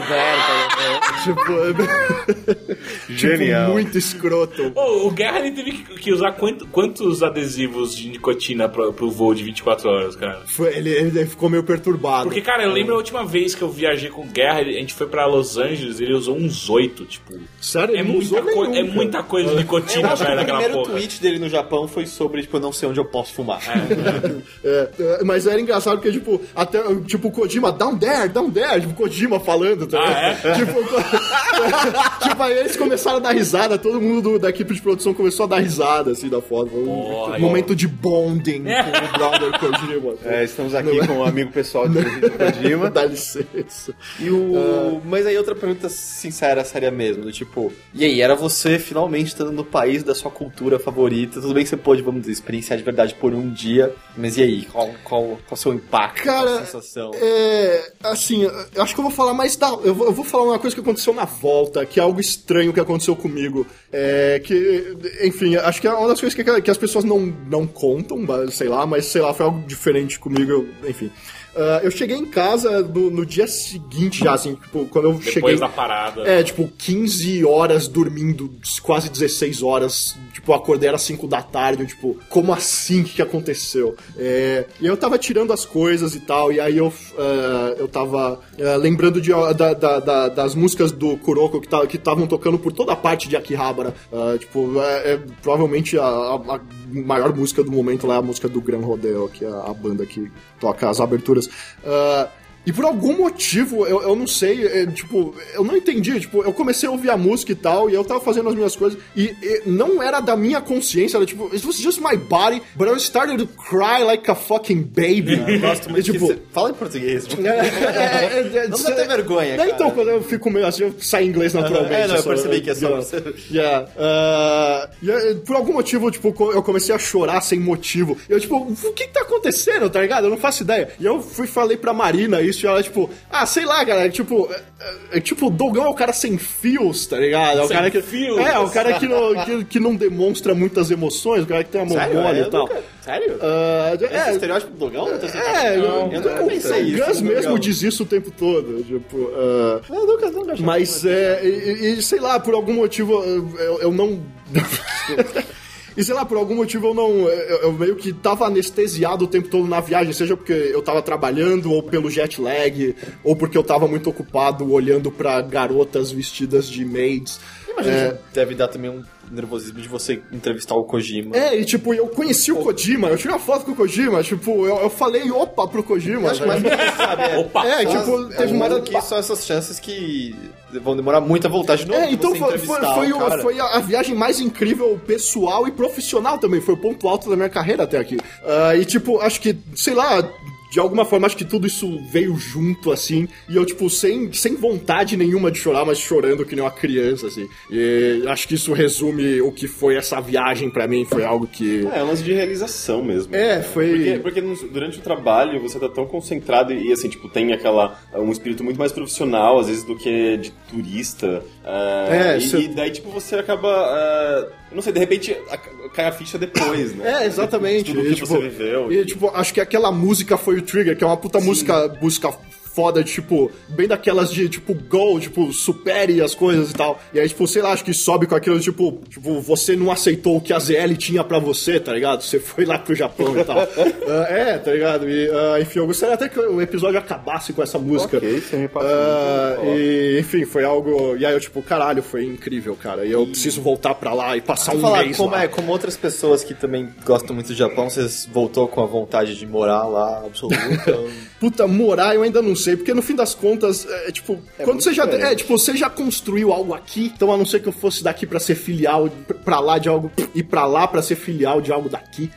[SPEAKER 4] aberta. né? Tipo,
[SPEAKER 2] Genial.
[SPEAKER 4] tipo, muito escroto.
[SPEAKER 3] Ô, o Guerra ele teve que, que usar quanto- quantos adesivos de nicotina pro, pro voo de 24 horas, cara?
[SPEAKER 4] Foi- Ele, ele ficou meio perturbado.
[SPEAKER 3] Porque, cara, eu lembro a última vez que eu viajei com o Guerra, ele- a gente foi pra Los Angeles, ele usou uns oito, tipo.
[SPEAKER 4] Sério,
[SPEAKER 3] É
[SPEAKER 4] ele não
[SPEAKER 3] muita,
[SPEAKER 4] usou
[SPEAKER 3] coi-
[SPEAKER 4] nenhum,
[SPEAKER 3] é
[SPEAKER 4] cara.
[SPEAKER 3] muita coisa de
[SPEAKER 5] Eu
[SPEAKER 3] nicotina,
[SPEAKER 5] acho que
[SPEAKER 3] velho,
[SPEAKER 5] o
[SPEAKER 3] naquela
[SPEAKER 5] primeiro
[SPEAKER 3] porra.
[SPEAKER 5] tweet dele no Japão foi sobre, tipo, eu não sei onde eu posso fumar.
[SPEAKER 4] É, é, mas era engraçado porque, tipo, até, tipo, o Kojima, down there, down there, tipo, o Kojima falando,
[SPEAKER 3] Ah,
[SPEAKER 4] tá ligado?
[SPEAKER 3] é?
[SPEAKER 4] tipo, o Ko- tipo, aí eles começaram a dar risada, todo mundo do- da equipe de produção começou a dar risada, assim, da foto. Foi um
[SPEAKER 3] Porra,
[SPEAKER 4] momento de bonding com o brother Kojima.
[SPEAKER 2] É, estamos aqui com um amigo pessoal de Kojima.
[SPEAKER 4] Dá licença.
[SPEAKER 5] E o... Ah. Mas aí outra pergunta sincera, séria mesmo, do tipo, e aí, era você finalmente estando no país da sua cultura favorita, tudo bem que você pôde, vamos dizer, experienciar de verdade por um dia, mas e aí, qual, qual, qual o seu impacto, qual
[SPEAKER 4] Cara,
[SPEAKER 5] a sensação?
[SPEAKER 4] É, assim, eu acho que eu vou falar mais da. Eu vou, eu vou falar uma coisa que aconteceu na volta, que é algo estranho que aconteceu comigo. É, que, enfim, acho que é uma das coisas que, que as pessoas não, não contam, mas, sei lá, mas sei lá, foi algo diferente comigo, eu- enfim. Ah, eu cheguei em casa no, no dia seguinte, já, assim, tipo, quando eu
[SPEAKER 3] Depois
[SPEAKER 4] cheguei.
[SPEAKER 3] da parada.
[SPEAKER 4] É, tipo, 15 horas dormindo, quase 16 horas. Tipo, eu acordei era 5 da tarde. eu, Tipo, como assim? O que que aconteceu? É, e eu tava tirando as coisas e tal. E aí eu, eh, eu tava eh, lembrando de, da- da- da- das músicas do Kuroko que ta- que estavam tocando por toda a parte de Akihabara. Ah, tipo, é, é provavelmente a, a- a maior música do momento lá é a música do Gran Rodeo, que é a banda que toca as aberturas. Ah, E por algum motivo, eu, eu não sei, é, tipo, eu não entendi. Tipo, eu comecei a ouvir a música e tal, e eu tava fazendo as minhas coisas, e, e não era da minha consciência, era tipo, it was just my body, but I started to cry like a fucking baby.
[SPEAKER 5] Eu gosto muito
[SPEAKER 4] E, tipo,
[SPEAKER 5] que você... Fala em português. né?
[SPEAKER 4] é, é, é, é,
[SPEAKER 5] Não dá até vergonha,
[SPEAKER 4] é,
[SPEAKER 5] cara.
[SPEAKER 4] Então, quando eu fico meio assim, eu saio em inglês naturalmente.
[SPEAKER 5] É, não, eu
[SPEAKER 4] só-
[SPEAKER 5] percebi que é só
[SPEAKER 4] Yeah.
[SPEAKER 5] você.
[SPEAKER 4] Yeah. Ah, e aí, por algum motivo, tipo, co- eu comecei a chorar sem motivo. Eu, tipo, o que que tá acontecendo, tá ligado? Eu não faço ideia. E eu fui falei pra Marina isso e ela, tipo, ah, sei lá, galera, tipo, é, é, é, tipo, o Dogão é o cara sem fios, tá ligado? É o
[SPEAKER 3] Sem
[SPEAKER 4] cara que.
[SPEAKER 3] fios.
[SPEAKER 4] É, é o cara que não, que, que não demonstra muitas emoções, o cara que tem a mongólia
[SPEAKER 2] É,
[SPEAKER 5] Sério?
[SPEAKER 4] e tal.
[SPEAKER 5] Sério?
[SPEAKER 4] Ah,
[SPEAKER 5] Esse
[SPEAKER 4] é,
[SPEAKER 5] estereótipo do Dogão? Não,
[SPEAKER 4] é,
[SPEAKER 5] eu,
[SPEAKER 4] eu-
[SPEAKER 5] nunca
[SPEAKER 4] o-
[SPEAKER 5] pensei isso. tá
[SPEAKER 4] O Gus
[SPEAKER 5] no
[SPEAKER 4] mesmo
[SPEAKER 5] Dogão.
[SPEAKER 4] diz isso o tempo todo. Tipo, ah,
[SPEAKER 5] Eu nunca, nunca achei
[SPEAKER 4] mas é.
[SPEAKER 5] né?
[SPEAKER 4] E, e- sei lá, por algum motivo eu, eu- eu não. E sei lá, por algum motivo eu não. Eu, eu meio que tava anestesiado o tempo todo na viagem, seja porque eu tava trabalhando, ou pelo jet lag, ou porque eu tava muito ocupado olhando pra garotas vestidas de maids.
[SPEAKER 5] Imagina, deve dar também um nervosismo de você entrevistar o Kojima.
[SPEAKER 4] É, e tipo, eu conheci o Kojima, eu tirei uma foto com o Kojima, tipo, eu, eu falei opa pro Kojima.
[SPEAKER 5] Acho que
[SPEAKER 4] velho.
[SPEAKER 5] mais ninguém sabe. É,
[SPEAKER 3] Opa!
[SPEAKER 4] É,
[SPEAKER 5] Mas
[SPEAKER 4] tipo, teve
[SPEAKER 5] é
[SPEAKER 4] uma
[SPEAKER 5] mais
[SPEAKER 4] hora
[SPEAKER 5] do que são essas chances que vão demorar muito a voltar de novo.
[SPEAKER 4] É, então
[SPEAKER 5] você
[SPEAKER 4] foi, foi,
[SPEAKER 5] entrevistar
[SPEAKER 4] foi
[SPEAKER 5] o
[SPEAKER 4] o-
[SPEAKER 5] cara.
[SPEAKER 4] foi a, a viagem mais incrível pessoal e profissional também. Foi o ponto alto da minha carreira até aqui. Ah, e, tipo, acho que, sei lá. De alguma forma, acho que tudo isso veio junto, assim, e eu, tipo, sem, sem vontade nenhuma de chorar, mas chorando que nem uma criança, assim. E acho que isso resume o que foi essa viagem pra mim, foi algo que...
[SPEAKER 7] É, é um lance de realização mesmo.
[SPEAKER 4] É, foi-
[SPEAKER 7] Porque, porque nos- durante o trabalho você tá tão concentrado e, assim, tipo, tem aquela. um espírito muito mais profissional, às vezes, do que de turista. ah,
[SPEAKER 4] É,
[SPEAKER 7] e,
[SPEAKER 4] isso-
[SPEAKER 7] e daí, tipo, você acaba. ah, eu não sei, de repente a- cai a ficha depois, né?
[SPEAKER 4] É, exatamente.
[SPEAKER 7] Tudo que
[SPEAKER 4] E, tipo,
[SPEAKER 7] você viveu.
[SPEAKER 4] E, tipo, acho que aquela música foi o trigger, que é uma puta música, música foda, tipo, bem daquelas de, tipo, gol, tipo, supere as coisas e tal. E aí, tipo, sei lá, acho que sobe com aquilo, tipo, tipo, você não aceitou o que a ZL tinha pra você, tá ligado? Você foi lá pro Japão e tal. Ah, é, tá ligado? E, ah, enfim, eu gostaria até que o episódio acabasse com essa música.
[SPEAKER 6] Ok, você me passou
[SPEAKER 4] Ah, e, enfim, foi algo. E aí eu, tipo, caralho, foi incrível, cara. E eu preciso voltar pra lá e passar
[SPEAKER 5] Vou
[SPEAKER 4] um
[SPEAKER 5] falar
[SPEAKER 4] mês
[SPEAKER 5] como,
[SPEAKER 4] lá.
[SPEAKER 5] é, como outras pessoas que também gostam muito do Japão, vocês voltou com a vontade de morar lá, absoluta.
[SPEAKER 4] Puta, morar eu ainda não sei, porque no fim das contas, é tipo, quando você já. É, tipo, você já construiu algo aqui, então a não ser que eu fosse daqui pra ser filial, pra lá de algo, e pra lá pra ser filial de algo daqui,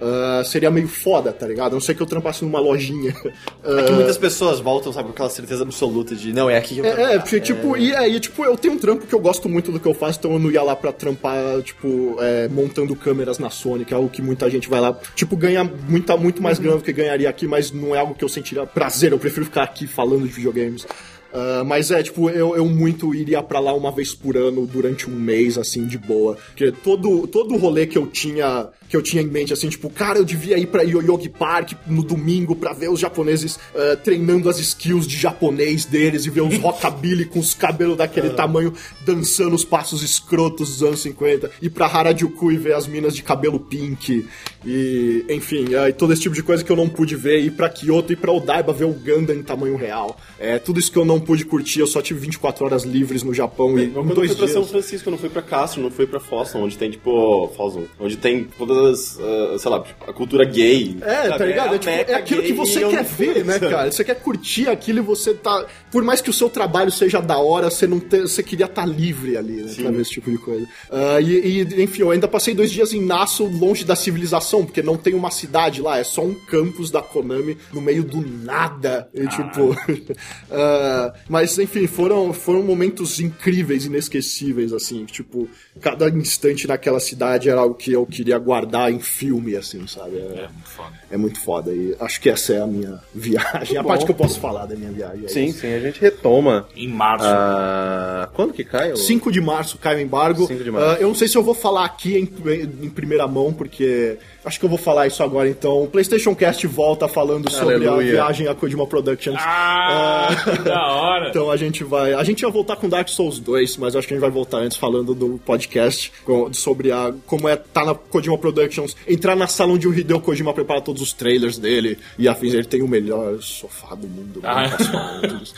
[SPEAKER 4] ah, seria meio foda, tá ligado? A não ser que eu trampasse numa lojinha.
[SPEAKER 5] é que muitas pessoas voltam, sabe, com aquela certeza absoluta de não, é aqui que eu quero
[SPEAKER 4] É, é,
[SPEAKER 5] morar.
[SPEAKER 4] porque, tipo, e aí, tipo, eu tenho um trampo que eu gosto muito do que eu faço, então eu não ia lá pra trampar, tipo, é, montando câmeras na Sony, que é algo que muita gente vai lá, tipo, ganha muita, muito mais grana do que ganharia aqui, mas não é algo que eu sentiria prazer, eu prefiro ficar aqui falando de videogames. Ah, mas é, tipo, eu, eu muito iria pra lá uma vez por ano durante um mês, assim, de boa. Porque todo, todo o rolê que eu tinha que eu tinha em mente, assim, tipo, cara, eu devia ir pra Yoyogi Park no domingo pra ver os japoneses ah, treinando as skills de japonês deles e ver os rockabilly com os cabelos
[SPEAKER 7] Ah.
[SPEAKER 4] daquele tamanho dançando os passos escrotos dos anos 50. E pra Harajuku e ver as minas de cabelo pink. E, enfim, ah, e todo esse tipo de coisa que eu não pude ver. E pra Kyoto e pra Odaiba ver o Ganda em tamanho real. É, tudo isso que eu não pude curtir, eu só tive 24 horas livres no Japão e
[SPEAKER 7] Mas
[SPEAKER 4] em
[SPEAKER 7] quando eu
[SPEAKER 4] dois
[SPEAKER 7] fui pra
[SPEAKER 4] dias.
[SPEAKER 7] São Francisco, eu não fui pra Castro, não fui pra Folsom, onde tem, tipo, Folsom, onde tem todas as, ah, sei lá, tipo, a cultura gay.
[SPEAKER 4] É,
[SPEAKER 7] sabe?
[SPEAKER 4] tá ligado?
[SPEAKER 7] a
[SPEAKER 4] É, tipo,
[SPEAKER 7] Meca
[SPEAKER 4] é aquilo que
[SPEAKER 7] gay e
[SPEAKER 4] você
[SPEAKER 7] eu
[SPEAKER 4] quer
[SPEAKER 7] não fui,
[SPEAKER 4] ver, né,
[SPEAKER 7] sabe?
[SPEAKER 4] cara? Você quer curtir aquilo e você tá. Por mais que o seu trabalho seja da hora, você não tem- você queria estar livre ali, né? Pra ver esse tipo de coisa. Ah, e, e, enfim, eu ainda passei dois dias em Nassau, longe da civilização, porque não tem uma cidade lá, é só um campus da Konami no meio do nada. E, tipo. ah, mas, enfim, foram, foram momentos incríveis, inesquecíveis, assim. Tipo, cada instante naquela cidade era algo que eu queria guardar em filme, assim, sabe? Era-
[SPEAKER 3] É muito foda.
[SPEAKER 4] é muito foda. E acho que essa é a minha viagem. a parte que eu posso falar da minha viagem. é
[SPEAKER 6] Sim,
[SPEAKER 4] isso.
[SPEAKER 6] sim, a gente retoma.
[SPEAKER 3] Em março.
[SPEAKER 6] Ah, quando que cai? o-
[SPEAKER 4] 5 de março cai o embargo.
[SPEAKER 6] 5 de março.
[SPEAKER 4] Ah, eu não sei se eu vou falar aqui em, em primeira mão, porque acho que eu vou falar isso agora então. O PlayStation Cast volta falando sobre a
[SPEAKER 6] Aleluia.
[SPEAKER 4] viagem a Kojima Productions.
[SPEAKER 3] Ah, que da hora.
[SPEAKER 4] Então a gente vai. A gente ia voltar com Dark Souls 2, mas acho que a gente vai voltar antes falando do podcast com- sobre a, como é tá na Kojima Productions, entrar na sala onde o Hideo Kojima prepara todos os trailers dele e afins. Ele tem o melhor sofá do mundo.
[SPEAKER 3] Ah.
[SPEAKER 4] mano, faz mal, tudo isso.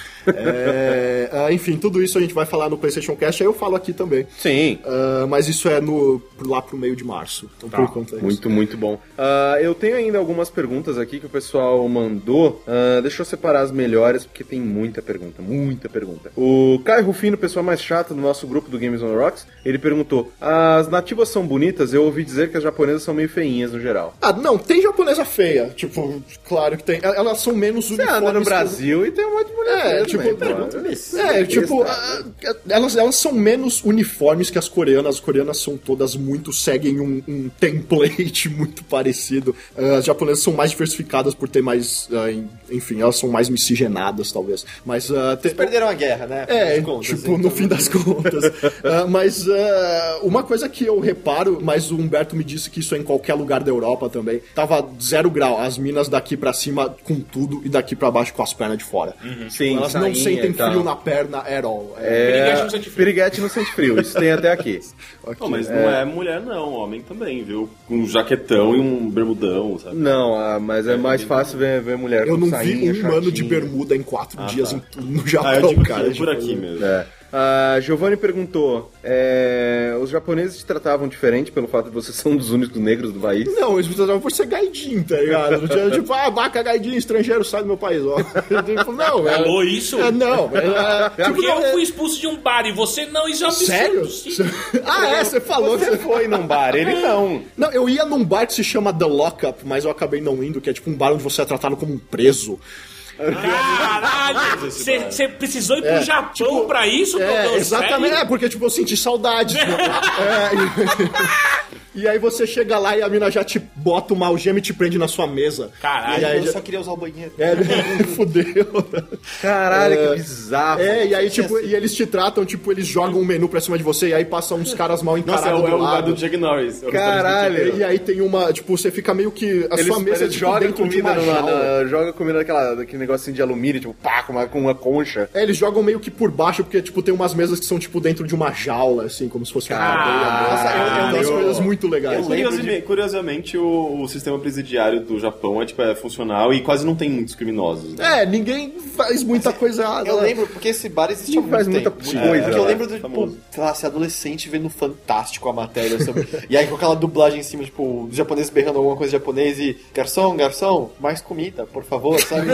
[SPEAKER 4] É, ah, enfim, tudo isso a gente vai falar no PlayStation Cast, aí eu falo aqui também.
[SPEAKER 2] Sim.
[SPEAKER 4] Ah, mas isso é no, lá pro meio de março. Então, por enquanto é isso.
[SPEAKER 2] Muito, muito bom. Ah, eu tenho ainda algumas perguntas aqui que o pessoal mandou. Ah, deixa eu separar as melhores, porque tem muita pergunta, muita pergunta. O Caio Rufino, pessoa mais chata do nosso grupo do Games on the Rocks, ele perguntou: As nativas são bonitas? Eu ouvi dizer que as japonesas são meio feinhas no geral.
[SPEAKER 4] Ah, não, tem japonesa feia. Tipo, claro que tem. Elas são menos
[SPEAKER 2] Você anda no
[SPEAKER 4] uniformes que-
[SPEAKER 2] Brasil e tem um monte de mulher.
[SPEAKER 4] É,
[SPEAKER 2] feia
[SPEAKER 4] tipo,
[SPEAKER 2] também, tá.
[SPEAKER 4] pergunta
[SPEAKER 2] cara.
[SPEAKER 4] É, tipo,
[SPEAKER 2] ah,
[SPEAKER 4] a- a- elas, elas são menos uniformes que as coreanas. As coreanas são todas muito, seguem um, um template muito parecido. Ah, as japonesas são mais diversificadas por ter mais. ah, en- enfim, elas são mais miscigenadas, talvez. Mas. ah, tem-
[SPEAKER 5] Perderam a guerra, né? Afinal
[SPEAKER 4] é,
[SPEAKER 5] de contas,
[SPEAKER 4] tipo,
[SPEAKER 5] então-
[SPEAKER 4] no fim das contas. Ah, mas ah, uma coisa que eu reparo, mas o Humberto me disse que isso é em qualquer lugar da Europa também, tava zero grau. As minas daqui pra cima com tudo e daqui pra baixo com as pernas de fora.
[SPEAKER 2] Sim,
[SPEAKER 4] Elas não
[SPEAKER 2] sainha
[SPEAKER 4] sentem
[SPEAKER 2] e tal.
[SPEAKER 4] frio na perna at all. É,
[SPEAKER 3] Piriguete não sente frio.
[SPEAKER 2] Piriguete não sente frio, isso tem até aqui.
[SPEAKER 4] ok.
[SPEAKER 7] Não, mas não é mulher não, homem também, viu? Com um jaquetão e um bermudão, sabe?
[SPEAKER 2] Não, ah, mas é mais fácil ver, ver mulher
[SPEAKER 4] Eu
[SPEAKER 2] com
[SPEAKER 4] não
[SPEAKER 2] É, sainha,
[SPEAKER 4] vi um ano de
[SPEAKER 2] shortinho.
[SPEAKER 4] bermuda em quatro dias em- no Japão,
[SPEAKER 7] Ah, eu digo
[SPEAKER 4] cara. tipo
[SPEAKER 7] que é por aqui mesmo.
[SPEAKER 2] É. A Giovanni perguntou: é, os japoneses te tratavam diferente pelo fato de você ser um dos únicos negros do país?
[SPEAKER 4] Tipo, Não, eles precisavam por ser gaidinho, tá ligado? Não tinha tipo, ah, vaca gaidinho, estrangeiro, sai do meu país, ó. Tipo, não, é.
[SPEAKER 3] Falou isso?
[SPEAKER 4] É, não, é, tipo,
[SPEAKER 3] Porque
[SPEAKER 4] não,
[SPEAKER 3] eu
[SPEAKER 4] é-
[SPEAKER 3] fui expulso de um bar e você não, isso é um absurdo.
[SPEAKER 4] Sério?
[SPEAKER 3] Sim.
[SPEAKER 4] ah, é, você falou que você
[SPEAKER 2] Foi num bar, ele não.
[SPEAKER 4] Não, eu ia num bar que se chama The Lockup, mas eu acabei não indo, que é tipo um bar onde você é tratado como um preso.
[SPEAKER 3] Caralho! Você precisou ir pro
[SPEAKER 4] É,
[SPEAKER 3] Japão
[SPEAKER 4] tipo,
[SPEAKER 3] pra isso,
[SPEAKER 4] É,
[SPEAKER 3] Dodô?
[SPEAKER 4] exatamente.
[SPEAKER 3] Sério?
[SPEAKER 4] É, porque, tipo, eu senti saudades. É, e... e aí você chega lá e a mina já te bota uma algema e te prende na sua mesa.
[SPEAKER 3] Caralho,
[SPEAKER 4] E aí
[SPEAKER 5] Eu
[SPEAKER 4] já-
[SPEAKER 5] só queria usar o banheiro.
[SPEAKER 4] É, fudeu.
[SPEAKER 2] Caralho, que bizarro.
[SPEAKER 4] É, e aí, tipo, e eles te tratam, tipo, eles jogam um menu pra cima de você e aí passam uns caras mal encarados
[SPEAKER 7] Nossa, é o, é o
[SPEAKER 4] do
[SPEAKER 7] lugar
[SPEAKER 4] lado.
[SPEAKER 7] do Jack Norris. É o
[SPEAKER 2] Caralho.
[SPEAKER 4] E aí tem uma, tipo, você fica meio que. A
[SPEAKER 2] Eles,
[SPEAKER 4] sua mesa é
[SPEAKER 2] eles
[SPEAKER 4] tipo,
[SPEAKER 2] jogam
[SPEAKER 4] dentro de uma
[SPEAKER 2] comida, numa,
[SPEAKER 4] jaula.
[SPEAKER 2] na, joga comida naquela, naquele negocinho de alumínio, tipo, pá, com uma, com uma concha.
[SPEAKER 4] É, eles jogam meio que por baixo, porque, tipo, tem umas mesas que são, tipo, dentro de uma jaula, assim, como se fosse uma cadeia. Nossa, é- é uma das coisas muito legais.
[SPEAKER 7] Curiosi- Curiosamente, o, o sistema presidiário do Japão é, tipo, é funcional e quase não tem muitos criminosos. Né?
[SPEAKER 4] É, ninguém faz muita coisa errada.
[SPEAKER 5] Eu
[SPEAKER 4] né?
[SPEAKER 5] lembro, porque esse bar existe há
[SPEAKER 2] Não
[SPEAKER 5] muito
[SPEAKER 2] faz muita
[SPEAKER 5] tempo.
[SPEAKER 2] coisa,
[SPEAKER 5] Porque eu
[SPEAKER 2] né?
[SPEAKER 5] lembro do, tipo,
[SPEAKER 7] Famoso.
[SPEAKER 5] sei lá, ser adolescente vendo Fantástico a matéria sobre... e aí com aquela dublagem em cima, tipo, os japoneses berrando alguma coisa em japonês e... Garçom, garçom, mais comida, por favor, sabe?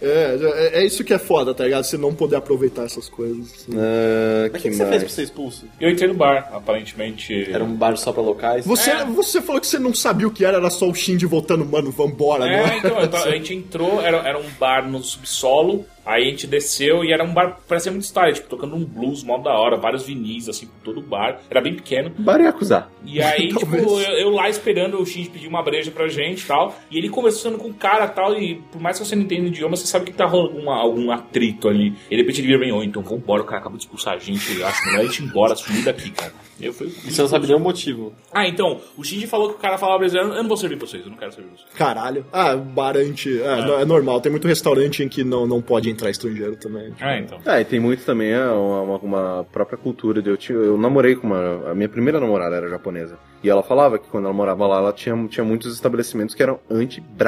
[SPEAKER 4] É, é, é isso que é foda, tá ligado? Você não poder aproveitar essas coisas. assim.
[SPEAKER 2] Ah,
[SPEAKER 5] Mas o
[SPEAKER 2] que
[SPEAKER 5] é que, você fez
[SPEAKER 2] mais.
[SPEAKER 5] pra ser expulso?
[SPEAKER 3] Eu entrei no bar, aparentemente.
[SPEAKER 5] Era um bar só pra locais?
[SPEAKER 4] Você,
[SPEAKER 3] É.
[SPEAKER 4] você falou que você não sabia o que era, era só o Shinji voltando, mano, vambora, não
[SPEAKER 3] É,
[SPEAKER 4] é?
[SPEAKER 3] então, eu tava- a gente entrou, era, era um bar no subsolo, aí a gente desceu e era um bar, parecia muito style, tipo, tocando um blues mó da hora, vários vinis, assim, por todo o bar, era bem pequeno.
[SPEAKER 2] Bar e acusar.
[SPEAKER 3] E aí, tipo,
[SPEAKER 4] Talvez.
[SPEAKER 3] eu, eu lá esperando o Shinji pedir uma breja pra gente e tal, e ele conversando com o cara e tal, e por mais que você não entenda o idioma, você sabe que tá rolando alguma- algum atrito ali. E de repente ele vira bem, ô, então vambora, o cara acabou de expulsar a gente, eu acho melhor a gente ir embora, sumir daqui, cara. Eu fui...
[SPEAKER 5] E você não sabe nem o motivo.
[SPEAKER 3] Ah, então, o Shinji falou que o cara falava brasileiro, eu não vou servir pra vocês, eu não quero servir pra vocês.
[SPEAKER 4] Caralho. Ah, barante. É, não- é normal. Tem muito restaurante em que não, não pode entrar estrangeiro também.
[SPEAKER 3] Ah, então.
[SPEAKER 2] Ah, e tem muito também é, uma, uma- uma própria cultura. De, eu, tinha- eu namorei com uma. A minha primeira namorada era japonesa. E ela falava que quando ela morava lá, ela tinha, tinha muitos estabelecimentos que eram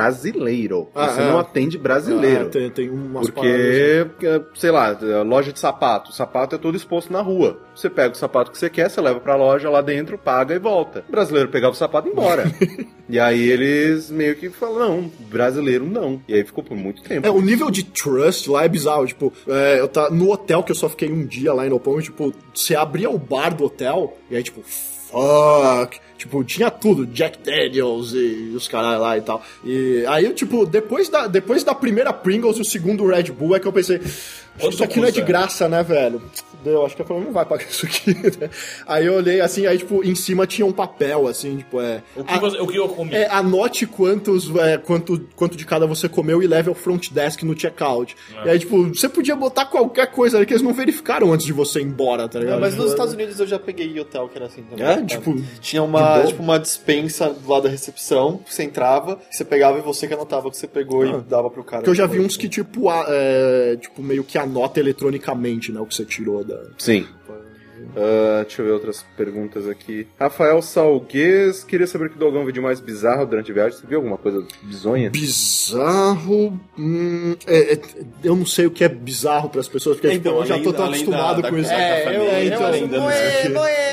[SPEAKER 2] anti-brasileiro.
[SPEAKER 4] Ah,
[SPEAKER 2] Você
[SPEAKER 4] é.
[SPEAKER 2] não atende brasileiro.
[SPEAKER 4] Ah, tem, tem umas paradas. assim.
[SPEAKER 2] Porque, eh, sei lá, eh, loja de sapato. O sapato é todo exposto na rua. Você pega o sapato que você quer, você leva pra loja lá dentro, paga e volta. O brasileiro pegava o sapato e ia embora. e aí eles meio que falam, não, brasileiro não. E aí ficou por muito tempo.
[SPEAKER 4] É, o nível de trust lá é bizarro. Tipo, é, eu tá no hotel que eu só fiquei um dia lá em Nopão, e, tipo, você abria o bar do hotel e aí, tipo, fuck. Tipo, tinha tudo, Jack Daniels e os caras lá e tal. E aí, tipo, depois da, depois da primeira Pringles e o segundo Red Bull, é que eu pensei,
[SPEAKER 3] Quanto
[SPEAKER 4] isso aqui não é de
[SPEAKER 3] custa?
[SPEAKER 4] graça, né, velho? Deu, acho que a família não vai pagar isso aqui, né? Aí eu olhei assim, aí, tipo, em cima tinha um papel, assim, tipo, é.
[SPEAKER 3] O que,
[SPEAKER 4] a-
[SPEAKER 3] você- o que eu comi?
[SPEAKER 4] é, anote quantos, é, quanto, quanto de cada você comeu e leve ao front desk no checkout. E aí, tipo, você podia botar qualquer coisa ali que eles não verificaram antes de você ir embora, tá ligado?
[SPEAKER 5] Não, mas nos Estados Unidos eu já peguei hotel que era assim também.
[SPEAKER 4] É,
[SPEAKER 5] sabe?
[SPEAKER 4] tipo,
[SPEAKER 5] Tinha
[SPEAKER 4] de
[SPEAKER 5] uma,
[SPEAKER 4] boa.
[SPEAKER 5] tipo, uma dispensa do lado da recepção, você entrava, Ah. você pegava e você que anotava o que você pegou e dava pro cara.
[SPEAKER 4] Porque eu já vi uns que, tipo, a- é, tipo, meio que a- anota eletronicamente, né, o que você tirou da...
[SPEAKER 7] Sim.
[SPEAKER 2] Ah, deixa eu ver outras perguntas aqui. Rafael Salguês, queria saber o que o Dogão viu de mais bizarro durante a viagem. Você viu alguma coisa bizonha?
[SPEAKER 4] Bizarro. hum, é- é- eu não sei o que é bizarro pras pessoas, porque tipo, eu já
[SPEAKER 7] É, então, além
[SPEAKER 4] tô
[SPEAKER 7] da-
[SPEAKER 4] tão
[SPEAKER 7] além
[SPEAKER 4] acostumado
[SPEAKER 7] da-
[SPEAKER 4] com
[SPEAKER 7] da-
[SPEAKER 4] isso.
[SPEAKER 7] da família,
[SPEAKER 4] é, então,
[SPEAKER 7] além da-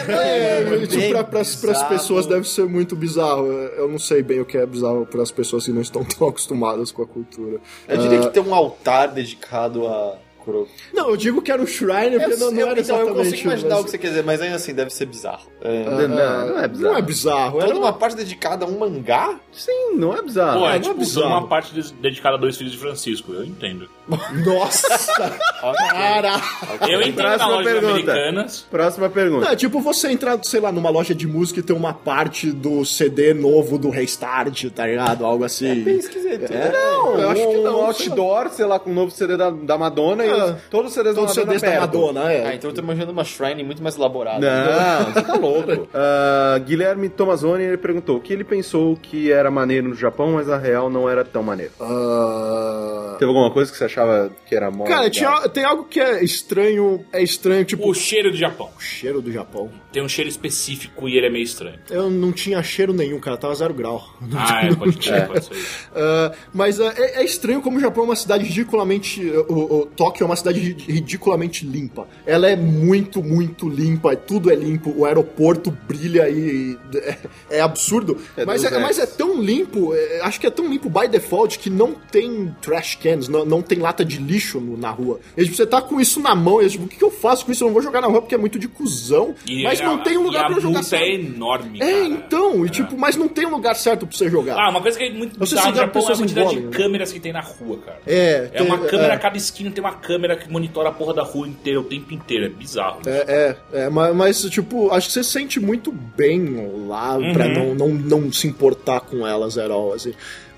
[SPEAKER 4] É, tipo, pra, pras, pras
[SPEAKER 5] bizarro.
[SPEAKER 4] pessoas deve ser muito bizarro. é, Eu não sei bem o que é bizarro pras pessoas que não estão tão acostumadas com a cultura.
[SPEAKER 5] Eu diria
[SPEAKER 4] Ah.
[SPEAKER 5] que tem um altar dedicado a Kuroko.
[SPEAKER 4] Não, eu digo que era um shrine, porque não, não era
[SPEAKER 5] então, eu
[SPEAKER 4] exatamente...
[SPEAKER 5] consigo imaginar
[SPEAKER 4] mas-
[SPEAKER 5] o que você quer dizer, mas ainda assim deve ser bizarro. É.
[SPEAKER 4] Ah,
[SPEAKER 2] Não, não é bizarro.
[SPEAKER 4] Não é bizarro.
[SPEAKER 5] Toda
[SPEAKER 4] Era
[SPEAKER 5] uma parte dedicada a um mangá?
[SPEAKER 2] Sim, não é bizarro.
[SPEAKER 3] Pô, é,
[SPEAKER 4] não é
[SPEAKER 3] tipo,
[SPEAKER 4] bizarro.
[SPEAKER 3] uma parte des- dedicada a dois filhos de Francisco, eu entendo.
[SPEAKER 4] Nossa, cara!
[SPEAKER 3] Eu entendo
[SPEAKER 2] Próxima
[SPEAKER 3] na loja
[SPEAKER 2] pergunta.
[SPEAKER 3] americanas.
[SPEAKER 2] Próxima pergunta.
[SPEAKER 4] Não, é tipo você entrar, sei lá, numa loja de música e ter uma parte do CD novo do Restart, tá ligado? Algo assim.
[SPEAKER 5] É, esquisito. né?
[SPEAKER 2] Não, eu acho que não.
[SPEAKER 4] um-
[SPEAKER 2] Outdoor, sei lá, com o novo CD da, da Madonna e
[SPEAKER 4] Ah,
[SPEAKER 2] os- todos os CDs
[SPEAKER 4] Todo
[SPEAKER 2] da Madonna.
[SPEAKER 4] CD da
[SPEAKER 2] aberto.
[SPEAKER 4] Madonna,
[SPEAKER 5] Ah,
[SPEAKER 4] é.
[SPEAKER 5] então eu tô imaginando uma shrine muito mais elaborada.
[SPEAKER 2] Não, você tá louco. Ah, Guilherme Tomazoni ele perguntou o que ele pensou que era maneiro no Japão, mas a real não era tão maneiro.
[SPEAKER 4] Ah,
[SPEAKER 2] Teve alguma coisa que você achava que era mó
[SPEAKER 4] Cara,
[SPEAKER 2] legal?
[SPEAKER 4] tinha- tem algo que é estranho, é estranho, tipo,
[SPEAKER 3] O cheiro do Japão.
[SPEAKER 4] o cheiro do Japão.
[SPEAKER 3] Tem um cheiro específico e ele é meio estranho.
[SPEAKER 4] Eu não tinha cheiro nenhum, cara, tava zero grau.
[SPEAKER 3] Ah, é, pode ser, pode ser.
[SPEAKER 4] Ah, mas ah, é, é estranho como o Japão é uma cidade ridiculamente. O, o Tóquio é uma cidade ri- ridiculamente limpa. Ela é muito, muito limpa. Tudo é limpo. O aeroporto brilha e. e- É, é absurdo. mas,
[SPEAKER 2] Deus
[SPEAKER 4] é,
[SPEAKER 2] Ex.
[SPEAKER 4] mas é tão limpo. é, acho que é tão limpo by default que não tem trash cans, não, não tem lata de lixo no- na rua. E, tipo, você tá com isso na mão. E, tipo, o que, que eu faço com isso? Eu não vou jogar na rua porque é muito de cuzão.
[SPEAKER 3] E é
[SPEAKER 4] mas
[SPEAKER 3] a-
[SPEAKER 4] não tem
[SPEAKER 3] e
[SPEAKER 4] um lugar
[SPEAKER 3] a
[SPEAKER 4] pra eu jogar.
[SPEAKER 3] multa é enorme,
[SPEAKER 4] É,
[SPEAKER 3] cara.
[SPEAKER 4] então. E, tipo, mas não tem um lugar certo pra você jogar.
[SPEAKER 3] Ah, uma coisa que é muito
[SPEAKER 4] Eu sei
[SPEAKER 3] bizarra
[SPEAKER 4] se
[SPEAKER 3] no
[SPEAKER 4] dá
[SPEAKER 3] Japão é a
[SPEAKER 4] pessoas
[SPEAKER 3] quantidade
[SPEAKER 4] engolem,
[SPEAKER 3] de
[SPEAKER 4] né?
[SPEAKER 3] câmeras que tem na rua, cara.
[SPEAKER 4] É,
[SPEAKER 3] É uma
[SPEAKER 4] tem-
[SPEAKER 3] câmera,
[SPEAKER 4] é.
[SPEAKER 3] cada esquina tem uma câmera que monitora a porra da rua inteira o tempo inteiro. É bizarro. isso.
[SPEAKER 4] É, é, é, ma- mas, tipo, acho que você sente muito bem lá pra não, não, não se importar com elas at all, assim.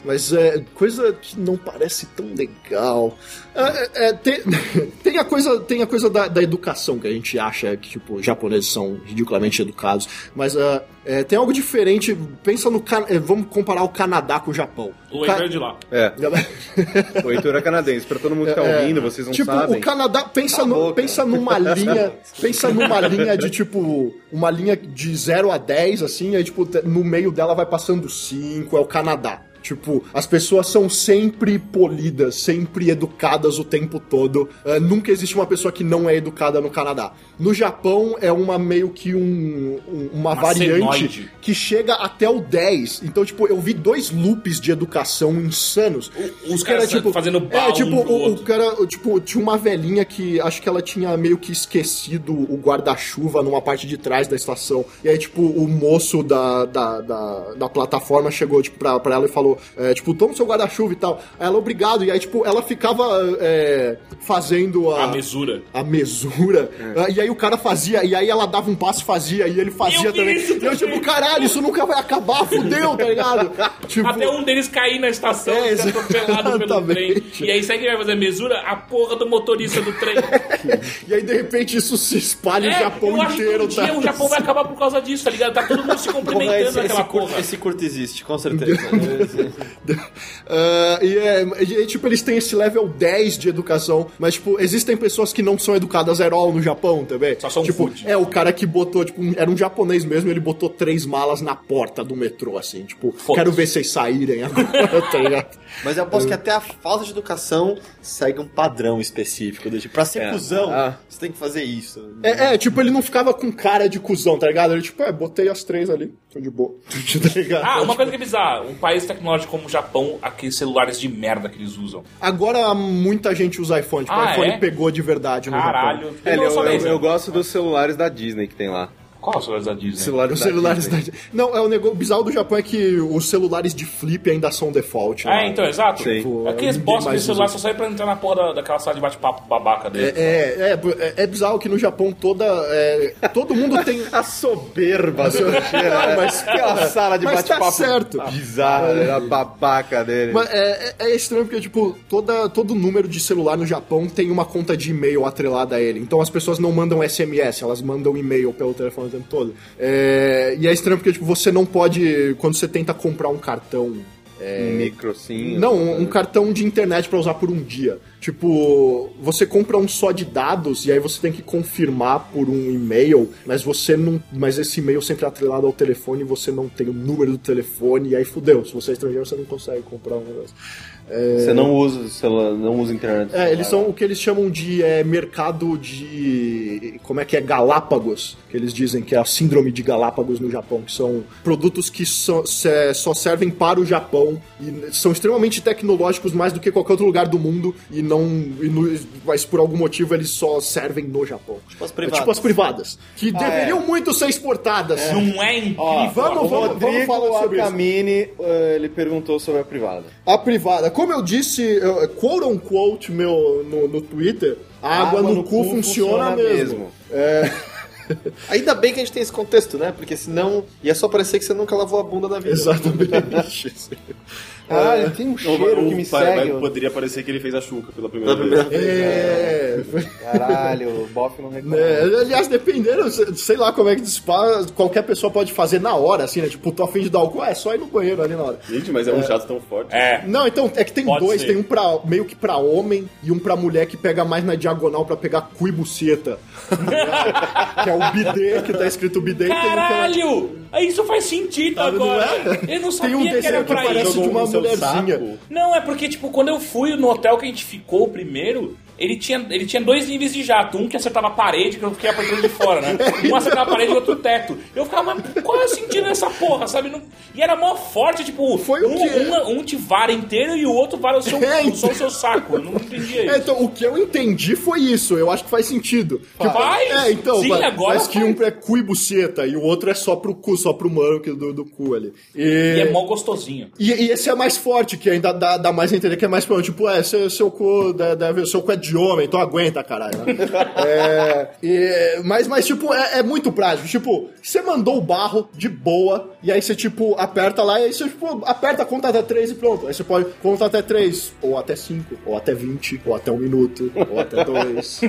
[SPEAKER 4] Mas é coisa que não parece tão legal. É, é, é, tem, tem a coisa, tem a coisa da, da educação que a gente acha que, tipo, os japoneses são ridiculamente educados. Mas é, é, tem algo diferente. Pensa no... Can- é, Vamos comparar o Canadá com o Japão.
[SPEAKER 3] O
[SPEAKER 4] Ca-
[SPEAKER 3] Heitor é de lá.
[SPEAKER 2] É, o Heitor é canadense. Pra todo mundo que tá
[SPEAKER 4] É.
[SPEAKER 2] ouvindo, vocês não
[SPEAKER 4] tipo,
[SPEAKER 2] sabem.
[SPEAKER 4] o Canadá pensa, no- pensa numa linha, pensa numa linha de tipo, uma linha de 0 a 10 assim, aí tipo, te- no meio dela vai passando 5, é o Canadá. Tipo, as pessoas são sempre polidas, sempre educadas o tempo todo. É, nunca existe uma pessoa que não é educada no Canadá. No Japão é uma meio que um, um- uma, variante
[SPEAKER 3] senoide.
[SPEAKER 4] que chega até o 10. Então, tipo, eu vi dois loops de educação insanos.
[SPEAKER 3] O- os
[SPEAKER 4] Que era,
[SPEAKER 3] caras fazendo bala
[SPEAKER 4] É, tipo,
[SPEAKER 3] um pro
[SPEAKER 4] o, o
[SPEAKER 3] outro.
[SPEAKER 4] cara, tipo, tinha uma velhinha que acho que ela tinha meio que esquecido o guarda-chuva numa parte de trás da estação. E aí, tipo, o moço da, da, da, da plataforma chegou, tipo, pra, pra ela e falou, é, tipo, toma o seu guarda-chuva e tal. Aí ela, obrigado. E aí, tipo, ela ficava é, fazendo a...
[SPEAKER 3] A é. mesura.
[SPEAKER 4] a mesura, Ah, e aí o cara fazia, e aí ela dava um passo e fazia, e ele fazia
[SPEAKER 3] Eu vi
[SPEAKER 4] também.
[SPEAKER 3] isso
[SPEAKER 4] E eu, tipo,
[SPEAKER 3] também.
[SPEAKER 4] caralho, isso nunca vai acabar, fudeu, tá ligado? Tipo,
[SPEAKER 3] Até um deles cair na estação,
[SPEAKER 4] É,
[SPEAKER 3] ser atropelado pelo trem.
[SPEAKER 4] exatamente.
[SPEAKER 3] E aí, sabe quem vai fazer a mesura? A porra do motorista do trem.
[SPEAKER 4] E aí, de repente, isso se espalha o
[SPEAKER 3] é, eu
[SPEAKER 4] Japão
[SPEAKER 3] acho que um
[SPEAKER 4] inteiro, tá
[SPEAKER 3] dia o Japão vai acabar por causa disso, tá ligado? Tá todo mundo se
[SPEAKER 5] Porra,
[SPEAKER 3] cumprimentando
[SPEAKER 5] é esse,
[SPEAKER 3] naquela
[SPEAKER 5] esse, curto,
[SPEAKER 3] porra.
[SPEAKER 5] esse curto existe, com certeza.
[SPEAKER 4] Ah, e, é, e aí, tipo, eles têm esse level 10 de educação, mas, tipo, existem pessoas que não são educadas at all no Japão também.
[SPEAKER 3] Só são
[SPEAKER 4] tipo,
[SPEAKER 3] food.
[SPEAKER 4] É, o cara que botou, tipo, um- era um japonês mesmo, ele botou três malas na porta do metrô, assim, tipo, quero ver vocês saírem agora, tá ligado?
[SPEAKER 5] Mas eu aposto que até a falta de educação segue um padrão específico. do Tipo, pra ser cuzão,
[SPEAKER 2] Ah,
[SPEAKER 5] você tem que fazer isso.
[SPEAKER 4] Ah. É, é, tipo, ele não ficava com cara de cuzão, tá ligado? Ele, tipo, é, botei as três ali, tô de boa, tá ligado?
[SPEAKER 3] Ah, uma coisa que é bizarra. Um país tecnológico como o Japão, aqueles celulares de merda que eles usam.
[SPEAKER 4] Agora muita gente usa iPhone, tipo,
[SPEAKER 3] Ah,
[SPEAKER 4] iPhone
[SPEAKER 3] é?
[SPEAKER 4] pegou de verdade no Japão.
[SPEAKER 3] Caralho.
[SPEAKER 2] É,
[SPEAKER 3] Não,
[SPEAKER 2] eu,
[SPEAKER 3] só
[SPEAKER 2] eu-
[SPEAKER 3] dez, né?
[SPEAKER 2] eu gosto dos celulares da Disney que tem lá.
[SPEAKER 3] Qual os celulares da Disney?
[SPEAKER 4] Os celulares
[SPEAKER 2] né,
[SPEAKER 4] da Não, é o negócio o bizarro do Japão é que os celulares de flip ainda são default.
[SPEAKER 3] Ah,
[SPEAKER 2] É.
[SPEAKER 4] né?
[SPEAKER 3] então, exato.
[SPEAKER 2] Sei.
[SPEAKER 4] Pô,
[SPEAKER 3] Aqueles
[SPEAKER 4] É, ninguém
[SPEAKER 3] bosta de
[SPEAKER 4] mais
[SPEAKER 3] celular só
[SPEAKER 4] usa.
[SPEAKER 3] sai pra entrar na porra da- daquela sala de bate-papo babaca dele.
[SPEAKER 4] É, é, é, é bizarro que no Japão toda. é, todo mundo tem.
[SPEAKER 2] A soberba do Teixeira, né?
[SPEAKER 4] mas,
[SPEAKER 2] aquela
[SPEAKER 4] cara,
[SPEAKER 2] sala de
[SPEAKER 4] mas tá
[SPEAKER 2] bate-papo
[SPEAKER 4] certo.
[SPEAKER 2] bizarra, né? a babaca dele.
[SPEAKER 4] Mas é, é- é estranho porque, tipo, toda, todo número de celular no Japão tem uma conta de e-mail atrelada a ele. Então as pessoas não mandam SMS, elas mandam e-mail pelo telefone o tempo todo. É, e é estranho porque, tipo, você não pode. Quando você tenta comprar um cartão
[SPEAKER 2] Micro sim.
[SPEAKER 4] Não, um, um cartão de internet pra usar por um dia. Tipo, você compra um só de dados e aí você tem que confirmar por um e-mail, mas você não. Mas esse e-mail sempre é atrelado ao telefone e você não tem o número do telefone, e aí fudeu. Se você é estrangeiro, você não consegue comprar um negócio. É,
[SPEAKER 7] Você não usa, celular, não usa internet.
[SPEAKER 4] é, eles são o que eles chamam de é, mercado de. Como é que é? Galápagos, que eles dizem que é a síndrome de Galápagos no Japão, que são produtos que só, se- só servem para o Japão e são extremamente tecnológicos mais do que qualquer outro lugar do mundo e não. e no- mas por algum motivo eles só servem no Japão. Tipo
[SPEAKER 5] as privadas.
[SPEAKER 4] É, tipo as privadas. Que
[SPEAKER 6] Ah,
[SPEAKER 4] deveriam muito ser exportadas.
[SPEAKER 3] Não é
[SPEAKER 6] é. Ó,
[SPEAKER 3] incrível.
[SPEAKER 4] Vamos,
[SPEAKER 6] o
[SPEAKER 4] vamos, vamos
[SPEAKER 6] Rodrigo
[SPEAKER 4] falar sobre isso.
[SPEAKER 6] Alcamini, eh, ele perguntou sobre a privada.
[SPEAKER 4] A privada. Como eu disse, eu- quote on quote meu, no, no Twitter, a água, no, cu, funciona, mesmo.
[SPEAKER 5] Ainda bem que a gente tem esse contexto, né? Porque senão ia só parecer que você nunca lavou a bunda da vida.
[SPEAKER 4] Exatamente.
[SPEAKER 6] Ah,
[SPEAKER 4] É.
[SPEAKER 6] ele tem um
[SPEAKER 5] É,
[SPEAKER 7] Ou-
[SPEAKER 6] cheiro
[SPEAKER 7] ou
[SPEAKER 6] que me
[SPEAKER 7] pa- vai-
[SPEAKER 6] segue. ó.
[SPEAKER 7] Poderia parecer que ele fez a chuca pela primeira
[SPEAKER 5] Da
[SPEAKER 7] vez.
[SPEAKER 5] primeira vez.
[SPEAKER 4] é.
[SPEAKER 6] Caralho, o Boff não reclama.
[SPEAKER 4] né, Aliás, dependendo, sei lá como é que dispara, qualquer pessoa pode fazer na hora, assim, né? Tipo, tô afim de dar o cu, é só ir no banheiro ali na hora.
[SPEAKER 7] Gente, mas é um jato tão forte.
[SPEAKER 3] É.
[SPEAKER 4] Não, então é que tem
[SPEAKER 3] Pode
[SPEAKER 4] dois,
[SPEAKER 3] ser.
[SPEAKER 4] tem um pra, meio que pra homem e um pra mulher que pega mais na diagonal pra pegar cu e buceta. que é o bidê, que tá escrito bidê e tem um que é-
[SPEAKER 3] Caralho! Aí Isso faz sentido
[SPEAKER 4] Sabe, não
[SPEAKER 3] agora.
[SPEAKER 4] é?
[SPEAKER 3] Eu não
[SPEAKER 4] Tem
[SPEAKER 3] sabia
[SPEAKER 4] um
[SPEAKER 3] que era
[SPEAKER 4] desenho que
[SPEAKER 3] pra isso.
[SPEAKER 4] parece de uma mulherzinha.
[SPEAKER 3] Não, é porque, tipo, quando eu fui no hotel que a gente ficou primeiro, ele tinha, ele tinha dois níveis de jato. Um que acertava a parede, que eu fiquei apertando de fora, né? Um acertava a parede e outro o teto. Eu ficava, mas qual é o sentido dessa porra, sabe? Não- E era mó forte, tipo,
[SPEAKER 4] Foi o
[SPEAKER 3] um,
[SPEAKER 4] quê?
[SPEAKER 3] uma- um te vara inteiro e o outro vara o seu,
[SPEAKER 4] É, então.
[SPEAKER 3] só o seu saco. Eu não entendia
[SPEAKER 4] É,
[SPEAKER 3] isso.
[SPEAKER 4] então, o que eu entendi foi isso. Eu acho que faz sentido. Faz.
[SPEAKER 3] Faz?
[SPEAKER 4] É, então,
[SPEAKER 3] Sim,
[SPEAKER 4] mas,
[SPEAKER 3] agora
[SPEAKER 4] mas que
[SPEAKER 3] faz.
[SPEAKER 4] um é cu e buceta e o outro é só pro cu, só pro mano que do, do cu ali.
[SPEAKER 3] E
[SPEAKER 4] E,
[SPEAKER 3] é mó gostosinho.
[SPEAKER 4] e, e esse é mais forte, que ainda dá, dá mais a entender que é mais pro Tipo, é, seu, seu cu de- deve, seu cu é de homem, então aguenta, caralho. Né? É, e- mas, mas, tipo, é, é muito prático. Tipo, você mandou o barro de boa, e aí você, tipo, aperta lá, e aí você, tipo, aperta, conta até 3 e pronto. Aí você pode contar até 3, ou até 5, ou até 20, ou até 1 minuto, ou até 2.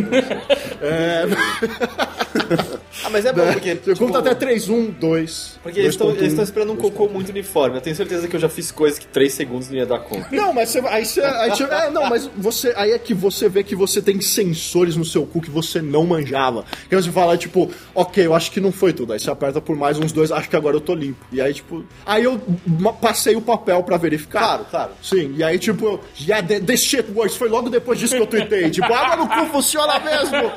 [SPEAKER 5] Ah, mas é bom, porque.
[SPEAKER 4] Você
[SPEAKER 5] tipo,
[SPEAKER 4] conta até um, 3, 1, 2.
[SPEAKER 5] Porque eles estão eles estão esperando um cocô muito uniforme. Eu tenho certeza que eu já fiz coisas que 3 segundos não ia dar conta.
[SPEAKER 4] Não, mas você, aí você, aí você- é, não, mas você, aí é que você vê que você tem sensores no seu cu que você não manjava. Que você fala tipo, ok, eu acho que não foi tudo. Aí você aperta por mais uns dois, acho que agora eu tô limpo. E aí tipo, aí eu ma- passei o papel pra verificar. Claro, claro. Sim. E aí tipo, eu, yeah, th- this shit works. Foi logo depois disso que eu tuitei. tipo, água no cu funciona mesmo.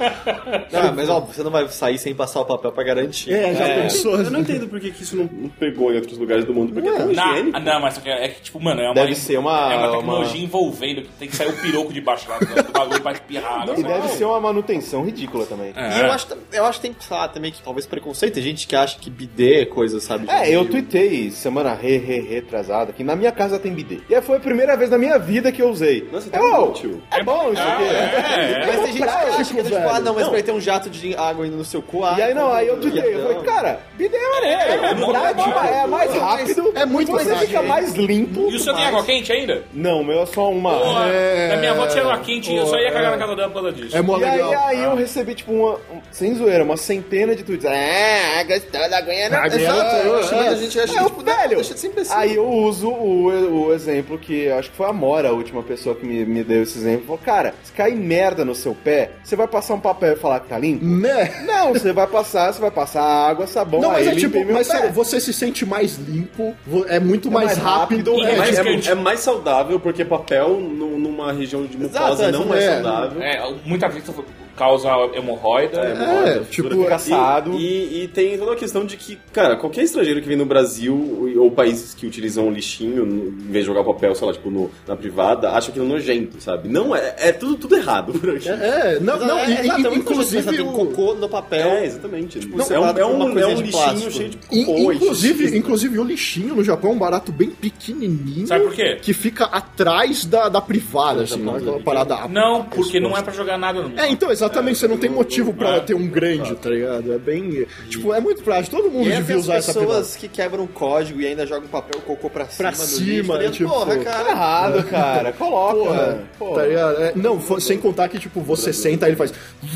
[SPEAKER 5] Não, mas óbvio, você não vai sair sem passar o papel pra garantir.
[SPEAKER 4] É, já pensou?
[SPEAKER 7] Eu não entendo por que que isso não- não pegou em outros lugares do mundo, porque é tão
[SPEAKER 3] Na,
[SPEAKER 7] higiênico.
[SPEAKER 3] não, mas é que- é que, tipo, mano, é uma,
[SPEAKER 5] Deve ser uma-
[SPEAKER 3] é uma
[SPEAKER 5] uma-
[SPEAKER 3] tecnologia envolvendo que tem que sair o piroco de baixo lá do do bagulho pra espirrar. né?
[SPEAKER 6] E deve ser uma manutenção ridícula também.
[SPEAKER 5] E eu acho, eu acho que tem, sei lá, também que talvez preconceito. Tem gente que acha que bidê é coisa, sabe? de
[SPEAKER 6] É, eu
[SPEAKER 5] rio.
[SPEAKER 6] tuitei semana re, re, retrasada que na minha casa tem bidê. E aí foi a primeira vez na minha vida que eu usei.
[SPEAKER 7] Nossa, tá
[SPEAKER 6] é, ó,
[SPEAKER 7] útil.
[SPEAKER 6] é bom isso aqui.
[SPEAKER 3] É, é.
[SPEAKER 5] Mas tem gente que acha que é tipo,
[SPEAKER 6] velho.
[SPEAKER 5] ah, não, mas vai ter um jato de água indo no seu cu. ah,
[SPEAKER 6] E aí não, aí eu
[SPEAKER 5] tuitei,
[SPEAKER 6] tuitei. Eu falei, cara, bidê é maneiro.
[SPEAKER 3] é, é
[SPEAKER 6] É,
[SPEAKER 3] bom
[SPEAKER 6] prático,
[SPEAKER 2] né?
[SPEAKER 3] trabalho.
[SPEAKER 6] é mais rápido.
[SPEAKER 4] É muito
[SPEAKER 6] Você
[SPEAKER 4] mais
[SPEAKER 6] fica
[SPEAKER 4] rápido.
[SPEAKER 6] mais limpo.
[SPEAKER 3] E o seu tem
[SPEAKER 6] mais-
[SPEAKER 3] água quente ainda?
[SPEAKER 6] Não, meu é só uma.
[SPEAKER 3] Porra,
[SPEAKER 4] É.
[SPEAKER 3] a minha avó tinha água quente e eu só ia cagar na casa dela por causa disso.
[SPEAKER 4] É mó
[SPEAKER 6] E aí,
[SPEAKER 4] legal.
[SPEAKER 6] aí eu recebi, tipo, uma. um- sem zoeira, uma centena de tweets. Ah, gostou da Guiana?
[SPEAKER 4] é
[SPEAKER 5] Exato, eu acho que
[SPEAKER 4] né?
[SPEAKER 5] a gente acha
[SPEAKER 6] É,
[SPEAKER 5] que, tipo, não,
[SPEAKER 6] velho.
[SPEAKER 5] deixa de ser imbecil.
[SPEAKER 6] Aí eu uso o, o exemplo que eu acho que foi a Mora, a última pessoa que me, me deu esse exemplo. Falou, cara, se cair merda no seu pé, você vai passar um papel e falar que tá limpo?
[SPEAKER 4] Né?
[SPEAKER 6] Não, você vai passar, você vai passar água, sabão,
[SPEAKER 4] Não, mas
[SPEAKER 6] aí
[SPEAKER 4] é tipo,
[SPEAKER 6] limpei meu
[SPEAKER 4] mas
[SPEAKER 6] pé.
[SPEAKER 4] sério, você se sente mais limpo, vo- é muito
[SPEAKER 6] É
[SPEAKER 4] mais,
[SPEAKER 6] mais
[SPEAKER 4] rápido,
[SPEAKER 3] rápido,
[SPEAKER 4] é,
[SPEAKER 7] É mais,
[SPEAKER 4] tipo,
[SPEAKER 3] quente.
[SPEAKER 7] é mais saudável, porque papel nu- numa região de mucosa
[SPEAKER 5] Exato,
[SPEAKER 7] não
[SPEAKER 5] é.
[SPEAKER 7] é, saudável.
[SPEAKER 3] É, muita vista causa hemorroida.
[SPEAKER 4] É,
[SPEAKER 5] né?
[SPEAKER 4] tipo,
[SPEAKER 6] assado.
[SPEAKER 7] E, e- e tem toda a questão de que, cara, qualquer estrangeiro que vem no Brasil ou, ou países que utilizam um lixinho no- em vez de jogar papel, sei lá, tipo, no- na privada, acha aquilo nojento, sabe? Não, é, é tudo, tudo errado por aqui.
[SPEAKER 4] É, não, não,
[SPEAKER 5] é,
[SPEAKER 4] e-
[SPEAKER 5] exato,
[SPEAKER 4] e-
[SPEAKER 5] é muito
[SPEAKER 4] inclusive.
[SPEAKER 5] coisa, tem
[SPEAKER 4] o-
[SPEAKER 5] cocô no papel.
[SPEAKER 7] É, exatamente. Não, é,
[SPEAKER 5] separado
[SPEAKER 7] um, é
[SPEAKER 5] por uma
[SPEAKER 7] um, é
[SPEAKER 5] coisinha
[SPEAKER 7] um
[SPEAKER 5] de
[SPEAKER 7] lixinho
[SPEAKER 5] plástico.
[SPEAKER 7] cheio de
[SPEAKER 4] in-
[SPEAKER 7] cocô. e
[SPEAKER 4] inclusive,
[SPEAKER 7] xixi.
[SPEAKER 4] inclusive, o lixinho no Japão é um barato bem pequenininho.
[SPEAKER 3] Sabe por quê?
[SPEAKER 4] Que fica atrás da, da privada, assim, né? aquela parada.
[SPEAKER 3] Não, porque não é pra jogar nada no
[SPEAKER 4] É, então, exatamente, você não tem motivo pra
[SPEAKER 3] é.
[SPEAKER 4] ter um grande, tá ligado? É bem. Tipo, é muito prático, todo mundo
[SPEAKER 5] E é
[SPEAKER 4] devia
[SPEAKER 5] as
[SPEAKER 4] usar essa privada.
[SPEAKER 5] pessoas que quebram o código e ainda
[SPEAKER 6] um
[SPEAKER 5] jogam papel cocô pra cima.
[SPEAKER 4] Pra
[SPEAKER 5] no
[SPEAKER 4] cima,
[SPEAKER 5] lixo,
[SPEAKER 4] tipo,
[SPEAKER 5] Porra,
[SPEAKER 6] Tá
[SPEAKER 2] é
[SPEAKER 5] cara.
[SPEAKER 6] errado, cara. Coloca. né?
[SPEAKER 4] Porra,
[SPEAKER 6] Pô.
[SPEAKER 4] tá ligado? É, não, fo- sem contar que, tipo, você senta, aí ele faz.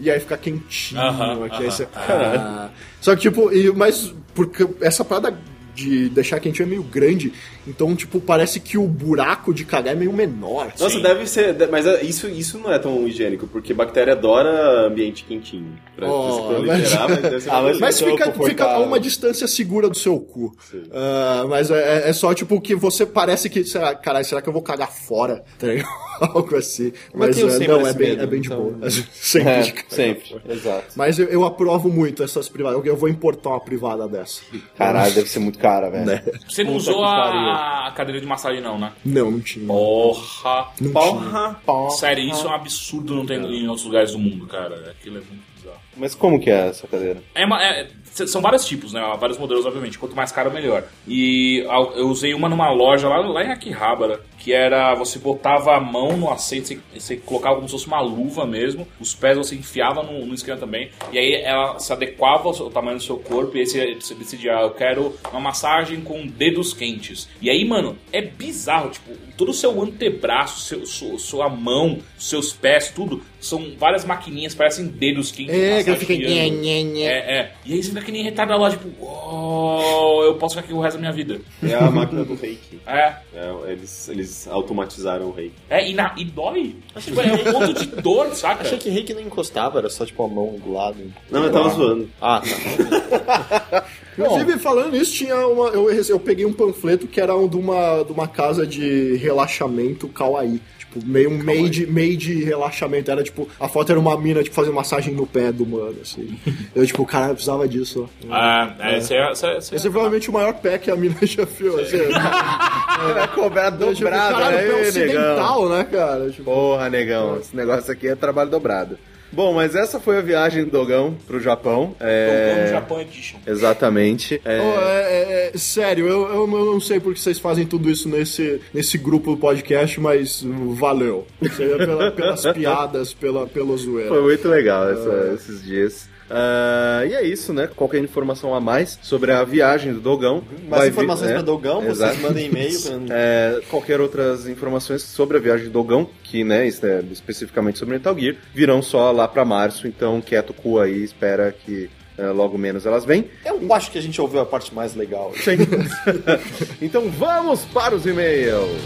[SPEAKER 4] E aí fica quentinho
[SPEAKER 3] Aham,
[SPEAKER 4] aqui.
[SPEAKER 3] aham.
[SPEAKER 4] aí você, Caralho. Só que, tipo, e, mas porque essa parada de deixar quentinho é meio grande. Então, tipo, parece que o buraco de cagar é meio menor.
[SPEAKER 7] Nossa, deve ser. de- Mas é, isso, isso não é tão higiênico, porque bactéria adora ambiente quentinho. Pra pra se
[SPEAKER 4] Oh,
[SPEAKER 7] proliferar, mas deve ser.
[SPEAKER 2] Ah, mas-
[SPEAKER 4] Mas
[SPEAKER 2] Então,
[SPEAKER 4] fica,
[SPEAKER 2] confortável.
[SPEAKER 4] fica a uma distância segura do seu cu. Ah, mas é, é só tipo que você parece que. Será, caralho, será que eu vou cagar fora? Tá ligado? Algo assim. Mas,
[SPEAKER 5] tenho
[SPEAKER 4] é,
[SPEAKER 5] sempre
[SPEAKER 4] não, é
[SPEAKER 5] esse
[SPEAKER 4] bem,
[SPEAKER 5] medo,
[SPEAKER 4] é bem de
[SPEAKER 5] então-
[SPEAKER 4] boa. Sempre.
[SPEAKER 6] É,
[SPEAKER 4] de cagar
[SPEAKER 2] sempre.
[SPEAKER 4] fora.
[SPEAKER 2] Exato.
[SPEAKER 4] Mas eu, eu aprovo muito essas privadas. Eu vou importar uma privada dessa.
[SPEAKER 2] Caralho, deve ser muito cara, velho.
[SPEAKER 3] Você não
[SPEAKER 2] Puta que
[SPEAKER 3] usou a,
[SPEAKER 2] pariu.
[SPEAKER 3] a cadeira de massagem, não, né?
[SPEAKER 4] Não, não tinha.
[SPEAKER 3] Porra!
[SPEAKER 4] Não
[SPEAKER 7] Porra!
[SPEAKER 3] Sério, isso é um absurdo não ter em outros lugares do mundo, cara. Aquilo é muito bizarro.
[SPEAKER 2] Mas como que é essa cadeira?
[SPEAKER 3] É uma- é- s- são vários tipos, né? Vários modelos, obviamente. Quanto mais caro, melhor. E a- eu usei uma numa loja lá, lá em Akihabara, que era você botava a mão no aceito, você, você colocava como se fosse uma luva mesmo, os pés você enfiava no, no esquema também, e aí ela se adequava ao, seu- ao tamanho do seu corpo, e aí você, você decidia, ah, eu quero uma massagem com dedos quentes. E aí, mano, é bizarro, tipo, todo o seu antebraço, seu, su- sua mão, seus pés, tudo, são várias maquininhas, parecem dedos quentes.
[SPEAKER 4] É, que ela fica.
[SPEAKER 3] massageando. É, é. E aí você fica que nem retardado lá, tipo, oh, eu posso ficar aqui o resto da minha vida.
[SPEAKER 7] É a máquina do reiki.
[SPEAKER 3] É.
[SPEAKER 7] É, eles, eles automatizaram o reiki.
[SPEAKER 3] É, e, na, e dói. Tipo, é um ponto de dor, saca?
[SPEAKER 5] Achei que Rick não encostava, era só tipo a mão do lado.
[SPEAKER 7] Não, eu tava zoando.
[SPEAKER 5] Ah, tá.
[SPEAKER 4] Inclusive, falando isso, tinha uma. Eu, rece- eu peguei um panfleto que era um de uma, de uma casa de relaxamento kawaii. Tipo, meio um made, made relaxamento. Era tipo, a foto era uma mina, tipo, fazendo massagem no pé do mano, assim. Eu, tipo, cara, eu precisava disso, ó.
[SPEAKER 3] Ah, é, esse é, esse é, esse é-
[SPEAKER 4] Esse é provavelmente o maior pé que a mina já viu. Assim,
[SPEAKER 2] Vai cobrar
[SPEAKER 4] Eu, tipo, caralho, pé ocidental, né, cara? Tipo,
[SPEAKER 2] Porra, negão, esse negócio aqui é trabalho dobrado. Bom, mas essa foi a viagem do Dogão pro Japão.
[SPEAKER 3] Então,
[SPEAKER 2] É...
[SPEAKER 3] como Japão Edition.
[SPEAKER 2] Exatamente. É...
[SPEAKER 4] Pô, é- é- é- sério, eu, eu, eu não sei por que vocês fazem tudo isso nesse, nesse grupo do podcast, mas hum, valeu. Seja pela- pelas piadas, pela, pela zoeira.
[SPEAKER 2] Foi muito legal essa- esses dias. Ah, e é isso, né? Qualquer informação a mais sobre a viagem do Dogão.
[SPEAKER 5] Mais
[SPEAKER 2] vai vir-
[SPEAKER 5] informações
[SPEAKER 2] é,
[SPEAKER 7] né?
[SPEAKER 5] pra Dogão,
[SPEAKER 2] exato.
[SPEAKER 5] vocês mandem e-mail. Pra...
[SPEAKER 2] É, qualquer outras informações sobre a viagem do Dogão, que né, isso é especificamente sobre Metal Gear, virão só lá pra março, então quieto o cu aí, espera que é, logo menos elas vêm.
[SPEAKER 5] Eu acho que a gente ouviu a parte mais legal.
[SPEAKER 2] Sim. então vamos para os e-mails.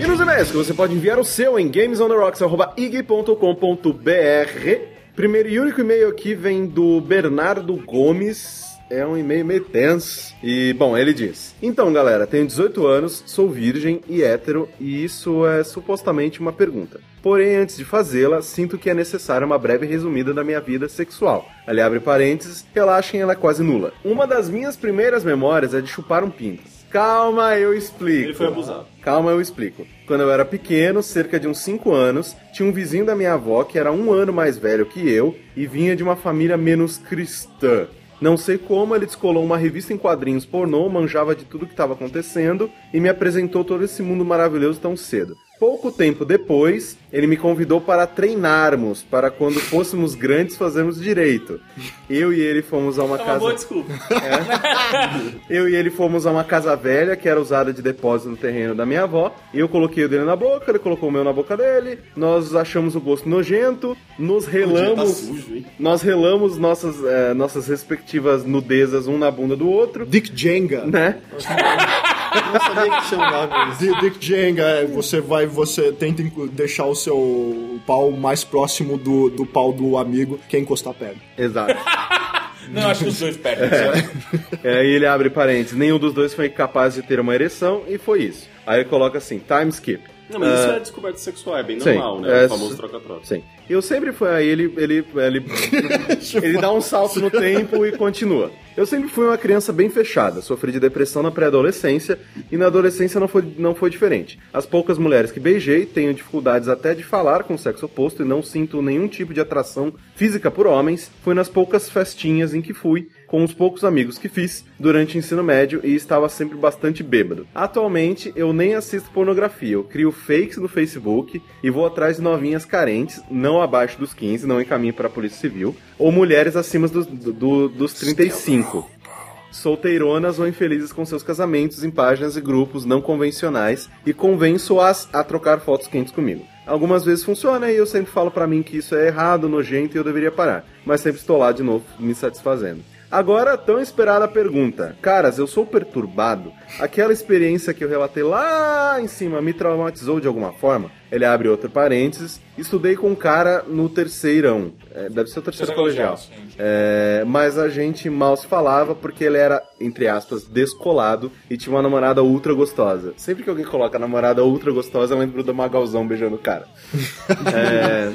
[SPEAKER 2] E nos e-mails que você pode enviar o seu em gamesonTheRocks.ig.com.br Primeiro e único e-mail aqui vem do Bernardo Gomes. É um e-mail meio tenso. E, bom, ele diz: Então, galera, tenho 18 anos, sou virgem e hétero, e isso é supostamente uma pergunta. Porém, antes de fazê-la, sinto que é necessária uma breve resumida da minha vida sexual. Ali abre parênteses, relaxem, ela é quase nula. Uma das minhas primeiras memórias é de chupar um pinto. Calma, eu explico.
[SPEAKER 7] Ele foi abusado.
[SPEAKER 2] Calma, eu explico. Quando eu era pequeno, cerca de uns 5 anos, tinha um vizinho da minha avó que era um ano mais velho que eu e vinha de uma família menos cristã. Não sei como, ele descolou uma revista em quadrinhos pornô, manjava de tudo que estava acontecendo e me apresentou todo esse mundo maravilhoso tão cedo. Pouco tempo depois, ele me convidou para treinarmos, para quando fôssemos grandes fazermos direito. Eu e ele fomos a uma
[SPEAKER 7] É uma
[SPEAKER 2] casa. É.
[SPEAKER 7] boa desculpa.
[SPEAKER 2] Eu e ele fomos a uma casa velha que era usada de depósito no terreno da minha avó. E eu coloquei o dele na boca, ele colocou o meu na boca dele. Nós achamos o gosto nojento, nos
[SPEAKER 7] Tá
[SPEAKER 2] relamos.
[SPEAKER 7] sujo, hein?
[SPEAKER 2] Nós relamos nossas, eh, nossas respectivas nudezas um na bunda do outro,
[SPEAKER 4] Dick Jenga.
[SPEAKER 2] né?
[SPEAKER 5] Eu não sabia que tinha um nome.
[SPEAKER 4] Di- Dick Jenga, é, você vai, você tenta inclu- deixar o seu pau mais próximo do, do pau do amigo, quem encostar pega.
[SPEAKER 2] Exato.
[SPEAKER 3] Não, eu acho que os dois perdem.
[SPEAKER 2] É, e ele abre parênteses, nenhum dos dois foi capaz de ter uma ereção e foi isso. Aí ele coloca assim, time skip.
[SPEAKER 7] Não, mas isso
[SPEAKER 2] Ah.
[SPEAKER 7] é descoberta sexual, é bem
[SPEAKER 2] Sim,
[SPEAKER 7] normal, né?
[SPEAKER 2] é
[SPEAKER 7] o famoso
[SPEAKER 2] su-
[SPEAKER 7] troca-troca.
[SPEAKER 2] Sim. Eu sempre fui. Aí ele, ele, ele, ele dá um salto no tempo e continua. Eu sempre fui uma criança bem fechada, sofri de depressão na pré-adolescência e na adolescência não foi, não foi diferente. As poucas mulheres que beijei tenho dificuldades até de falar com o sexo oposto e não sinto nenhum tipo de atração física por homens. Foi nas poucas festinhas em que fui, com os poucos amigos que fiz durante o ensino médio e estava sempre bastante bêbado. Atualmente eu nem assisto pornografia, eu crio fakes no Facebook e vou atrás de novinhas carentes, não abaixo dos 15, não encaminho para a Polícia Civil, ou mulheres acima dos, do- dos 35. Solteironas ou infelizes com seus casamentos em páginas e grupos não convencionais e convenço-as a trocar fotos quentes comigo. Algumas vezes funciona e eu sempre falo pra mim que isso é errado, nojento e eu deveria parar, mas sempre estou lá de novo me satisfazendo. Agora, a tão esperada pergunta. Caras, eu sou perturbado. Aquela experiência que eu relatei lá em cima me traumatizou de alguma forma? Ele abre outro parênteses. Estudei com um cara no terceirão. É, deve ser o terceiro colegial. É, mas a gente mal se falava porque ele era, entre aspas, descolado e tinha uma namorada ultra gostosa. Sempre que alguém coloca namorada ultra gostosa, eu lembro do Magalzão beijando o cara. É,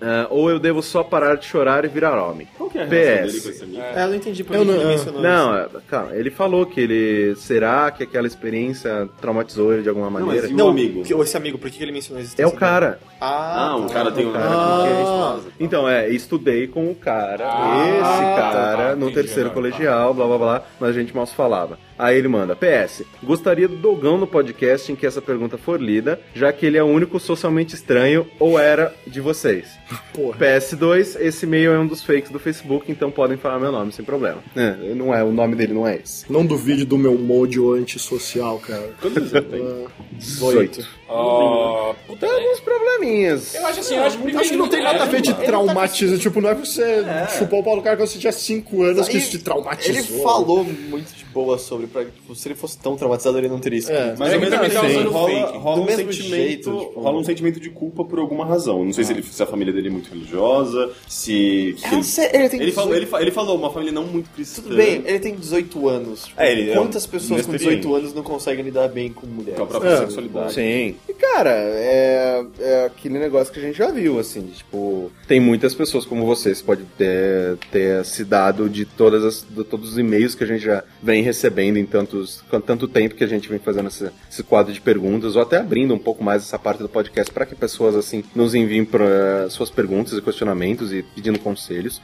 [SPEAKER 2] é, ou eu devo só parar de chorar e virar homem.
[SPEAKER 7] Qual que é a relação
[SPEAKER 2] PS.
[SPEAKER 7] dele com esse amigo?
[SPEAKER 5] É, eu não entendi por
[SPEAKER 4] Eu
[SPEAKER 5] que
[SPEAKER 4] não-
[SPEAKER 5] ele mencionou
[SPEAKER 2] Não, é, calma, ele falou que ele. Será que aquela experiência traumatizou ele de alguma
[SPEAKER 7] mas
[SPEAKER 2] maneira?
[SPEAKER 7] e
[SPEAKER 5] isso.
[SPEAKER 7] um
[SPEAKER 5] Não,
[SPEAKER 7] amigo.
[SPEAKER 5] que- Esse amigo, por que ele mencionou a
[SPEAKER 2] é
[SPEAKER 5] existência
[SPEAKER 2] o cara.
[SPEAKER 5] dele? Ah,
[SPEAKER 7] Ah, um
[SPEAKER 5] tá.
[SPEAKER 7] cara tem um
[SPEAKER 2] cara
[SPEAKER 7] cara.
[SPEAKER 4] Ah,
[SPEAKER 2] Então, é, estudei com o cara,
[SPEAKER 3] Ah,
[SPEAKER 2] esse
[SPEAKER 3] tá,
[SPEAKER 2] cara,
[SPEAKER 3] tá,
[SPEAKER 2] no
[SPEAKER 3] entendi
[SPEAKER 2] terceiro
[SPEAKER 3] agora,
[SPEAKER 2] colegial, blá blá blá, mas a gente mal se falava. Aí ele manda, PS, gostaria do Dogão no podcast em que essa pergunta for lida, já que ele é o único socialmente estranho, ou era, de vocês.
[SPEAKER 4] porra.
[SPEAKER 2] PS2, esse e-mail é um dos fakes do Facebook, então podem falar meu nome sem problema. É, não é, o nome dele não é esse.
[SPEAKER 4] Não duvide do meu modo antissocial, cara.
[SPEAKER 7] Quantos anos ele tem?
[SPEAKER 4] Ah,
[SPEAKER 2] 18.
[SPEAKER 3] Ó, Oh, puta,
[SPEAKER 2] Tem alguns probleminhas.
[SPEAKER 3] eu acho assim, eu acho que É,
[SPEAKER 4] Acho que não tem nada a ver de traumatismo. Tipo, não é você chupar o pau do cara quando você tinha 5 anos que
[SPEAKER 5] Aí,
[SPEAKER 4] isso te traumatizou.
[SPEAKER 5] Ele falou muito de boa sobre. Pra, tipo, se ele fosse tão traumatizado, ele não teria isso.
[SPEAKER 4] É.
[SPEAKER 7] Mas
[SPEAKER 3] É
[SPEAKER 7] ao
[SPEAKER 3] que
[SPEAKER 7] mesmo
[SPEAKER 3] também tá
[SPEAKER 7] tempo,
[SPEAKER 3] usando
[SPEAKER 7] rola,
[SPEAKER 3] fake.
[SPEAKER 7] rola
[SPEAKER 5] Do
[SPEAKER 7] um
[SPEAKER 5] mesmo
[SPEAKER 7] sentimento,
[SPEAKER 5] jeito, tipo-
[SPEAKER 7] rola um sentimento de culpa por alguma razão. Não sei se, ele, se a família dele é muito religiosa, se... que
[SPEAKER 5] Ah,
[SPEAKER 7] ele,
[SPEAKER 5] sério, ele tem
[SPEAKER 7] ele,
[SPEAKER 5] 18
[SPEAKER 7] falou, ele, fa- ele falou, uma família não muito cristã.
[SPEAKER 5] Tudo bem, ele tem 18 anos. Tipo,
[SPEAKER 7] É, ele é
[SPEAKER 5] quantas
[SPEAKER 7] um
[SPEAKER 5] pessoas com
[SPEAKER 7] inexperiente.
[SPEAKER 5] 18 anos não conseguem lidar bem com mulheres?
[SPEAKER 7] Com a própria
[SPEAKER 4] É,
[SPEAKER 7] sexualidade.
[SPEAKER 2] Sim.
[SPEAKER 6] E, cara, é, é aquele negócio que a gente já viu, assim, de, tipo,
[SPEAKER 2] Tem muitas pessoas como vocês, pode ter, ter se dado de, todas as, de todos os e-mails que a gente já vem recebendo em tantos, com tanto tempo que a gente vem fazendo esse, esse quadro de perguntas, ou até abrindo um pouco mais essa parte do podcast para que pessoas assim nos enviem pra, suas perguntas e questionamentos e pedindo conselhos.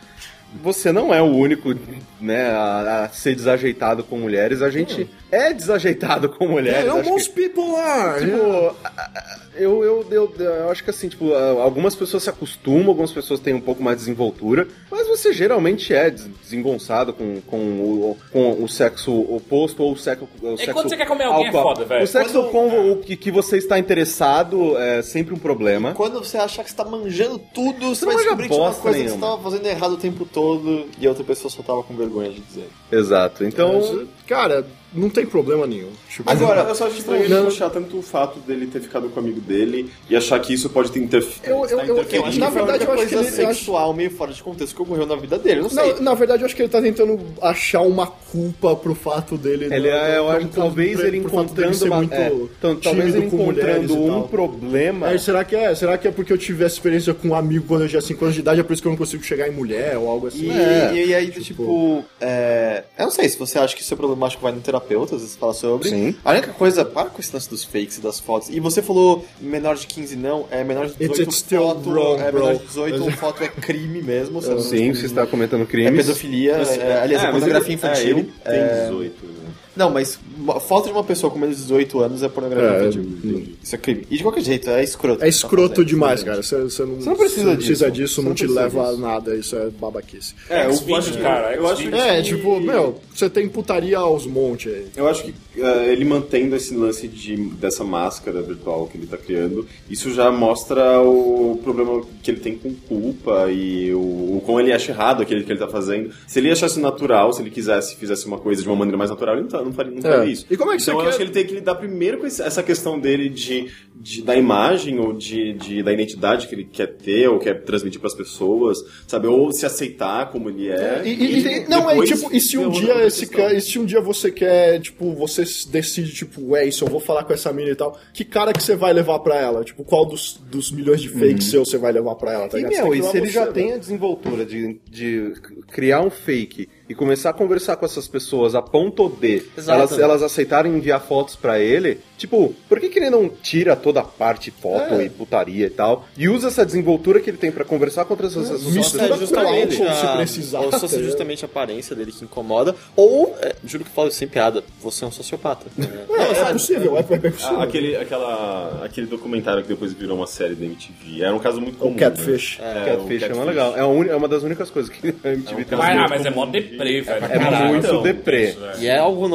[SPEAKER 2] Você não é o único né, a, a ser desajeitado com mulheres, a gente é desajeitado com mulheres.
[SPEAKER 4] É,
[SPEAKER 2] acho que-
[SPEAKER 4] most people are.
[SPEAKER 2] Tipo, a- a- eu, eu, eu, eu acho que assim, tipo, a- algumas pessoas se acostumam, algumas pessoas têm um pouco mais de desenvoltura, mas você geralmente é des- desengonçado com, com, o, com o sexo oposto ou o sexo. O
[SPEAKER 3] É que
[SPEAKER 2] sexo
[SPEAKER 3] quando você quer comer alguém é
[SPEAKER 2] ao qual-
[SPEAKER 3] foda, velho.
[SPEAKER 2] O sexo com o que, que você está interessado é sempre um problema.
[SPEAKER 5] Quando você achar que você tá manjando tudo, você, vai
[SPEAKER 2] não manja
[SPEAKER 5] descobrir que tinha uma
[SPEAKER 2] bosta
[SPEAKER 5] coisa que você
[SPEAKER 2] nenhuma.
[SPEAKER 5] tava fazendo errado o tempo todo e a outra pessoa só tava com vergonha de dizer.
[SPEAKER 2] Exato.
[SPEAKER 4] É,
[SPEAKER 2] Então.
[SPEAKER 4] Mas, Cara, não tem problema nenhum. Tipo,
[SPEAKER 7] Agora, eu só acho estranho ele
[SPEAKER 4] Não.
[SPEAKER 7] puxar tanto o fato dele ter ficado com o amigo dele e achar que isso pode ter interfe-
[SPEAKER 4] Eu- eu-
[SPEAKER 7] estar
[SPEAKER 4] eu- eu-
[SPEAKER 5] Eu acho
[SPEAKER 7] interferindo.
[SPEAKER 5] que
[SPEAKER 4] Na
[SPEAKER 5] foi
[SPEAKER 4] verdade,
[SPEAKER 5] uma
[SPEAKER 4] eu acho que
[SPEAKER 5] coisa
[SPEAKER 4] ele- eu acho-
[SPEAKER 5] sexual meio fora de contexto que ocorreu na vida dele, eu não sei.
[SPEAKER 4] na, na verdade, eu acho que ele tá tentando achar uma culpa pro fato dele.
[SPEAKER 2] Ele,
[SPEAKER 4] não-
[SPEAKER 2] é, eu
[SPEAKER 4] não-
[SPEAKER 2] acho
[SPEAKER 4] por-
[SPEAKER 2] talvez
[SPEAKER 4] Então, por-
[SPEAKER 2] ele
[SPEAKER 4] por fato dele
[SPEAKER 2] encontrando
[SPEAKER 4] ser
[SPEAKER 2] uma-
[SPEAKER 4] muito
[SPEAKER 2] é, então, talvez
[SPEAKER 4] tímido
[SPEAKER 2] ele
[SPEAKER 4] com mulheres
[SPEAKER 2] encontrando
[SPEAKER 4] e
[SPEAKER 2] um
[SPEAKER 4] tal.
[SPEAKER 2] problema.
[SPEAKER 4] Aí, será que é? Será que é porque eu tive essa experiência com um amigo quando eu tinha 5 anos de idade, é por isso que eu não consigo chegar em mulher ou algo assim?
[SPEAKER 5] E,
[SPEAKER 2] É,
[SPEAKER 5] e aí, tipo, é, eu não sei se você acha que isso é problemático, vai no terapeuta, às vezes fala sobre.
[SPEAKER 2] Sim.
[SPEAKER 5] A única coisa, para com esse lance dos fakes e das fotos. E você falou menor de 15 não, é menor de 18
[SPEAKER 4] it's still
[SPEAKER 5] foto,
[SPEAKER 4] wrong,
[SPEAKER 5] é
[SPEAKER 4] bro.
[SPEAKER 5] menor de 18 foto é crime mesmo. você não-
[SPEAKER 2] Sim, você tá está cometendo
[SPEAKER 5] É
[SPEAKER 2] crimes.
[SPEAKER 5] pedofilia, é- é- aliás, é,
[SPEAKER 7] mas
[SPEAKER 5] pornografia
[SPEAKER 7] ele-
[SPEAKER 5] infantil.
[SPEAKER 7] É, ele tem 18, né?
[SPEAKER 5] Não, mas uma- falta de uma pessoa com menos de 18 anos é pornografia
[SPEAKER 4] É,
[SPEAKER 5] infantil. Isso é crime. E de qualquer jeito, é escroto.
[SPEAKER 4] É escroto
[SPEAKER 5] Tá
[SPEAKER 4] demais,
[SPEAKER 5] fazendo,
[SPEAKER 4] cara. Você você não,
[SPEAKER 5] não precisa
[SPEAKER 4] você não precisa
[SPEAKER 5] disso.
[SPEAKER 4] disso,
[SPEAKER 5] Você
[SPEAKER 4] não,
[SPEAKER 5] não
[SPEAKER 4] te
[SPEAKER 5] precisa
[SPEAKER 4] leva a
[SPEAKER 5] disso.
[SPEAKER 4] nada, isso é babaquice.
[SPEAKER 7] É, eu
[SPEAKER 3] X-Videos,
[SPEAKER 7] acho que...
[SPEAKER 3] cara,
[SPEAKER 7] Eu acho que...
[SPEAKER 3] X-Videos.
[SPEAKER 4] É, tipo, meu, você tem putaria aos montes aí.
[SPEAKER 7] Eu acho que eh, ele mantendo esse lance de, dessa máscara virtual que ele tá criando, isso já mostra o problema que ele tem com culpa e o, o como ele acha errado aquele que ele tá fazendo. Se ele achasse natural, se ele quisesse, fizesse uma coisa de uma maneira mais natural, ele não, tá- não faria, não faria isso.
[SPEAKER 4] E como é que
[SPEAKER 7] então
[SPEAKER 4] você
[SPEAKER 7] eu
[SPEAKER 4] quer-
[SPEAKER 7] acho que ele tem que lidar primeiro com esse- essa questão dele de, de- da imagem ou de, de- da identidade que ele quer ter ou quer transmitir pras pessoas, sabe? Ou se aceitar como ele é.
[SPEAKER 4] E, e- e-
[SPEAKER 7] depois
[SPEAKER 4] não, é tipo, e se
[SPEAKER 7] ver
[SPEAKER 4] um
[SPEAKER 7] outra
[SPEAKER 4] dia esse
[SPEAKER 7] questão.
[SPEAKER 4] ca- e se um dia você quer, tipo, você s- decide, tipo, é isso, eu vou falar com essa mina e tal, que cara que você vai levar pra ela? Tipo, qual dos, dos milhões de fakes
[SPEAKER 7] Uhum.
[SPEAKER 4] seus você vai levar pra ela, tá
[SPEAKER 2] E,
[SPEAKER 4] ligado? Você
[SPEAKER 2] meu,
[SPEAKER 4] tem
[SPEAKER 2] e
[SPEAKER 4] que
[SPEAKER 2] se ele
[SPEAKER 4] levar
[SPEAKER 2] já
[SPEAKER 4] você,
[SPEAKER 2] tem
[SPEAKER 4] né?
[SPEAKER 2] a desenvoltura de, de criar um fake e começar a conversar com essas pessoas a ponto de
[SPEAKER 5] Exato.
[SPEAKER 2] elas, elas aceitarem enviar fotos pra ele, tipo, por que, que ele não tira toda a parte foto
[SPEAKER 4] É.
[SPEAKER 2] e putaria e tal? E usa essa desenvoltura que ele tem pra conversar tá com outras essas pessoas?
[SPEAKER 4] mistura
[SPEAKER 5] Só se é justamente
[SPEAKER 4] com álcool, se
[SPEAKER 5] a-
[SPEAKER 4] precisar,
[SPEAKER 5] Ou só se é
[SPEAKER 4] tá
[SPEAKER 5] justamente a aparência dele que incomoda. Ou, é, juro que eu falo sem piada, você é um sociopata.
[SPEAKER 4] É, é possível, é, é possível.
[SPEAKER 7] Ah, Aquele, aquela, aquele documentário que depois virou uma série da MTV. Era um caso muito comum.
[SPEAKER 4] o Catfish.
[SPEAKER 7] Né? É, o
[SPEAKER 2] Catfish é uma legal. É, a uni- é uma das únicas coisas que a MTV tem.
[SPEAKER 3] Mas, ah, mas é mó deprê, velho.
[SPEAKER 2] É
[SPEAKER 3] Caralho.
[SPEAKER 2] muito
[SPEAKER 7] então,
[SPEAKER 2] deprê.
[SPEAKER 5] E é algo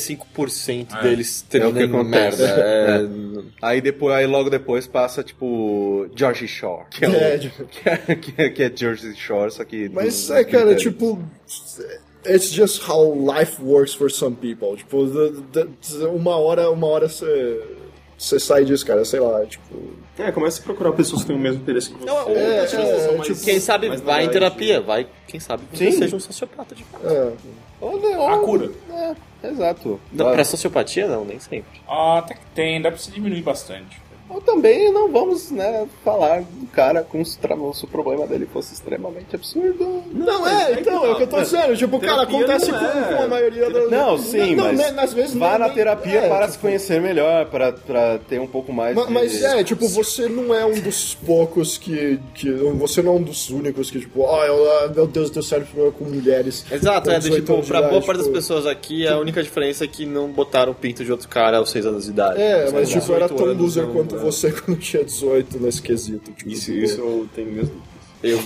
[SPEAKER 5] 95% deles
[SPEAKER 2] É o
[SPEAKER 5] terminando
[SPEAKER 2] que acontece.
[SPEAKER 5] merda. É,
[SPEAKER 2] Aí depois, aí logo depois passa, tipo, George Shore.
[SPEAKER 7] um
[SPEAKER 2] Que é, o-
[SPEAKER 4] É, tipo,
[SPEAKER 2] que é, que é, que é Jersey Shore, só que.
[SPEAKER 4] Mas
[SPEAKER 2] do-
[SPEAKER 4] é, cara,
[SPEAKER 2] do-
[SPEAKER 4] tipo. It's just how life works for some people. Tipo, the- the- uma hora, uma hora você. Você sai disso, cara, sei lá, tipo.
[SPEAKER 7] É, começa a procurar pessoas que têm o mesmo interesse que você.
[SPEAKER 5] Não, ou-
[SPEAKER 4] É,
[SPEAKER 5] tipo,
[SPEAKER 4] é,
[SPEAKER 5] mas-
[SPEAKER 4] tipo-
[SPEAKER 5] quem sabe
[SPEAKER 7] mas
[SPEAKER 5] vai
[SPEAKER 7] não
[SPEAKER 5] em
[SPEAKER 7] é
[SPEAKER 5] terapia, vai, quem sabe você seja um sociopata de fato.
[SPEAKER 4] É.
[SPEAKER 3] A cura.
[SPEAKER 2] É, exato.
[SPEAKER 5] Não, pra sociopatia não, nem sempre.
[SPEAKER 3] Ah, até que tem, dá pra se diminuir bastante.
[SPEAKER 2] Ou também não vamos, né, falar do cara como se, tra- se o problema dele fosse extremamente absurdo.
[SPEAKER 4] Não, é, então, é o que eu tô dizendo. Tipo, cara,
[SPEAKER 7] Terapia
[SPEAKER 4] acontece
[SPEAKER 7] não
[SPEAKER 4] com,
[SPEAKER 7] é.
[SPEAKER 4] com a maioria das.
[SPEAKER 2] Não, sim,
[SPEAKER 4] não,
[SPEAKER 2] mas
[SPEAKER 4] né, às vezes
[SPEAKER 2] Vá
[SPEAKER 4] nem-
[SPEAKER 2] na
[SPEAKER 4] nem-
[SPEAKER 2] terapia
[SPEAKER 4] é,
[SPEAKER 2] para
[SPEAKER 4] tipo,
[SPEAKER 2] se conhecer melhor, para pra ter um pouco mais
[SPEAKER 4] Ma-
[SPEAKER 2] de...
[SPEAKER 4] Mas é, tipo, você não é um dos poucos que. que você não é um dos únicos que, tipo, ah, eu- ah, meu Deus, teu sério problema com mulheres.
[SPEAKER 5] Exato, é,
[SPEAKER 4] Com 18
[SPEAKER 5] tipo,
[SPEAKER 4] anos de
[SPEAKER 5] pra boa
[SPEAKER 4] idade,
[SPEAKER 5] parte das
[SPEAKER 4] tipo,
[SPEAKER 5] pessoas aqui, a única diferença é que não botaram o pinto de outro cara aos 6 anos de idade.
[SPEAKER 4] É, mas
[SPEAKER 5] Sei lá,
[SPEAKER 4] tipo, era
[SPEAKER 5] 18
[SPEAKER 4] tão
[SPEAKER 5] anos,
[SPEAKER 4] loser
[SPEAKER 5] não,
[SPEAKER 4] quanto
[SPEAKER 5] é.
[SPEAKER 4] você quando tinha 18 nesse quesito. Tipo,
[SPEAKER 7] Isso,
[SPEAKER 4] tipo,
[SPEAKER 7] isso eu tenho mesmo.
[SPEAKER 5] Eu,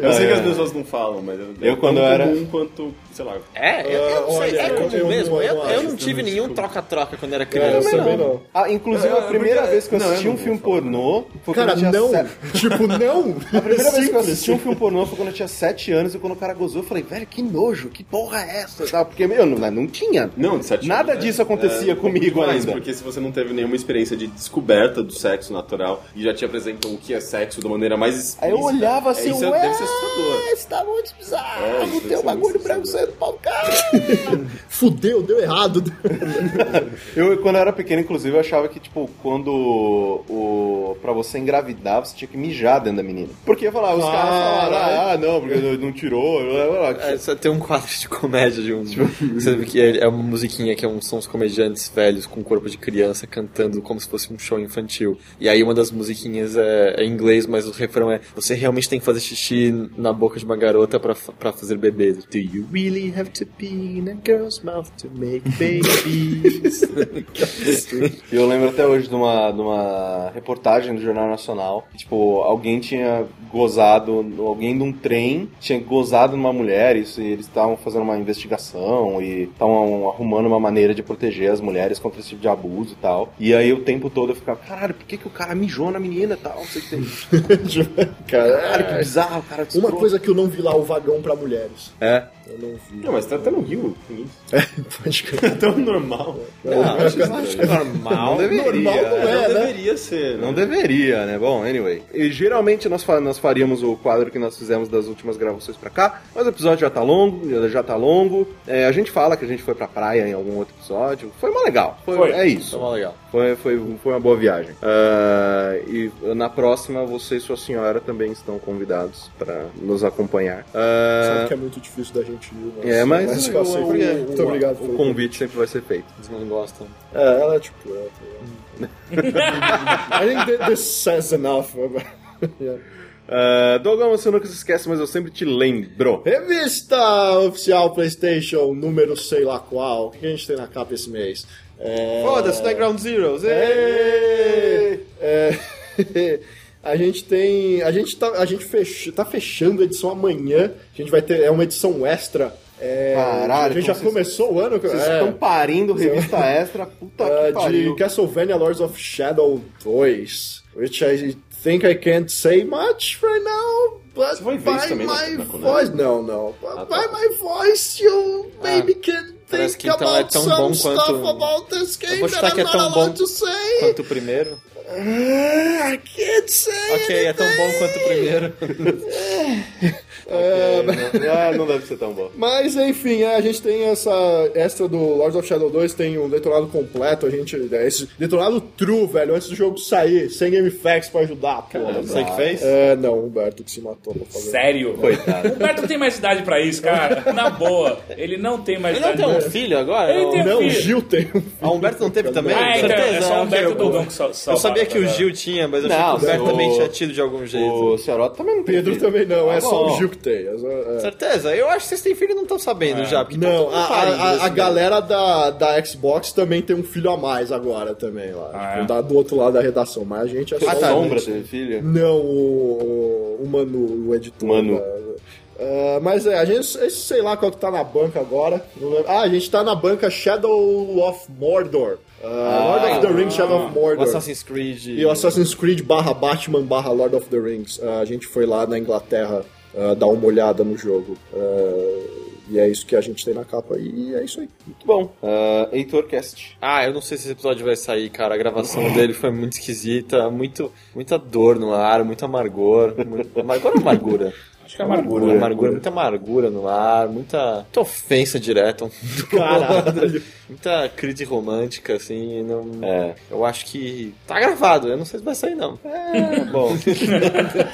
[SPEAKER 7] Eu sei que as pessoas não falam, mas é
[SPEAKER 2] É. Eu, quando
[SPEAKER 7] tão
[SPEAKER 2] era-
[SPEAKER 7] comum quanto, sei lá,
[SPEAKER 5] é, eu, eu não
[SPEAKER 4] Ah,
[SPEAKER 5] sei,
[SPEAKER 4] olha,
[SPEAKER 5] é comum
[SPEAKER 4] eu não-
[SPEAKER 5] mesmo.
[SPEAKER 4] eu
[SPEAKER 5] Eu,
[SPEAKER 4] não
[SPEAKER 5] eu
[SPEAKER 4] acho
[SPEAKER 5] não tive
[SPEAKER 4] também,
[SPEAKER 5] nenhum troca-troca quando era
[SPEAKER 4] cara, eu
[SPEAKER 5] criança.
[SPEAKER 4] também não.
[SPEAKER 2] Ah, inclusive, a primeira vez que eu assisti um filme pornô foi
[SPEAKER 4] Cara,
[SPEAKER 2] quando eu tinha
[SPEAKER 4] não.
[SPEAKER 2] sete-
[SPEAKER 4] tipo, não.
[SPEAKER 2] A primeira vez que eu assisti um filme pornô foi quando eu tinha 7 anos e quando o cara gozou, eu falei, velho, que nojo, que porra é essa? E tal, Porque, meu, não, não tinha.
[SPEAKER 7] Não, de sete
[SPEAKER 2] Nada
[SPEAKER 7] anos, né?
[SPEAKER 2] disso acontecia comigo
[SPEAKER 7] demais,
[SPEAKER 2] ainda.
[SPEAKER 7] Porque se você não teve nenhuma experiência de descoberta do sexo natural e já te apresentam o que é sexo da maneira mais explícita,
[SPEAKER 2] Aí eu olhava
[SPEAKER 7] é,
[SPEAKER 2] assim,
[SPEAKER 7] isso
[SPEAKER 2] ué,
[SPEAKER 7] deve ser assustador.
[SPEAKER 2] Esse tá muito bizarro,
[SPEAKER 7] É, isso deve
[SPEAKER 2] tem um
[SPEAKER 7] ser
[SPEAKER 2] bagulho
[SPEAKER 7] muito
[SPEAKER 2] branco
[SPEAKER 7] assustador.
[SPEAKER 2] saindo do pau do cara.
[SPEAKER 4] tipo, Fudeu, deu errado.
[SPEAKER 2] Eu, quando eu era pequeno, inclusive, eu achava que, tipo, quando o, pra você engravidar, você tinha que mijar dentro da menina. Porque eu falava, os caras falaram, ah, não, porque não tirou. blá, blá, blá.
[SPEAKER 5] É, só tem um quadro de comédia de um. Você vê que é é uma musiquinha que é um- são os comediantes velhos com um corpo de criança cantando como se fosse um show infantil. E aí uma das musiquinhas é, é em inglês, mas o refrão é: Você realmente tem que fazer xixi na boca de uma garota pra, fa- pra fazer bebê. Do you really have to pee in a girl's mouth to make babies?
[SPEAKER 2] E eu lembro até hoje de uma, de uma reportagem do Jornal Nacional. Que, tipo, alguém tinha gozado, alguém de um trem tinha gozado numa mulher, isso, e eles estavam fazendo uma investigação e estavam arrumando uma maneira de proteger as mulheres contra esse tipo de abuso e tal. E aí o tempo todo eu ficava, caralho, por que, que o cara mijou na menina e tal? Não sei o que tem. Cara, que
[SPEAKER 4] Cara,
[SPEAKER 2] bizarro, cara. que
[SPEAKER 4] uma
[SPEAKER 2] escroto.
[SPEAKER 4] coisa que eu não vi lá, o vagão pra mulheres.
[SPEAKER 2] É.
[SPEAKER 4] Eu não vi.
[SPEAKER 7] Não, mas tá até no Rio. tem isso.
[SPEAKER 4] Pode crer.
[SPEAKER 7] É
[SPEAKER 2] Tá
[SPEAKER 7] tão normal.
[SPEAKER 2] é Não deveria.
[SPEAKER 4] é. né?
[SPEAKER 7] não deveria ser.
[SPEAKER 2] Não deveria, né? Bom, anyway. E geralmente nós, fa- nós faríamos o quadro que nós fizemos das últimas gravações pra cá, mas o episódio já tá longo, já- já tá longo. É, a gente fala que a gente foi pra praia em algum outro episódio. Foi mó legal. Foi,
[SPEAKER 3] Foi.
[SPEAKER 2] É
[SPEAKER 5] Isso é
[SPEAKER 2] isso.
[SPEAKER 5] mó legal.
[SPEAKER 2] Foi, foi, foi uma boa viagem. Ah, e na próxima, você e sua senhora também estão convidados pra nos acompanhar. Ah,
[SPEAKER 4] Sabe que é muito difícil da gente ir, mas...
[SPEAKER 2] é, mas,
[SPEAKER 4] eu aceito.
[SPEAKER 2] o-
[SPEAKER 4] Muito obrigado
[SPEAKER 2] o
[SPEAKER 4] pelo
[SPEAKER 2] convite sempre vai ser feito.
[SPEAKER 5] Eles não gostam.
[SPEAKER 4] É, ela é tipo... É, é. I think that this says enough. Yeah.
[SPEAKER 2] Ah, Dogão, você nunca se esquece, mas eu sempre te lembro.
[SPEAKER 4] Revista oficial PlayStation, número sei lá qual. O que a gente tem na capa esse mês? É...
[SPEAKER 5] Foda-se, é Ground Zeroes.
[SPEAKER 4] É, é, a gente tem. A gente, tá, a gente fech, tá fechando a edição amanhã. A gente vai ter. É uma edição extra. É,
[SPEAKER 2] Caralho,
[SPEAKER 4] a gente
[SPEAKER 2] então
[SPEAKER 4] já
[SPEAKER 2] vocês-
[SPEAKER 4] começou o ano.
[SPEAKER 2] Vocês
[SPEAKER 4] é,
[SPEAKER 2] estão parindo revista extra, puta
[SPEAKER 4] é,
[SPEAKER 5] Ah,
[SPEAKER 2] que pariu.
[SPEAKER 4] de Castlevania Lords of Shadow 2. Which I think I can't say much right now. But
[SPEAKER 7] Você vai ver
[SPEAKER 4] by
[SPEAKER 7] isso também na-
[SPEAKER 4] my
[SPEAKER 7] na Konami?
[SPEAKER 4] voice. Não, não. But
[SPEAKER 7] Ah,
[SPEAKER 4] by
[SPEAKER 7] tá.
[SPEAKER 4] my voice, you maybe can
[SPEAKER 5] tá. Parece que então é tão bom quanto. Eu vou chutar que é tão bom quanto o primeiro.
[SPEAKER 4] Ah,
[SPEAKER 5] Ok, é tão
[SPEAKER 4] né?
[SPEAKER 5] bom quanto o primeiro.
[SPEAKER 7] É,
[SPEAKER 8] Ah, não deve ser tão bom.
[SPEAKER 4] Mas enfim, é, a gente tem essa extra do Lords of Shadow 2, tem um detonado completo, a gente. é, esse detonado true, velho, antes do jogo sair, sem game facts pra ajudar, pô.
[SPEAKER 5] Você que fez?
[SPEAKER 4] É, não, o Humberto que se matou pra fazer.
[SPEAKER 3] Sério? Coitado. O Humberto não tem mais idade pra isso, cara. Na boa. Ele não tem mais
[SPEAKER 5] Ele não
[SPEAKER 3] idade.
[SPEAKER 5] tem um filho agora?
[SPEAKER 3] Ele
[SPEAKER 5] Ou-
[SPEAKER 3] tem um
[SPEAKER 4] Não, o
[SPEAKER 3] filho.
[SPEAKER 4] Gil tem um
[SPEAKER 5] Ah, o Humberto não teve também?
[SPEAKER 3] Ah, então, é
[SPEAKER 5] Certeza.
[SPEAKER 3] só o Humberto
[SPEAKER 5] ok.
[SPEAKER 3] Dogão que só,
[SPEAKER 5] Eu sabia que o Gil tinha, mas eu achei que o
[SPEAKER 9] Não,
[SPEAKER 5] Humberto
[SPEAKER 9] o-
[SPEAKER 5] também tinha tido de algum jeito.
[SPEAKER 9] O Cearota também não tem
[SPEAKER 4] Pedro
[SPEAKER 9] filho.
[SPEAKER 4] também não,
[SPEAKER 5] Tá
[SPEAKER 4] é só
[SPEAKER 9] bom.
[SPEAKER 4] o Gil que tem. É só- é.
[SPEAKER 5] Certeza? Eu acho que vocês têm filho e não estão sabendo já. Porque tá
[SPEAKER 4] Não,
[SPEAKER 5] tudo
[SPEAKER 4] a,
[SPEAKER 5] parindo
[SPEAKER 4] a- a-
[SPEAKER 5] isso,
[SPEAKER 4] a
[SPEAKER 5] né?
[SPEAKER 4] galera da, da Xbox também tem um filho a mais agora também lá.
[SPEAKER 3] Ah,
[SPEAKER 4] tipo,
[SPEAKER 3] é?
[SPEAKER 4] da- do outro lado da redação, mas a
[SPEAKER 5] Ah,
[SPEAKER 4] gente é
[SPEAKER 5] tá
[SPEAKER 4] só
[SPEAKER 9] A
[SPEAKER 5] né?
[SPEAKER 4] o-
[SPEAKER 9] Sombra teve filho.
[SPEAKER 4] Não, o, o Manu, o editor. né?
[SPEAKER 9] Manu.
[SPEAKER 4] Ah, mas é, a gente, esse sei lá qual que tá na banca agora. não lembro. Ah, a gente tá na banca Shadow of Mordor. Ah, Lord of the Rings Shadow of
[SPEAKER 5] Ah, O
[SPEAKER 4] Mordor.
[SPEAKER 5] Assassin's Creed.
[SPEAKER 4] E o Assassin's Creed barra Batman barra Lord of the Rings. Ah, a gente foi lá na Inglaterra ah, dar uma olhada no jogo. Ah, e é isso que a gente tem na capa e é isso aí.
[SPEAKER 9] Muito bom. Ah, Heitor Cast.
[SPEAKER 5] Ah, eu não sei se esse episódio vai sair, cara. A gravação dele foi muito esquisita. Muito, muita dor no ar, muito amargor. Muito... Amargor ou amargura?
[SPEAKER 3] Acho que é amargura.
[SPEAKER 5] amargura, muita amargura no ar, muita, muita ofensa direta. Caralho. muita crise romântica, assim. Não... Eu acho que tá gravado. Eu não sei se vai sair, não.
[SPEAKER 9] É, bom.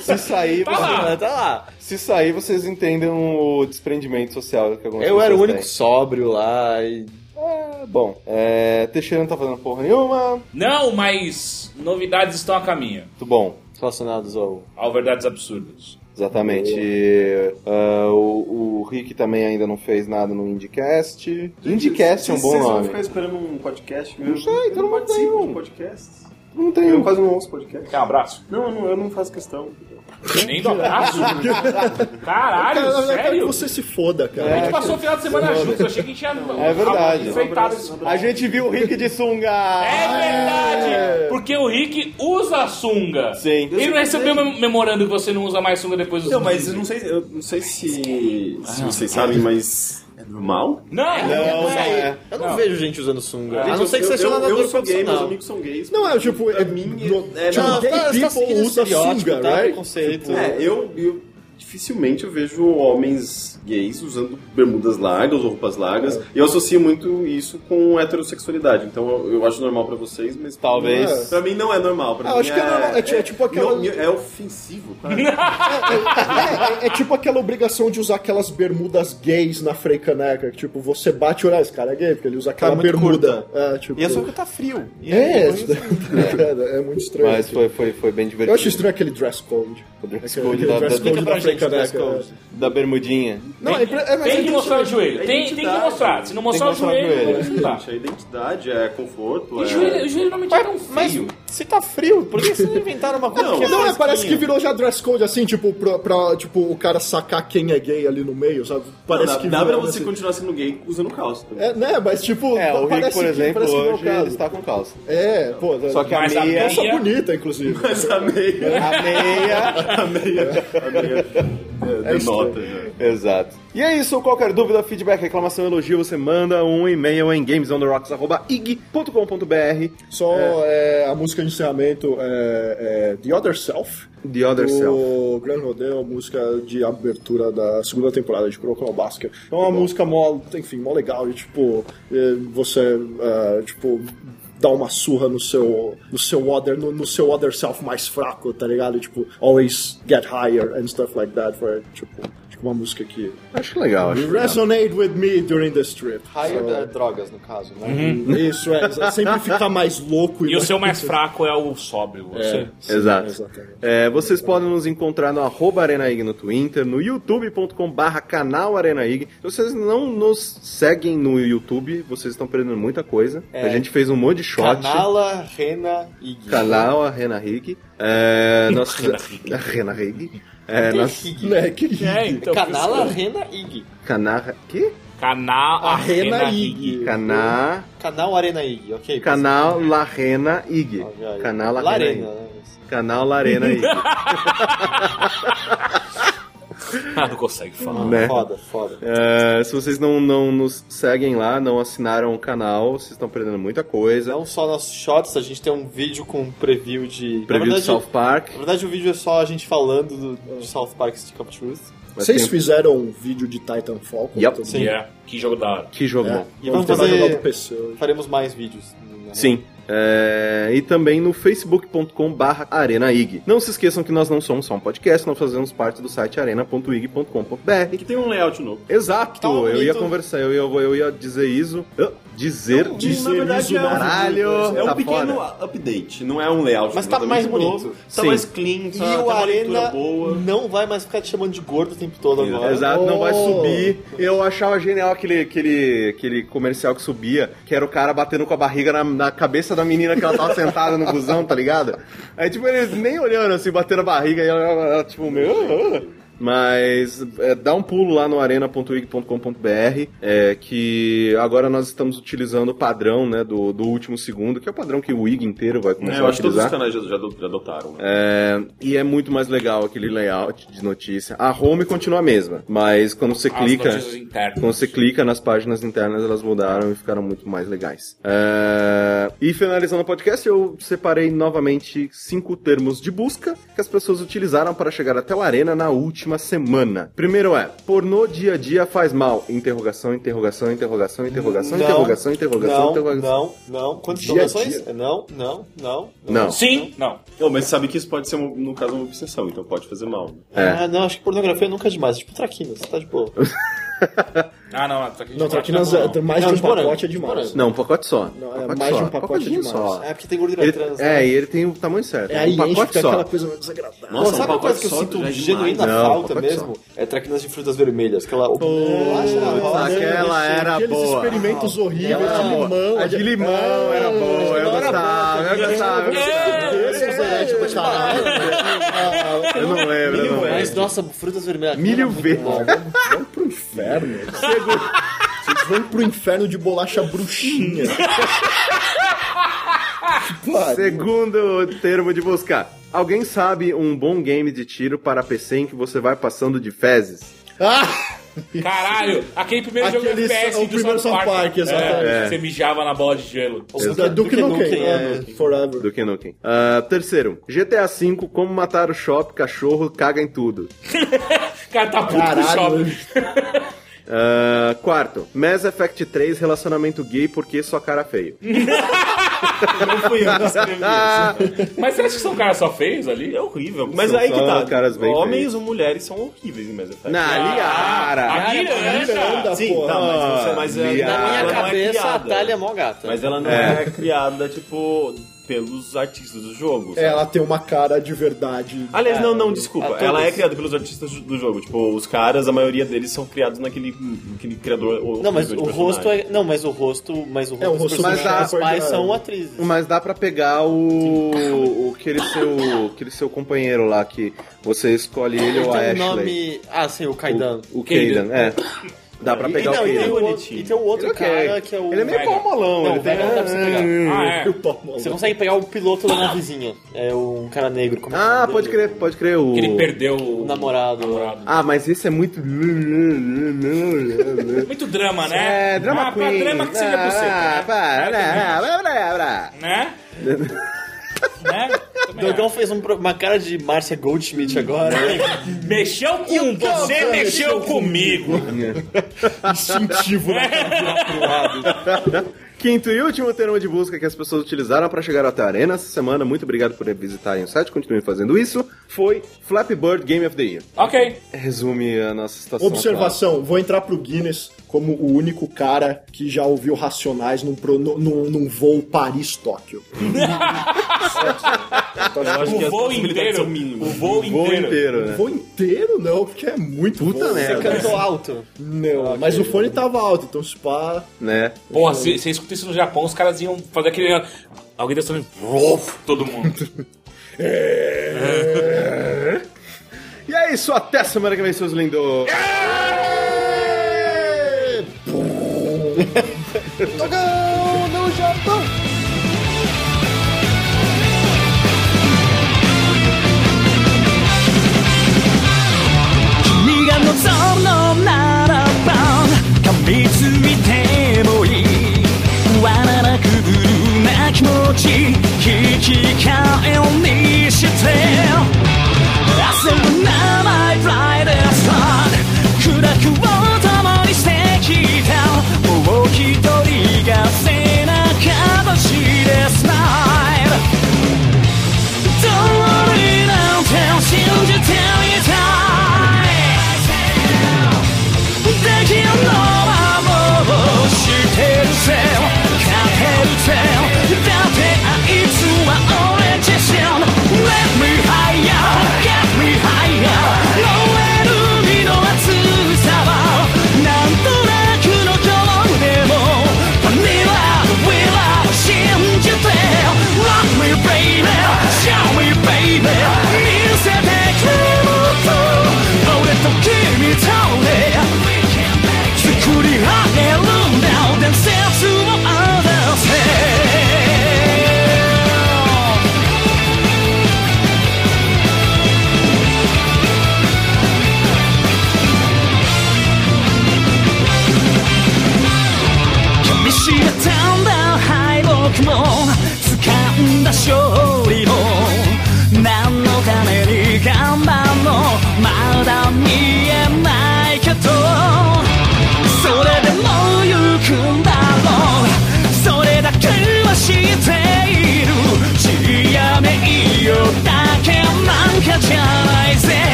[SPEAKER 9] se, sair,
[SPEAKER 3] Tá lá.
[SPEAKER 5] tá lá.
[SPEAKER 9] se sair, vocês entendem o desprendimento social que algumas
[SPEAKER 5] Eu era o
[SPEAKER 9] pessoas
[SPEAKER 5] único sóbrio lá e.
[SPEAKER 9] têm. Bom, é, Teixeira não tá fazendo porra nenhuma.
[SPEAKER 3] Não, mas novidades estão a caminho.
[SPEAKER 9] Muito bom.
[SPEAKER 5] Relacionados ao.
[SPEAKER 3] Ao verdades absurdas.
[SPEAKER 9] Exatamente. Ah, o, o Rick também ainda não fez nada no IndieCast. IndieCast é um bom
[SPEAKER 7] Vocês vão ficar
[SPEAKER 9] nome.
[SPEAKER 7] esperando um podcast mesmo? Não
[SPEAKER 9] sei, todo
[SPEAKER 7] eu não
[SPEAKER 9] mundo
[SPEAKER 7] participo
[SPEAKER 9] tem um.
[SPEAKER 7] de podcasts.
[SPEAKER 9] Não
[SPEAKER 7] Eu
[SPEAKER 9] tem.
[SPEAKER 7] quase não ouço podcast.
[SPEAKER 3] Quer um abraço?
[SPEAKER 7] Não, eu não, eu não faço questão.
[SPEAKER 3] Nem do abraço? Caralho,
[SPEAKER 4] Cara, eu quero que
[SPEAKER 3] sério? É.
[SPEAKER 4] você se foda,
[SPEAKER 3] A
[SPEAKER 4] cara.
[SPEAKER 3] gente passou o final de semana juntos, eu achei que a gente tinha
[SPEAKER 9] É verdade.
[SPEAKER 3] enfeitado esse
[SPEAKER 9] A gente viu o Rick de sunga!
[SPEAKER 3] É verdade! Porque o Rick usa sunga.
[SPEAKER 9] Sim.
[SPEAKER 3] Ele não recebeu mem- memorando que você não usa mais sunga depois dos
[SPEAKER 7] Não, mas eu
[SPEAKER 3] não.
[SPEAKER 7] não sei, eu não sei se,
[SPEAKER 4] Ah,
[SPEAKER 7] se vocês sabem, mas é normal?
[SPEAKER 3] Não,
[SPEAKER 9] Não,
[SPEAKER 3] é.
[SPEAKER 9] é.
[SPEAKER 5] Eu não,
[SPEAKER 3] Não.
[SPEAKER 5] vejo gente usando sunga. a não
[SPEAKER 7] eu-
[SPEAKER 5] ser que
[SPEAKER 7] eu-
[SPEAKER 5] você seja
[SPEAKER 7] eu-
[SPEAKER 5] nadador
[SPEAKER 7] Eu sou gay, meus
[SPEAKER 5] profissional.
[SPEAKER 7] amigos são gays.
[SPEAKER 4] Não, é tipo, é,
[SPEAKER 7] mim,
[SPEAKER 4] no-
[SPEAKER 7] é-
[SPEAKER 4] tipo,
[SPEAKER 7] não,
[SPEAKER 4] gay people usa sunga,
[SPEAKER 5] tá?
[SPEAKER 4] right?
[SPEAKER 5] Preconceito.
[SPEAKER 7] É, eu, eu dificilmente eu vejo homens gays usando bermudas largas ou roupas largas.
[SPEAKER 4] É.
[SPEAKER 7] E eu associo muito isso com heterossexualidade. Então eu, eu acho normal pra vocês, mas
[SPEAKER 9] Talvez.
[SPEAKER 4] É.
[SPEAKER 7] Pra mim não é normal. Pra
[SPEAKER 4] Ah,
[SPEAKER 7] mim
[SPEAKER 4] acho que é normal. É ti- é tipo aquela-
[SPEAKER 7] não, é ofensivo, cara.
[SPEAKER 4] É, é tipo aquela obrigação de usar aquelas bermudas gays na freicaneca. que, Tipo, você bate o olho, ah, esse cara é gay, porque ele usa aquela
[SPEAKER 5] Tá muito
[SPEAKER 4] bermuda. É, tipo,
[SPEAKER 5] E é só porque tá frio. E
[SPEAKER 4] é,
[SPEAKER 5] aí,
[SPEAKER 4] isso daí- cara, é muito estranho.
[SPEAKER 9] Mas foi, foi, foi bem divertido.
[SPEAKER 4] Eu acho estranho aquele dress code.
[SPEAKER 9] O dress
[SPEAKER 4] Aquele
[SPEAKER 9] code da, da,
[SPEAKER 4] dress code
[SPEAKER 5] Explica pra
[SPEAKER 4] da
[SPEAKER 5] gente o dress
[SPEAKER 4] freicaneca.
[SPEAKER 5] code.
[SPEAKER 9] da bermudinha.
[SPEAKER 4] Não, é, é, mas
[SPEAKER 3] Tem
[SPEAKER 4] é
[SPEAKER 3] que mostrar o joelho.
[SPEAKER 7] é
[SPEAKER 3] Tem, tem que
[SPEAKER 7] identidade.
[SPEAKER 3] mostrar. Se não mostrar,
[SPEAKER 9] mostrar o
[SPEAKER 3] o joelho,
[SPEAKER 9] joelho.
[SPEAKER 3] não
[SPEAKER 7] Gente,
[SPEAKER 3] dá.
[SPEAKER 7] a identidade é conforto.
[SPEAKER 3] O
[SPEAKER 7] é...
[SPEAKER 3] joelho, o joelho normalmente é tão
[SPEAKER 5] Mas
[SPEAKER 3] feio.
[SPEAKER 5] se tá frio, por que vocês não inventaram uma coisa
[SPEAKER 7] Não,
[SPEAKER 5] que é
[SPEAKER 4] Não, é,
[SPEAKER 2] assim.
[SPEAKER 4] parece que
[SPEAKER 5] fresquinha?
[SPEAKER 4] virou já dress code, assim, tipo, pra, pra, tipo, o cara sacar quem é gay ali no meio, sabe? Parece
[SPEAKER 7] dá,
[SPEAKER 4] que
[SPEAKER 7] dá pra
[SPEAKER 4] virou,
[SPEAKER 7] você
[SPEAKER 4] assim.
[SPEAKER 7] continuar sendo gay usando calça também.
[SPEAKER 4] É, né, mas tipo,
[SPEAKER 9] É, o Rick,
[SPEAKER 4] parece
[SPEAKER 9] por
[SPEAKER 4] que-
[SPEAKER 9] exemplo,
[SPEAKER 4] parece que não é o
[SPEAKER 9] hoje ele
[SPEAKER 4] caso.
[SPEAKER 9] está com calça.
[SPEAKER 4] É, pô,
[SPEAKER 9] Só que a
[SPEAKER 3] Mas a
[SPEAKER 9] meia,
[SPEAKER 4] calça
[SPEAKER 3] meia-
[SPEAKER 4] bonita, inclusive.
[SPEAKER 7] Mas a meia.
[SPEAKER 9] a meia...
[SPEAKER 7] A meia. A meia. É, denota, né?
[SPEAKER 9] Exato.
[SPEAKER 2] E é isso, qualquer dúvida, feedback, reclamação, elogio, você manda um e-mail em gamesonderocks.ig.com.br
[SPEAKER 4] Só é, a música de encerramento é, é The Other Self.
[SPEAKER 2] The Other Self.
[SPEAKER 4] O Gran Rodeo, música de abertura da segunda temporada de Kuroko no Basket. É uma música mó, enfim, mó legal e tipo, é, você, é, tipo, dá uma surra no seu no seu other no, no seu other self mais fraco, tá ligado? E, tipo, always get higher and stuff like that, for tipo, acho que é uma música que
[SPEAKER 2] Acho legal, acho
[SPEAKER 4] resonate with me during this trip.
[SPEAKER 5] Raio é drogas, no caso, né?
[SPEAKER 4] Isso é, sempre ficar mais louco
[SPEAKER 3] Uhum. E o seu mais fraco é o sóbrio. Você.
[SPEAKER 2] Exato.
[SPEAKER 4] Exatamente.
[SPEAKER 2] É, vocês podem nos encontrar no arroba ArenaIg no Twitter, no youtube.com barra canal ArenaIg. Se vocês não nos seguem no YouTube, vocês estão perdendo muita coisa.
[SPEAKER 5] É.
[SPEAKER 2] A gente fez um monte de shot.
[SPEAKER 5] Canala, Rena e Gui.
[SPEAKER 2] Canal a Rena Rig. É, nós... a Rena Rig. É, nós...
[SPEAKER 4] Né, que-
[SPEAKER 3] É, então.
[SPEAKER 5] Canala, Rena e Gui.
[SPEAKER 2] Canar... Que?
[SPEAKER 3] Canal Arena Ig.
[SPEAKER 2] Canar...
[SPEAKER 5] Canal Arena Ig, ok?
[SPEAKER 2] Canal La Rena Ig.
[SPEAKER 5] Olha aí.
[SPEAKER 2] Canal La Rena Ig.
[SPEAKER 5] Larena. né?
[SPEAKER 2] Canal La Rena Ig.
[SPEAKER 3] Ah, não consegue falar.
[SPEAKER 2] né?
[SPEAKER 5] Foda, foda.
[SPEAKER 2] É, se vocês não, não nos seguem lá, não assinaram o canal, vocês estão perdendo muita coisa.
[SPEAKER 5] Não só nossos shots, a gente tem um vídeo com preview de.
[SPEAKER 2] Preview
[SPEAKER 5] na
[SPEAKER 2] do
[SPEAKER 5] verdade,
[SPEAKER 2] South Park.
[SPEAKER 5] na verdade, o vídeo é só a gente falando do, de South Park Stick of Truth.
[SPEAKER 2] Mas
[SPEAKER 4] Vocês
[SPEAKER 2] tem-
[SPEAKER 4] fizeram um vídeo de Titanfall? como
[SPEAKER 2] Yep.
[SPEAKER 4] todo
[SPEAKER 5] Sim.
[SPEAKER 4] mundo?
[SPEAKER 3] Yeah. Que jogo da hora.
[SPEAKER 2] Que jogo
[SPEAKER 4] É.
[SPEAKER 2] bom.
[SPEAKER 5] E vamos
[SPEAKER 4] Você vai jogar
[SPEAKER 5] fazer.
[SPEAKER 4] do PC hoje.
[SPEAKER 5] Faremos mais vídeos. né?
[SPEAKER 2] Sim. É, e também no facebook.com barra arenaig. Não se esqueçam que nós não somos só um podcast, nós fazemos parte do site arena.ig.com.br.
[SPEAKER 10] Que tem um layout novo.
[SPEAKER 2] Exato,
[SPEAKER 5] Tá bonito.
[SPEAKER 2] eu ia conversar, eu ia, eu ia dizer isso. Ah, Dizer,
[SPEAKER 10] Na verdade, é um,
[SPEAKER 2] caralho,
[SPEAKER 10] é um
[SPEAKER 2] tá
[SPEAKER 10] pequeno update, não é um layout.
[SPEAKER 5] Mas tá
[SPEAKER 10] completamente
[SPEAKER 5] mais
[SPEAKER 10] novo,
[SPEAKER 5] bonito.
[SPEAKER 10] Tá
[SPEAKER 2] Sim.
[SPEAKER 10] mais clean,
[SPEAKER 5] E
[SPEAKER 10] tá, tá
[SPEAKER 5] o
[SPEAKER 10] uma
[SPEAKER 5] Arena
[SPEAKER 10] leitura boa.
[SPEAKER 5] não vai mais ficar te chamando de gordo o tempo todo
[SPEAKER 10] É,
[SPEAKER 5] agora.
[SPEAKER 2] Exato, não vai
[SPEAKER 4] Oh.
[SPEAKER 2] subir. Eu achava genial aquele, aquele, aquele comercial que subia, que era o cara batendo com a barriga na, na cabeça da menina que ela tava sentada no busão, tá ligado? Aí, tipo, eles nem olhando, assim, batendo a barriga, e ela, ela- ela, tipo, meu... ah, ah. Mas é, dá um pulo lá no arena.ig.com.br, é, que agora nós estamos utilizando o padrão né, do, do último segundo, que é o padrão que o IG inteiro vai começar
[SPEAKER 10] É, eu
[SPEAKER 2] a
[SPEAKER 10] acho que todos os
[SPEAKER 2] utilizar.
[SPEAKER 10] canais já, já ado- já adotaram. né?
[SPEAKER 2] É, e é muito mais legal aquele layout de notícia. A home continua a mesma, mas quando você
[SPEAKER 3] As
[SPEAKER 2] clica.
[SPEAKER 3] notícias internas.
[SPEAKER 2] Quando você clica nas páginas internas, elas mudaram e ficaram muito mais legais. É, E finalizando o podcast, eu separei novamente cinco termos de busca que as pessoas utilizaram para chegar até o Arena na última semana. Primeiro é, pornô dia a dia faz mal. Interrogação, interrogação, interrogação, interrogação,
[SPEAKER 5] Não,
[SPEAKER 2] interrogação, interrogação,
[SPEAKER 5] não,
[SPEAKER 2] interrogação.
[SPEAKER 5] não, não. Quantas
[SPEAKER 4] Dia a
[SPEAKER 5] interrogações? Não, não, não,
[SPEAKER 2] Não.
[SPEAKER 3] Sim, não.
[SPEAKER 10] Não, mas sabe que isso pode ser, uma- no caso, uma obsessão, então pode fazer mal. né?
[SPEAKER 2] É.
[SPEAKER 5] Ah, não, acho que pornografia nunca é demais. Tipo, traquinas, tá de boa.
[SPEAKER 3] Ah, não, tá aqui.
[SPEAKER 4] Não, Traquinas, é- mais
[SPEAKER 5] Não,
[SPEAKER 4] de
[SPEAKER 5] de
[SPEAKER 4] um
[SPEAKER 5] morango,
[SPEAKER 4] pacote é
[SPEAKER 5] de
[SPEAKER 4] demais.
[SPEAKER 5] morango.
[SPEAKER 2] Não, um pacote só.
[SPEAKER 4] Não, é mais de um pacote
[SPEAKER 2] Pacotinho
[SPEAKER 4] demais.
[SPEAKER 2] só.
[SPEAKER 5] É porque tem gordura
[SPEAKER 2] Ele-
[SPEAKER 5] trans. né?
[SPEAKER 2] é, e ele tem o tamanho certo.
[SPEAKER 4] É, aí
[SPEAKER 2] um
[SPEAKER 4] enche
[SPEAKER 2] pacote
[SPEAKER 4] fica aquela
[SPEAKER 2] só.
[SPEAKER 4] coisa desagradável.
[SPEAKER 5] Pô,
[SPEAKER 10] Nossa,
[SPEAKER 5] sabe
[SPEAKER 10] um
[SPEAKER 5] uma coisa
[SPEAKER 10] pacote
[SPEAKER 5] que eu
[SPEAKER 10] só já
[SPEAKER 5] sinto
[SPEAKER 10] é
[SPEAKER 5] genuína
[SPEAKER 2] demais. Não,
[SPEAKER 5] falta
[SPEAKER 2] pacote
[SPEAKER 5] mesmo? É traquinas de frutas vermelhas. Aquela.
[SPEAKER 2] Putz, aquela era
[SPEAKER 4] Aqueles
[SPEAKER 2] boa.
[SPEAKER 4] experimentos horríveis
[SPEAKER 2] Aquela
[SPEAKER 4] de
[SPEAKER 2] era boa.
[SPEAKER 4] limão. é Ah,
[SPEAKER 2] A de limão era boa, eu gostava, eu
[SPEAKER 4] né?
[SPEAKER 2] gostava.
[SPEAKER 4] é
[SPEAKER 2] Eu não lembro, eu não lembro.
[SPEAKER 5] Mas, nossa, frutas vermelhas. é
[SPEAKER 2] Milho verde.
[SPEAKER 4] Vamos pro inferno. Vocês vão pro inferno de bolacha bruxinha. Pariu.
[SPEAKER 2] Segundo termo de buscar. Alguém sabe um bom game de tiro para PC em que você vai passando de fezes?
[SPEAKER 4] Ah,
[SPEAKER 3] Caralho, aquele primeiro jogo
[SPEAKER 4] Aquele- é
[SPEAKER 3] FPS
[SPEAKER 4] o
[SPEAKER 3] do
[SPEAKER 4] primeiro South Park, exatamente.
[SPEAKER 3] É, Você mijava na bola de gelo.
[SPEAKER 4] da Duke Nukem. é, Forever.
[SPEAKER 2] Do que não, quem? Ah, terceiro, GTA V, como matar o shop, cachorro, caga em tudo.
[SPEAKER 3] O cara tá puto com o
[SPEAKER 4] Caralho.
[SPEAKER 3] shopping.
[SPEAKER 2] Ah, quarto, Mass Effect 3, relacionamento gay porque só cara feio. Ah,
[SPEAKER 3] Mas você acha que são caras só feios ali?
[SPEAKER 10] É horrível. Mas
[SPEAKER 2] São
[SPEAKER 10] aí que
[SPEAKER 2] só
[SPEAKER 10] tá.
[SPEAKER 2] caras bem
[SPEAKER 10] Homens
[SPEAKER 2] feios.
[SPEAKER 10] ou mulheres são horríveis é em Mass Effect.
[SPEAKER 2] Na Liara!
[SPEAKER 3] a
[SPEAKER 4] é
[SPEAKER 3] Miranda!
[SPEAKER 4] Miranda,
[SPEAKER 10] Sim,
[SPEAKER 4] porra.
[SPEAKER 10] tá, mas, você, mas ela-
[SPEAKER 2] Na
[SPEAKER 5] Na
[SPEAKER 10] ela
[SPEAKER 5] minha
[SPEAKER 10] não é
[SPEAKER 5] cabeça, a
[SPEAKER 10] criada.
[SPEAKER 5] Thalia é mó gata.
[SPEAKER 10] Mas ela não é, criada, tipo, pelos artistas do jogo. sabe?
[SPEAKER 4] É, Ela tem uma cara de verdade.
[SPEAKER 10] Aliás, não, não, desculpa.
[SPEAKER 5] a
[SPEAKER 10] Ela é
[SPEAKER 5] todos.
[SPEAKER 10] criada pelos artistas do jogo. Tipo, os caras, a maioria deles são criados naquele naquele criador. horrível
[SPEAKER 5] Não, mas
[SPEAKER 10] de
[SPEAKER 5] o
[SPEAKER 10] personagem.
[SPEAKER 5] rosto é. Não, mas o rosto. Mas o rosto,
[SPEAKER 4] É, o
[SPEAKER 5] dos
[SPEAKER 4] rosto
[SPEAKER 5] personagens
[SPEAKER 2] mais
[SPEAKER 4] da-
[SPEAKER 5] principais
[SPEAKER 4] da-
[SPEAKER 5] são atrizes.
[SPEAKER 2] Mas dá pra pegar o. o aquele, seu, aquele seu companheiro lá que você escolhe ele ou a
[SPEAKER 5] tem
[SPEAKER 2] Ashley.
[SPEAKER 5] um nome. Ah, sim, o Kaidan.
[SPEAKER 2] O, o Caden, é. Dá pra
[SPEAKER 10] E-
[SPEAKER 2] pegar
[SPEAKER 5] e, não,
[SPEAKER 2] o
[SPEAKER 5] e, tem
[SPEAKER 2] Caden.
[SPEAKER 5] o outro,
[SPEAKER 10] Bonitinho.
[SPEAKER 5] e tem o outro
[SPEAKER 2] Ele é ok.
[SPEAKER 5] cara que é o.
[SPEAKER 2] Ele é meio
[SPEAKER 3] Venom.
[SPEAKER 2] palmolão,
[SPEAKER 5] Não,
[SPEAKER 2] ele
[SPEAKER 5] o
[SPEAKER 2] tem.
[SPEAKER 5] Venom dá pra você pegar.
[SPEAKER 3] Ah, é.
[SPEAKER 5] Você consegue pegar o piloto da navezinha. É um cara negro. Como é que é o
[SPEAKER 2] Ah,
[SPEAKER 5] nome
[SPEAKER 2] pode
[SPEAKER 5] dele?
[SPEAKER 2] crer, pode crer. O...
[SPEAKER 3] Que ele perdeu o
[SPEAKER 5] O namorado.
[SPEAKER 3] namorado.
[SPEAKER 2] Ah, mas isso é muito.
[SPEAKER 3] Muito drama, né?
[SPEAKER 2] É, drama
[SPEAKER 3] ah, pra
[SPEAKER 2] queen.
[SPEAKER 3] drama que seja
[SPEAKER 2] Ah,
[SPEAKER 3] possível. né?
[SPEAKER 2] para,
[SPEAKER 3] Né?
[SPEAKER 2] blá, blá, blá.
[SPEAKER 3] Né? né? Também
[SPEAKER 5] Dogão fez um pro- uma cara de Márcia Goldschmidt agora.
[SPEAKER 3] é. Mexeu com você, mexeu comigo.
[SPEAKER 4] Instintivo, né?
[SPEAKER 2] Quinto e último termo de busca que as pessoas utilizaram para chegar até a Arena essa semana, muito obrigado por visitarem o site, continuem fazendo isso, foi Flappy Bird Game of the Year.
[SPEAKER 3] ok.
[SPEAKER 2] Resume a nossa
[SPEAKER 10] É.
[SPEAKER 2] situação.
[SPEAKER 4] Observação, vou entrar pro Guinness como o único cara que já ouviu Racionais num, pro- num- num- num voo Paris-Tóquio.
[SPEAKER 10] Acho que
[SPEAKER 3] O
[SPEAKER 10] as
[SPEAKER 3] voo
[SPEAKER 10] possibilidades
[SPEAKER 3] inteiro.
[SPEAKER 10] são
[SPEAKER 3] O
[SPEAKER 10] mínimas.
[SPEAKER 3] voo
[SPEAKER 2] atual. Voo
[SPEAKER 3] inteiro.
[SPEAKER 2] inteiro,
[SPEAKER 4] Um
[SPEAKER 2] né?
[SPEAKER 4] voo inteiro não, porque é muito
[SPEAKER 2] Puta
[SPEAKER 4] voo.
[SPEAKER 2] merda.
[SPEAKER 5] Você cantou alto.
[SPEAKER 4] Não, mas o fone tava alto, então se pá...
[SPEAKER 2] né?
[SPEAKER 3] Porra, se, se escuta isso no Japão, os caras iam fazer aquele. Alguém desse também. Todo mundo.
[SPEAKER 2] E é isso, até semana que vem, seus lindos!
[SPEAKER 11] 「君が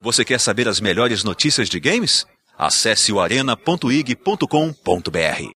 [SPEAKER 11] Você quer saber as melhores notícias de games? Acesse o arena.ig.com.br.